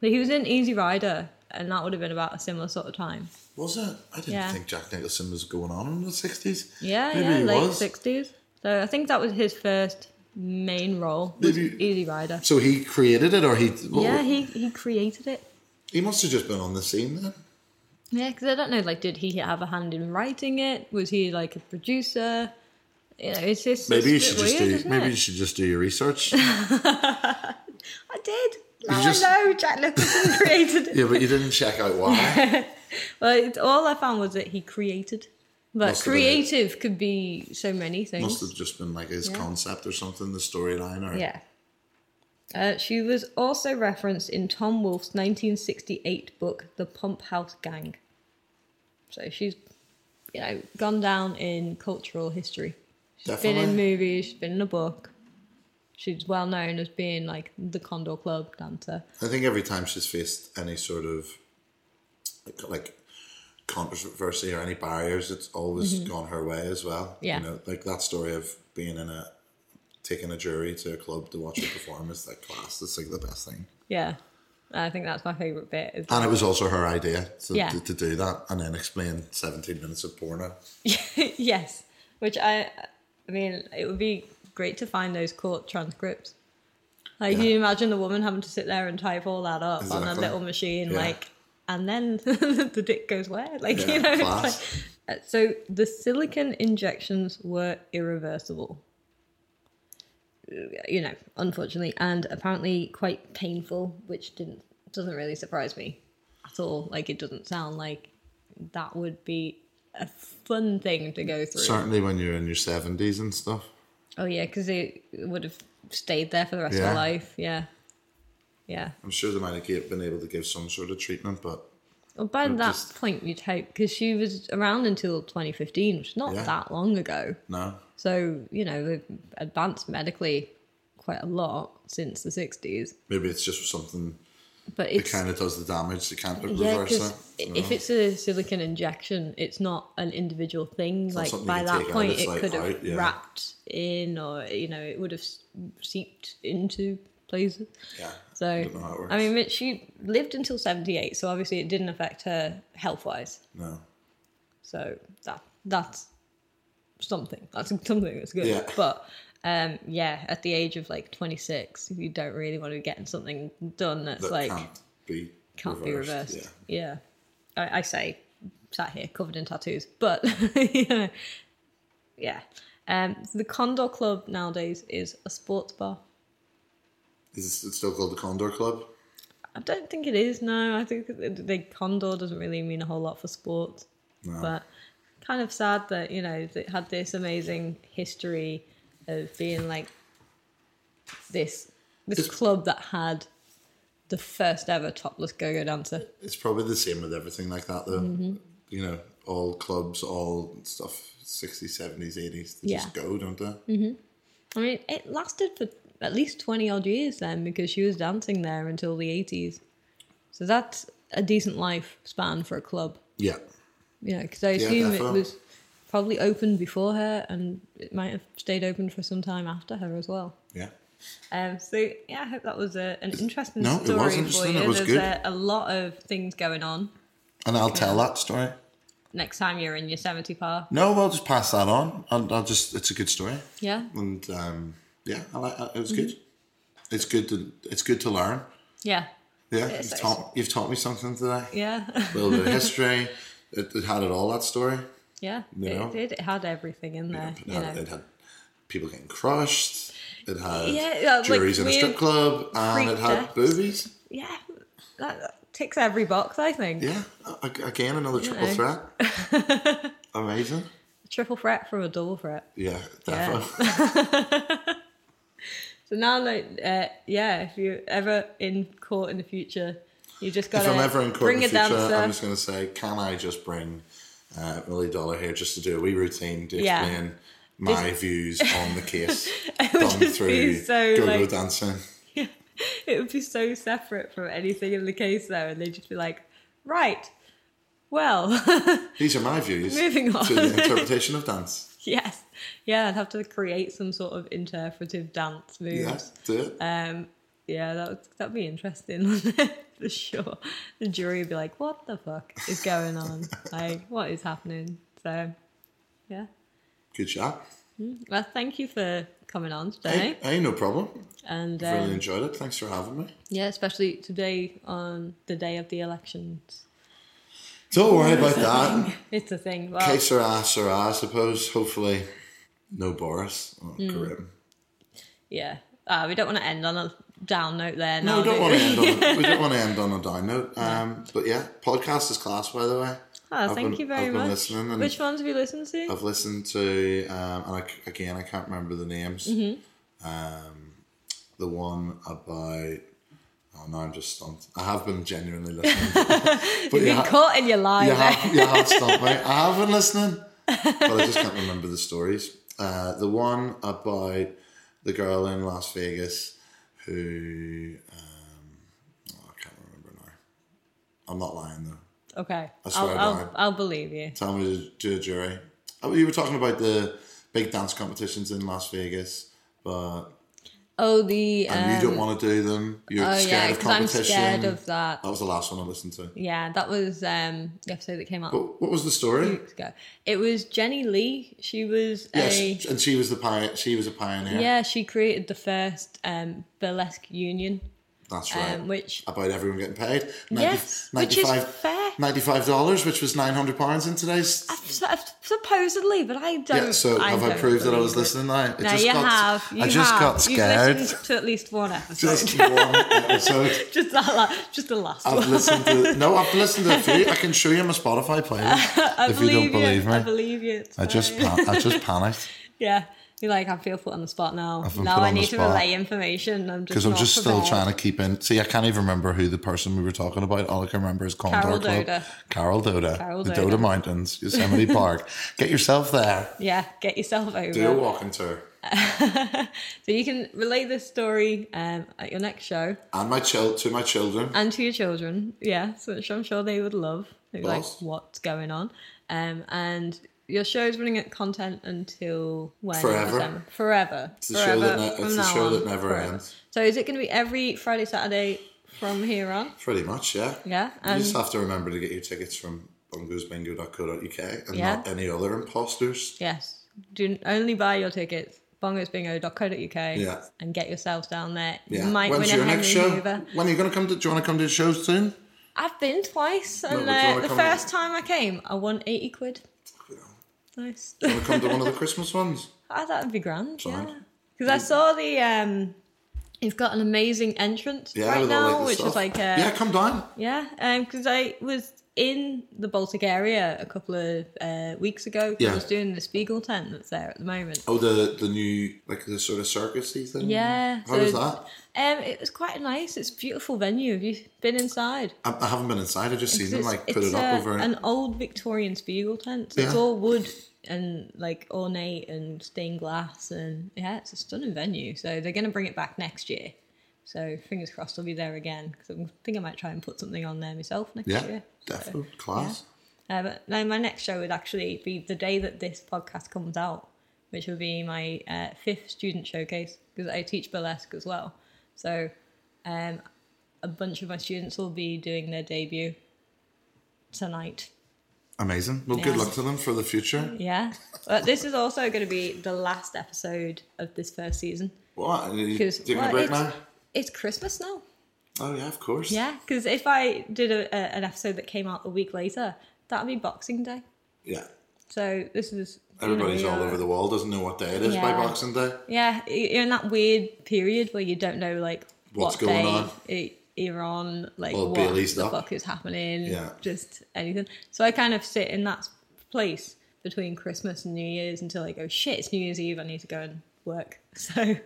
[SPEAKER 1] So he was in Easy Rider, and that would have been about a similar sort of time.
[SPEAKER 2] Was it? I didn't
[SPEAKER 1] Yeah.
[SPEAKER 2] think Jack Nicholson was going on in the 60s.
[SPEAKER 1] Yeah,
[SPEAKER 2] Maybe
[SPEAKER 1] yeah,
[SPEAKER 2] he
[SPEAKER 1] late
[SPEAKER 2] was.
[SPEAKER 1] 60s. So I think that was his first main role, was
[SPEAKER 2] Maybe-
[SPEAKER 1] Easy Rider.
[SPEAKER 2] So he created it, or he. what-
[SPEAKER 1] Yeah, he, he created it.
[SPEAKER 2] He must have just been on the scene then.
[SPEAKER 1] Yeah, because I don't know, like, did he have a hand in writing it? Was he, like, a producer? You know, it's just
[SPEAKER 2] Maybe you
[SPEAKER 1] it's a
[SPEAKER 2] should
[SPEAKER 1] bit
[SPEAKER 2] just
[SPEAKER 1] weird,
[SPEAKER 2] do.
[SPEAKER 1] isn't
[SPEAKER 2] Maybe
[SPEAKER 1] it?
[SPEAKER 2] you should just do your research.
[SPEAKER 1] I did. Now
[SPEAKER 2] just-
[SPEAKER 1] I know Jack Nicholson [LAUGHS] created it.
[SPEAKER 2] yeah, but you didn't check out
[SPEAKER 1] [LAUGHS]
[SPEAKER 2] why.
[SPEAKER 1] Well, it's, all I found was that he created. But
[SPEAKER 2] Must have been it.
[SPEAKER 1] creative could be so many things.
[SPEAKER 2] must have just been like his concept or something, the storyline, or
[SPEAKER 1] Yeah. Uh, she was also referenced in Tom Wolfe's 1968 book, The Pump House Gang. So she's, you know, gone down in cultural history. Been in
[SPEAKER 2] definitely.
[SPEAKER 1] movies, she's been in a book. She's well known as being like the Condor Club dancer.
[SPEAKER 2] I think every time she's faced any sort of like- like controversy or any barriers, it's always gone her way as well.
[SPEAKER 1] Mm-hmm. Yeah.
[SPEAKER 2] you know, like that story of being in a taking a jury to a club to watch her perform is like class. It's like the best thing.
[SPEAKER 1] Yeah. I think that's my favourite bit. Is
[SPEAKER 2] And it was also her idea to,
[SPEAKER 1] Yeah.
[SPEAKER 2] to, to do that and then explain 17 minutes of porno.
[SPEAKER 1] [LAUGHS] yes, which I, I mean, it would be great to find those court transcripts. Like, can
[SPEAKER 2] Yeah.
[SPEAKER 1] you imagine the woman having to sit there and type all that up on a
[SPEAKER 2] Exactly.
[SPEAKER 1] little machine,
[SPEAKER 2] Yeah.
[SPEAKER 1] like, and then [LAUGHS] the dick goes where? Like,
[SPEAKER 2] Yeah,
[SPEAKER 1] you know, it's
[SPEAKER 2] class.
[SPEAKER 1] like- Uh, so the silicon injections were irreversible. You know, unfortunately, and apparently quite painful, which didn't doesn't really surprise me at all. Like, it doesn't sound like that would be a fun thing to go through.
[SPEAKER 2] Certainly when you're in your 70s and stuff.
[SPEAKER 1] Oh yeah, because they would have stayed there for the rest of
[SPEAKER 2] Yeah.
[SPEAKER 1] their life. Yeah, yeah.
[SPEAKER 2] I'm sure they might have gave- been able to give some sort of treatment, but
[SPEAKER 1] Well, by that
[SPEAKER 2] just-
[SPEAKER 1] point, you'd hope because she was around until 2015, which is not
[SPEAKER 2] Yeah.
[SPEAKER 1] that long ago.
[SPEAKER 2] no.
[SPEAKER 1] So you know they've advanced medically quite a lot since the 60s.
[SPEAKER 2] Maybe it's just something
[SPEAKER 1] But
[SPEAKER 2] that
[SPEAKER 1] it's
[SPEAKER 2] kind of does the damage. They can't
[SPEAKER 1] yeah,
[SPEAKER 2] reverse
[SPEAKER 1] because
[SPEAKER 2] it.
[SPEAKER 1] if it's a silicon injection, it's not an individual thing. like
[SPEAKER 2] something you
[SPEAKER 1] by
[SPEAKER 2] can
[SPEAKER 1] that
[SPEAKER 2] take out,
[SPEAKER 1] point,
[SPEAKER 2] it's
[SPEAKER 1] it
[SPEAKER 2] like
[SPEAKER 1] could have
[SPEAKER 2] out, yeah.
[SPEAKER 1] wrapped in, or you know, it would have s- seeped into places.
[SPEAKER 2] Yeah.
[SPEAKER 1] So I,
[SPEAKER 2] don't know how it works.
[SPEAKER 1] mean, but she lived until seventy eight, so obviously it didn't affect her health wise.
[SPEAKER 2] No.
[SPEAKER 1] So that that's something. That's something that's good.
[SPEAKER 2] Yeah.
[SPEAKER 1] But um, yeah, at the age of like twenty six, you don't really want to be getting something done that's
[SPEAKER 2] That
[SPEAKER 1] like
[SPEAKER 2] can't be
[SPEAKER 1] can't be reversed.
[SPEAKER 2] Yeah.
[SPEAKER 1] Yeah. I, I say sat here covered in tattoos, but [LAUGHS] you know, yeah. Um, the Condor Club nowadays is a sports bar.
[SPEAKER 2] Is it still called the Condor Club?
[SPEAKER 1] I don't think it is. No, I think the, the Condor doesn't really mean a whole lot for sports,
[SPEAKER 2] No.
[SPEAKER 1] but kind of sad that you know it had this amazing history of being like this this
[SPEAKER 2] It's-
[SPEAKER 1] club that had the first ever topless go-go dancer.
[SPEAKER 2] It's probably the same with everything like that, though.
[SPEAKER 1] Mm-hmm.
[SPEAKER 2] You know, all clubs, all stuff, 60s, 70s, 80s, they just go, don't they?
[SPEAKER 1] Mm-hmm. I mean, it lasted for at least 20 odd years then because she was dancing there until the 80s. So that's a decent life span for a club,
[SPEAKER 2] Yeah.
[SPEAKER 1] you know, because I assume it
[SPEAKER 2] defo.
[SPEAKER 1] was probably open before her and it might have stayed open for some time after her as well.
[SPEAKER 2] Yeah.
[SPEAKER 1] Um, so yeah, I hope that was a, an interesting
[SPEAKER 2] No, it was
[SPEAKER 1] story for
[SPEAKER 2] interesting.
[SPEAKER 1] you.
[SPEAKER 2] It was
[SPEAKER 1] There's
[SPEAKER 2] good.
[SPEAKER 1] A, a lot of things going on
[SPEAKER 2] And I'll tell that story.
[SPEAKER 1] next time you're in Yosemite Park.
[SPEAKER 2] No, well, just pass that on. I'll, I'll just, it's a good story.
[SPEAKER 1] Yeah,
[SPEAKER 2] And um, yeah, I like, it was good.
[SPEAKER 1] Mm-hmm.
[SPEAKER 2] It's good to, it's good to learn.
[SPEAKER 1] yeah,
[SPEAKER 2] Yeah.
[SPEAKER 1] Yes,
[SPEAKER 2] You've
[SPEAKER 1] it's-
[SPEAKER 2] taught, you've taught me something today.
[SPEAKER 1] yeah, [LAUGHS]
[SPEAKER 2] A little bit of history. It, it had it all, that story.
[SPEAKER 1] yeah.
[SPEAKER 2] No.
[SPEAKER 1] It did. It had everything in there.
[SPEAKER 2] It,
[SPEAKER 1] you
[SPEAKER 2] had,
[SPEAKER 1] know.
[SPEAKER 2] it had people getting crushed. It had
[SPEAKER 1] Yeah, yeah, like
[SPEAKER 2] juries in a
[SPEAKER 1] weird
[SPEAKER 2] strip club.
[SPEAKER 1] freak
[SPEAKER 2] And it had
[SPEAKER 1] deaths.
[SPEAKER 2] boobies.
[SPEAKER 1] Yeah, that ticks every box, I think.
[SPEAKER 2] Yeah, a- again, another triple
[SPEAKER 1] know.
[SPEAKER 2] threat.
[SPEAKER 1] [LAUGHS]
[SPEAKER 2] Amazing.
[SPEAKER 1] A triple threat from a double threat.
[SPEAKER 2] Yeah,
[SPEAKER 1] Yeah.
[SPEAKER 2] definitely.
[SPEAKER 1] So now, like, uh, yeah, if you're ever in court in the future, you just
[SPEAKER 2] if
[SPEAKER 1] gotta
[SPEAKER 2] I'm ever in court in
[SPEAKER 1] bring
[SPEAKER 2] the
[SPEAKER 1] a
[SPEAKER 2] future,
[SPEAKER 1] dancer. [LAUGHS]
[SPEAKER 2] I'm just going to say, can I just bring uh, Millie Dollar here just to do a wee routine to
[SPEAKER 1] Yeah.
[SPEAKER 2] explain my views on the
[SPEAKER 1] [LAUGHS]
[SPEAKER 2] case
[SPEAKER 1] would
[SPEAKER 2] done
[SPEAKER 1] just be
[SPEAKER 2] through
[SPEAKER 1] so,
[SPEAKER 2] go-go
[SPEAKER 1] like-
[SPEAKER 2] dancing?
[SPEAKER 1] it would be so separate from anything in the case, though, and they'd just be like, right, well, [LAUGHS]
[SPEAKER 2] These are my views
[SPEAKER 1] Moving on.
[SPEAKER 2] to the interpretation of dance.
[SPEAKER 1] yes, yeah, I'd have to create some sort of interpretive dance
[SPEAKER 2] Yeah,
[SPEAKER 1] moves.
[SPEAKER 2] do it.
[SPEAKER 1] Um, yeah, that would that'd be interesting [LAUGHS] wouldn't it? for sure. The jury would be like, "What the fuck is going on? like, what is happening?" So, yeah.
[SPEAKER 2] Good shot.
[SPEAKER 1] Well, thank you for coming on
[SPEAKER 2] Hey,
[SPEAKER 1] today,
[SPEAKER 2] hey, no problem.
[SPEAKER 1] and
[SPEAKER 2] I've really
[SPEAKER 1] um,
[SPEAKER 2] enjoyed it. Thanks for having me.
[SPEAKER 1] yeah, especially today on the day of the elections.
[SPEAKER 2] Don't worry about that.
[SPEAKER 1] It's a thing. Well,
[SPEAKER 2] Okay, Sarah, Sarah, I suppose. Hopefully, no Boris. Oh,
[SPEAKER 1] Hmm.
[SPEAKER 2] grim.
[SPEAKER 1] yeah, uh, we don't want to end on a down note there. now,
[SPEAKER 2] No, we don't
[SPEAKER 1] do
[SPEAKER 2] want to
[SPEAKER 1] we? [LAUGHS]
[SPEAKER 2] end on. We don't want to end on a down note. Um, but yeah, podcast is class, by the way.
[SPEAKER 1] Oh,
[SPEAKER 2] I've
[SPEAKER 1] thank
[SPEAKER 2] been-
[SPEAKER 1] you very
[SPEAKER 2] I've been
[SPEAKER 1] much.
[SPEAKER 2] listening and-
[SPEAKER 1] Which ones have you listened to?
[SPEAKER 2] I've listened to, um, and I c again, I can't remember the names.
[SPEAKER 1] Mm-hmm.
[SPEAKER 2] Um, the one about. Oh, no, I'm just stumped. I have been genuinely
[SPEAKER 1] [LAUGHS]
[SPEAKER 2] listening. but
[SPEAKER 1] You've
[SPEAKER 2] you,
[SPEAKER 1] been
[SPEAKER 2] ha-
[SPEAKER 1] caught in your lie.
[SPEAKER 2] you,
[SPEAKER 1] there.
[SPEAKER 2] have, you have stumped me. I have been listening, but I just can't remember the stories. Uh, the one about the girl in Las Vegas who. Um, oh, I can't remember now. I'm not lying, though.
[SPEAKER 1] Okay,
[SPEAKER 2] swear
[SPEAKER 1] I'll,
[SPEAKER 2] to
[SPEAKER 1] I'll,
[SPEAKER 2] God.
[SPEAKER 1] I'll believe you.
[SPEAKER 2] Tell me to do a jury. Oh, you were talking about the big dance competitions in Las Vegas, but
[SPEAKER 1] Oh, the
[SPEAKER 2] and you
[SPEAKER 1] um,
[SPEAKER 2] don't want to do them. You're
[SPEAKER 1] oh
[SPEAKER 2] scared
[SPEAKER 1] yeah,
[SPEAKER 2] of
[SPEAKER 1] because I'm
[SPEAKER 2] competition.
[SPEAKER 1] scared of that.
[SPEAKER 2] That was the last one I listened to.
[SPEAKER 1] Yeah, that was um, the episode that came out a
[SPEAKER 2] But what was the
[SPEAKER 1] few
[SPEAKER 2] story?
[SPEAKER 1] weeks ago. It was Jenny Lee. She was a
[SPEAKER 2] Yes, and she was the pi- She was a pioneer.
[SPEAKER 1] yeah. She created the first um, burlesque union,
[SPEAKER 2] That's
[SPEAKER 1] um,
[SPEAKER 2] right.
[SPEAKER 1] which
[SPEAKER 2] about everyone getting paid.
[SPEAKER 1] yes, which is fair.
[SPEAKER 2] Ninety-five dollars, which was nine hundred pounds in today's.
[SPEAKER 1] So- Supposedly, but I don't.
[SPEAKER 2] Yeah, so
[SPEAKER 1] I
[SPEAKER 2] have I
[SPEAKER 1] don't
[SPEAKER 2] proved that I
[SPEAKER 1] believe
[SPEAKER 2] was
[SPEAKER 1] it.
[SPEAKER 2] listening now? It
[SPEAKER 1] No,
[SPEAKER 2] just
[SPEAKER 1] you
[SPEAKER 2] got,
[SPEAKER 1] have. You
[SPEAKER 2] I just
[SPEAKER 1] have.
[SPEAKER 2] got scared.
[SPEAKER 1] You've listened to at least one episode.
[SPEAKER 2] [LAUGHS] Just one episode.
[SPEAKER 1] [LAUGHS] Just that, la- just the last one.
[SPEAKER 2] I've listened to no, I've listened to a few. I can show you my Spotify playlist
[SPEAKER 1] [LAUGHS] I
[SPEAKER 2] if you don't believe
[SPEAKER 1] you.
[SPEAKER 2] me.
[SPEAKER 1] I believe you. It's
[SPEAKER 2] I just
[SPEAKER 1] fine.
[SPEAKER 2] pan- I just panicked
[SPEAKER 1] Yeah. You're like, I feel put on the spot now.
[SPEAKER 2] been
[SPEAKER 1] Now
[SPEAKER 2] put
[SPEAKER 1] I
[SPEAKER 2] on the
[SPEAKER 1] need to
[SPEAKER 2] spot.
[SPEAKER 1] relay information. I'm just
[SPEAKER 2] because I'm
[SPEAKER 1] not
[SPEAKER 2] just still
[SPEAKER 1] prepared.
[SPEAKER 2] trying to keep in. See, I can't even remember who the person we were talking about. All I can remember is Condor
[SPEAKER 1] Carol
[SPEAKER 2] Club,
[SPEAKER 1] Doda.
[SPEAKER 2] Carol Doda,
[SPEAKER 1] Carol
[SPEAKER 2] the
[SPEAKER 1] Doda.
[SPEAKER 2] Doda Mountains, Yosemite
[SPEAKER 1] [LAUGHS]
[SPEAKER 2] Park. Get yourself there.
[SPEAKER 1] Yeah, get yourself over.
[SPEAKER 2] Do a
[SPEAKER 1] it.
[SPEAKER 2] walking tour.
[SPEAKER 1] So you can relay this story um, at your next show
[SPEAKER 2] And my child to my children.
[SPEAKER 1] and to your children. Yes, which I'm sure they would love. They'd be like,
[SPEAKER 2] Boss.
[SPEAKER 1] what's going on? Um, and your show is running at content until when? in
[SPEAKER 2] Forever.
[SPEAKER 1] December? Forever. It's
[SPEAKER 2] the show that ne- it's the show that never
[SPEAKER 1] Forever.
[SPEAKER 2] ends.
[SPEAKER 1] So is it going to be every Friday, Saturday from here on?
[SPEAKER 2] Pretty much, yeah.
[SPEAKER 1] Yeah.
[SPEAKER 2] You
[SPEAKER 1] And
[SPEAKER 2] just have to remember to get your tickets from bungosbingo.co.uk and
[SPEAKER 1] Yeah.
[SPEAKER 2] not any other imposters.
[SPEAKER 1] Yes. Do only buy your tickets. Bongosbingo.co.uk
[SPEAKER 2] Yeah.
[SPEAKER 1] and get yourselves down there.
[SPEAKER 2] Yeah.
[SPEAKER 1] You might
[SPEAKER 2] When's
[SPEAKER 1] win a
[SPEAKER 2] your
[SPEAKER 1] Henry
[SPEAKER 2] next show?
[SPEAKER 1] Hoover.
[SPEAKER 2] When are you going to come to? Do you want to come to the show soon?
[SPEAKER 1] I've been twice, and
[SPEAKER 2] but do you
[SPEAKER 1] uh,
[SPEAKER 2] wanna
[SPEAKER 1] the
[SPEAKER 2] come
[SPEAKER 1] first time I came, I won eighty quid. Nice. [LAUGHS]
[SPEAKER 2] Want to come to one of the Christmas ones?
[SPEAKER 1] Ah, that would be grand.
[SPEAKER 2] Fine.
[SPEAKER 1] Yeah. Because I saw the um, you've got an amazing entrance
[SPEAKER 2] Yeah,
[SPEAKER 1] right
[SPEAKER 2] with all,
[SPEAKER 1] now,
[SPEAKER 2] the
[SPEAKER 1] which
[SPEAKER 2] stuff.
[SPEAKER 1] is like uh,
[SPEAKER 2] yeah, come down.
[SPEAKER 1] Yeah, because I was in the Baltic area a couple of uh, weeks ago. 'cause
[SPEAKER 2] Yeah.
[SPEAKER 1] I was doing the Spiegel tent that's there at the moment.
[SPEAKER 2] Oh, the the new like the sort of circusy thing.
[SPEAKER 1] Yeah,
[SPEAKER 2] How
[SPEAKER 1] so-
[SPEAKER 2] was that?
[SPEAKER 1] Um, it was quite nice. It's a beautiful venue. Have you been inside?
[SPEAKER 2] I, I haven't been inside. I just seen them
[SPEAKER 1] It's-
[SPEAKER 2] like put
[SPEAKER 1] it's
[SPEAKER 2] it up
[SPEAKER 1] a-
[SPEAKER 2] over.
[SPEAKER 1] an old Victorian Spiegel tent. So It's
[SPEAKER 2] Yeah.
[SPEAKER 1] all wood and like ornate and stained glass, and yeah, it's a stunning venue. So they're going to bring it back next year. So fingers crossed, I'll be there again because I think I might try and put something on there myself next
[SPEAKER 2] yeah,
[SPEAKER 1] year.
[SPEAKER 2] definitely class.
[SPEAKER 1] Uh, but no, my next show would actually be the day that this podcast comes out, which will be my uh, fifth student showcase because I teach burlesque as well. So um, a bunch of my students will be doing their debut tonight.
[SPEAKER 2] Amazing. Well, good
[SPEAKER 1] Yeah.
[SPEAKER 2] luck to them for the future.
[SPEAKER 1] Yeah. But this is also going to be the last episode of this first season
[SPEAKER 2] What? Are you
[SPEAKER 1] because
[SPEAKER 2] taking a break
[SPEAKER 1] it's,
[SPEAKER 2] now?
[SPEAKER 1] it's Christmas now.
[SPEAKER 2] Oh yeah, of course.
[SPEAKER 1] Yeah. Because if I did a, a, an episode that came out a week later, that would be Boxing Day.
[SPEAKER 2] Yeah.
[SPEAKER 1] So this is. you know,
[SPEAKER 2] Everybody's
[SPEAKER 1] we
[SPEAKER 2] all
[SPEAKER 1] are-
[SPEAKER 2] over the wall. Doesn't know what day it is by
[SPEAKER 1] Yeah.
[SPEAKER 2] Boxing Day.
[SPEAKER 1] Yeah, you're in that weird period where you don't know like
[SPEAKER 2] What's
[SPEAKER 1] what
[SPEAKER 2] going
[SPEAKER 1] day
[SPEAKER 2] on.
[SPEAKER 1] It, Iran, like
[SPEAKER 2] Or
[SPEAKER 1] what
[SPEAKER 2] Bailey
[SPEAKER 1] the
[SPEAKER 2] stuff.
[SPEAKER 1] fuck is happening,
[SPEAKER 2] Yeah.
[SPEAKER 1] just anything. So I kind of sit in that place between Christmas and New Year's until I go, shit, it's New Year's Eve, I need to go and work. [LAUGHS] So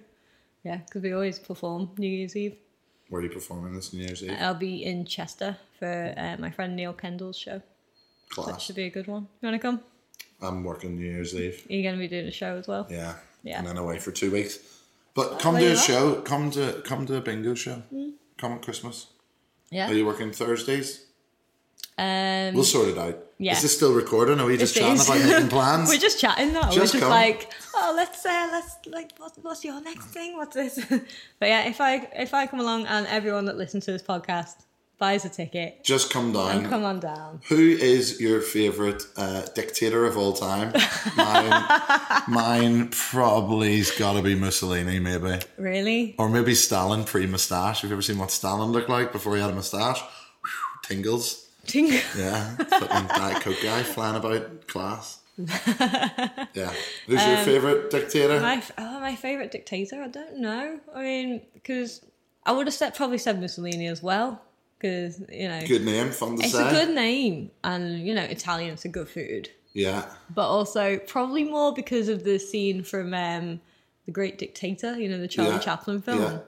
[SPEAKER 1] yeah, because we always perform New Year's Eve.
[SPEAKER 2] Where are you performing this New Year's Eve?
[SPEAKER 1] I'll be in Chester for uh, my friend Neil Kendall's show. That
[SPEAKER 2] Class.
[SPEAKER 1] should be a good one. You want to come?
[SPEAKER 2] I'm working New Year's Eve.
[SPEAKER 1] Are you going to be doing a show as well?
[SPEAKER 2] Yeah.
[SPEAKER 1] Yeah.
[SPEAKER 2] And then away for two weeks. But come
[SPEAKER 1] there
[SPEAKER 2] to
[SPEAKER 1] you
[SPEAKER 2] a
[SPEAKER 1] are. Hmm.
[SPEAKER 2] show. Come to come to a bingo show. Come at Christmas.
[SPEAKER 1] Yeah.
[SPEAKER 2] Are you working Thursdays?
[SPEAKER 1] Um,
[SPEAKER 2] We'll sort it out.
[SPEAKER 1] Yeah.
[SPEAKER 2] Is this still recording? Are we just
[SPEAKER 1] It
[SPEAKER 2] chatting
[SPEAKER 1] is.
[SPEAKER 2] about
[SPEAKER 1] [LAUGHS]
[SPEAKER 2] making plans?
[SPEAKER 1] We're just chatting though. We're
[SPEAKER 2] Just
[SPEAKER 1] just
[SPEAKER 2] come.
[SPEAKER 1] like, oh, let's uh, let's like, what, what's your next thing? What's this? [LAUGHS] but yeah, if I if I come along and everyone that listens to this podcast buys a ticket
[SPEAKER 2] Just come down.
[SPEAKER 1] and come on down,
[SPEAKER 2] Who is your favourite uh, dictator of all time?
[SPEAKER 1] [LAUGHS]
[SPEAKER 2] Mine, mine probably's got to be Mussolini, maybe.
[SPEAKER 1] really? [LAUGHS]
[SPEAKER 2] Or maybe Stalin pre moustache. Have you ever seen what Stalin looked like before he had a moustache? Whew, Tingles.
[SPEAKER 1] Ting-
[SPEAKER 2] Yeah. Fucking Diet Coke guy flying
[SPEAKER 1] [LAUGHS]
[SPEAKER 2] about class. Yeah. Who's your favourite dictator?
[SPEAKER 1] Um, my f- oh, my favorite dictator. I don't know. I mean, because I would have said probably said Mussolini as well, because you know
[SPEAKER 2] good name, fun to
[SPEAKER 1] it's
[SPEAKER 2] say.
[SPEAKER 1] a good name, and you know Italians are good food.
[SPEAKER 2] yeah.
[SPEAKER 1] but also probably more because of the scene from um, The Great Dictator, you know, the Charlie
[SPEAKER 2] Yeah,
[SPEAKER 1] Chaplin film.
[SPEAKER 2] yeah.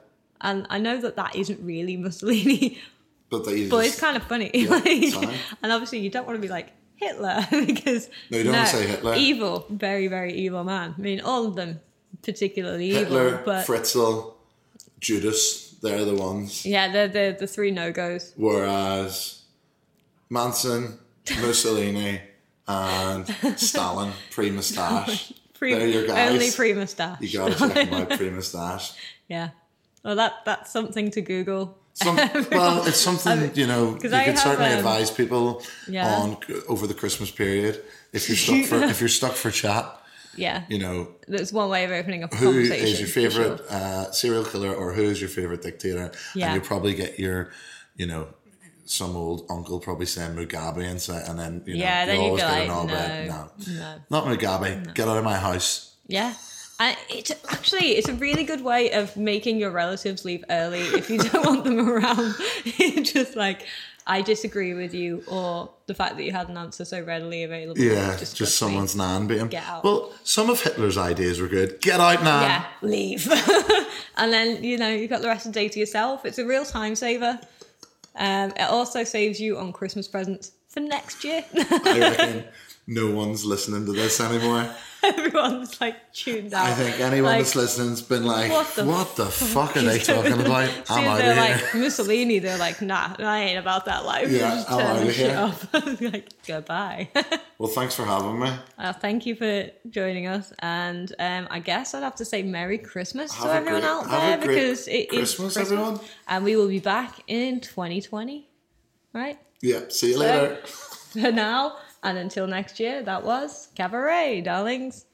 [SPEAKER 1] And I know that that isn't really Mussolini, [LAUGHS]
[SPEAKER 2] But that you
[SPEAKER 1] but
[SPEAKER 2] just,
[SPEAKER 1] it's kind of funny. [LAUGHS]
[SPEAKER 2] it's
[SPEAKER 1] Like,
[SPEAKER 2] fine.
[SPEAKER 1] and obviously, you don't want to be like Hitler [LAUGHS] because
[SPEAKER 2] No, you don't wanna say Hitler.
[SPEAKER 1] Evil, very, very evil man. I mean, all of them particularly
[SPEAKER 2] Hitler,
[SPEAKER 1] evil, but
[SPEAKER 2] Fritzl, Judas, they're the ones.
[SPEAKER 1] yeah, they're the the three no goes.
[SPEAKER 2] Whereas Manson, Mussolini, and Stalin, pre
[SPEAKER 1] [LAUGHS]
[SPEAKER 2] moustache. They're your guys.
[SPEAKER 1] Only pre mustache.
[SPEAKER 2] You gotta check them out, pre moustache.
[SPEAKER 1] [LAUGHS] yeah. Well, that that's something to Google. [LAUGHS]
[SPEAKER 2] Some, well, it's something, you know, you could
[SPEAKER 1] I have,
[SPEAKER 2] certainly
[SPEAKER 1] um,
[SPEAKER 2] advise people
[SPEAKER 1] Yeah.
[SPEAKER 2] on over the Christmas period if you're stuck
[SPEAKER 1] [LAUGHS]
[SPEAKER 2] for if you're stuck for chat,
[SPEAKER 1] Yeah,
[SPEAKER 2] you know,
[SPEAKER 1] that's one way of opening up a
[SPEAKER 2] who
[SPEAKER 1] conversation.
[SPEAKER 2] is your
[SPEAKER 1] for sure.
[SPEAKER 2] favorite uh, serial killer or who is your favorite dictator?
[SPEAKER 1] Yeah.
[SPEAKER 2] And you probably get your, you know, some old uncle probably saying Mugabe and say, and then you know,
[SPEAKER 1] Yeah, then
[SPEAKER 2] you
[SPEAKER 1] you'd
[SPEAKER 2] always
[SPEAKER 1] be
[SPEAKER 2] get
[SPEAKER 1] like,
[SPEAKER 2] an all back.
[SPEAKER 1] no, no.
[SPEAKER 2] not Mugabe. Get out of my house.
[SPEAKER 1] Yeah. And it's actually it's a really good way of making your relatives leave early if you don't want them [LAUGHS] around. It's just like I disagree with you, or the fact that you had an answer so readily available.
[SPEAKER 2] Yeah, just,
[SPEAKER 1] disgusts me.
[SPEAKER 2] someone's nan being.
[SPEAKER 1] Get out.
[SPEAKER 2] Well, some of Hitler's ideas were good. Get out, nan.
[SPEAKER 1] Yeah, leave. [LAUGHS] and then you know you've got the rest of the day to yourself. It's a real time saver. Um, it also saves you on Christmas presents for next year. [LAUGHS]
[SPEAKER 2] I reckon no one's listening to this anymore.
[SPEAKER 1] Everyone's like tuned out.
[SPEAKER 2] I think anyone
[SPEAKER 1] Like,
[SPEAKER 2] that's listening's been like,
[SPEAKER 1] what
[SPEAKER 2] what
[SPEAKER 1] the
[SPEAKER 2] the, fuck are they talking about?
[SPEAKER 1] As
[SPEAKER 2] I'm
[SPEAKER 1] soon as
[SPEAKER 2] out
[SPEAKER 1] they're
[SPEAKER 2] of here.
[SPEAKER 1] like Mussolini, they're like, nah, I ain't about that life.
[SPEAKER 2] Yeah,
[SPEAKER 1] just
[SPEAKER 2] I'm
[SPEAKER 1] turn
[SPEAKER 2] outta
[SPEAKER 1] the shit
[SPEAKER 2] here.
[SPEAKER 1] off. [LAUGHS] like, goodbye. [LAUGHS]
[SPEAKER 2] well, thanks for having me.
[SPEAKER 1] uh, thank you for joining us. And um, I guess I'd have to say Merry Christmas
[SPEAKER 2] Have
[SPEAKER 1] to
[SPEAKER 2] a
[SPEAKER 1] everyone
[SPEAKER 2] great-
[SPEAKER 1] out there
[SPEAKER 2] have a great
[SPEAKER 1] because it is
[SPEAKER 2] Christmas, everyone.
[SPEAKER 1] And we will be back in 2020, right? [LAUGHS]
[SPEAKER 2] Yeah, see you later.
[SPEAKER 1] For now and until next year, that was Cabaret, darlings.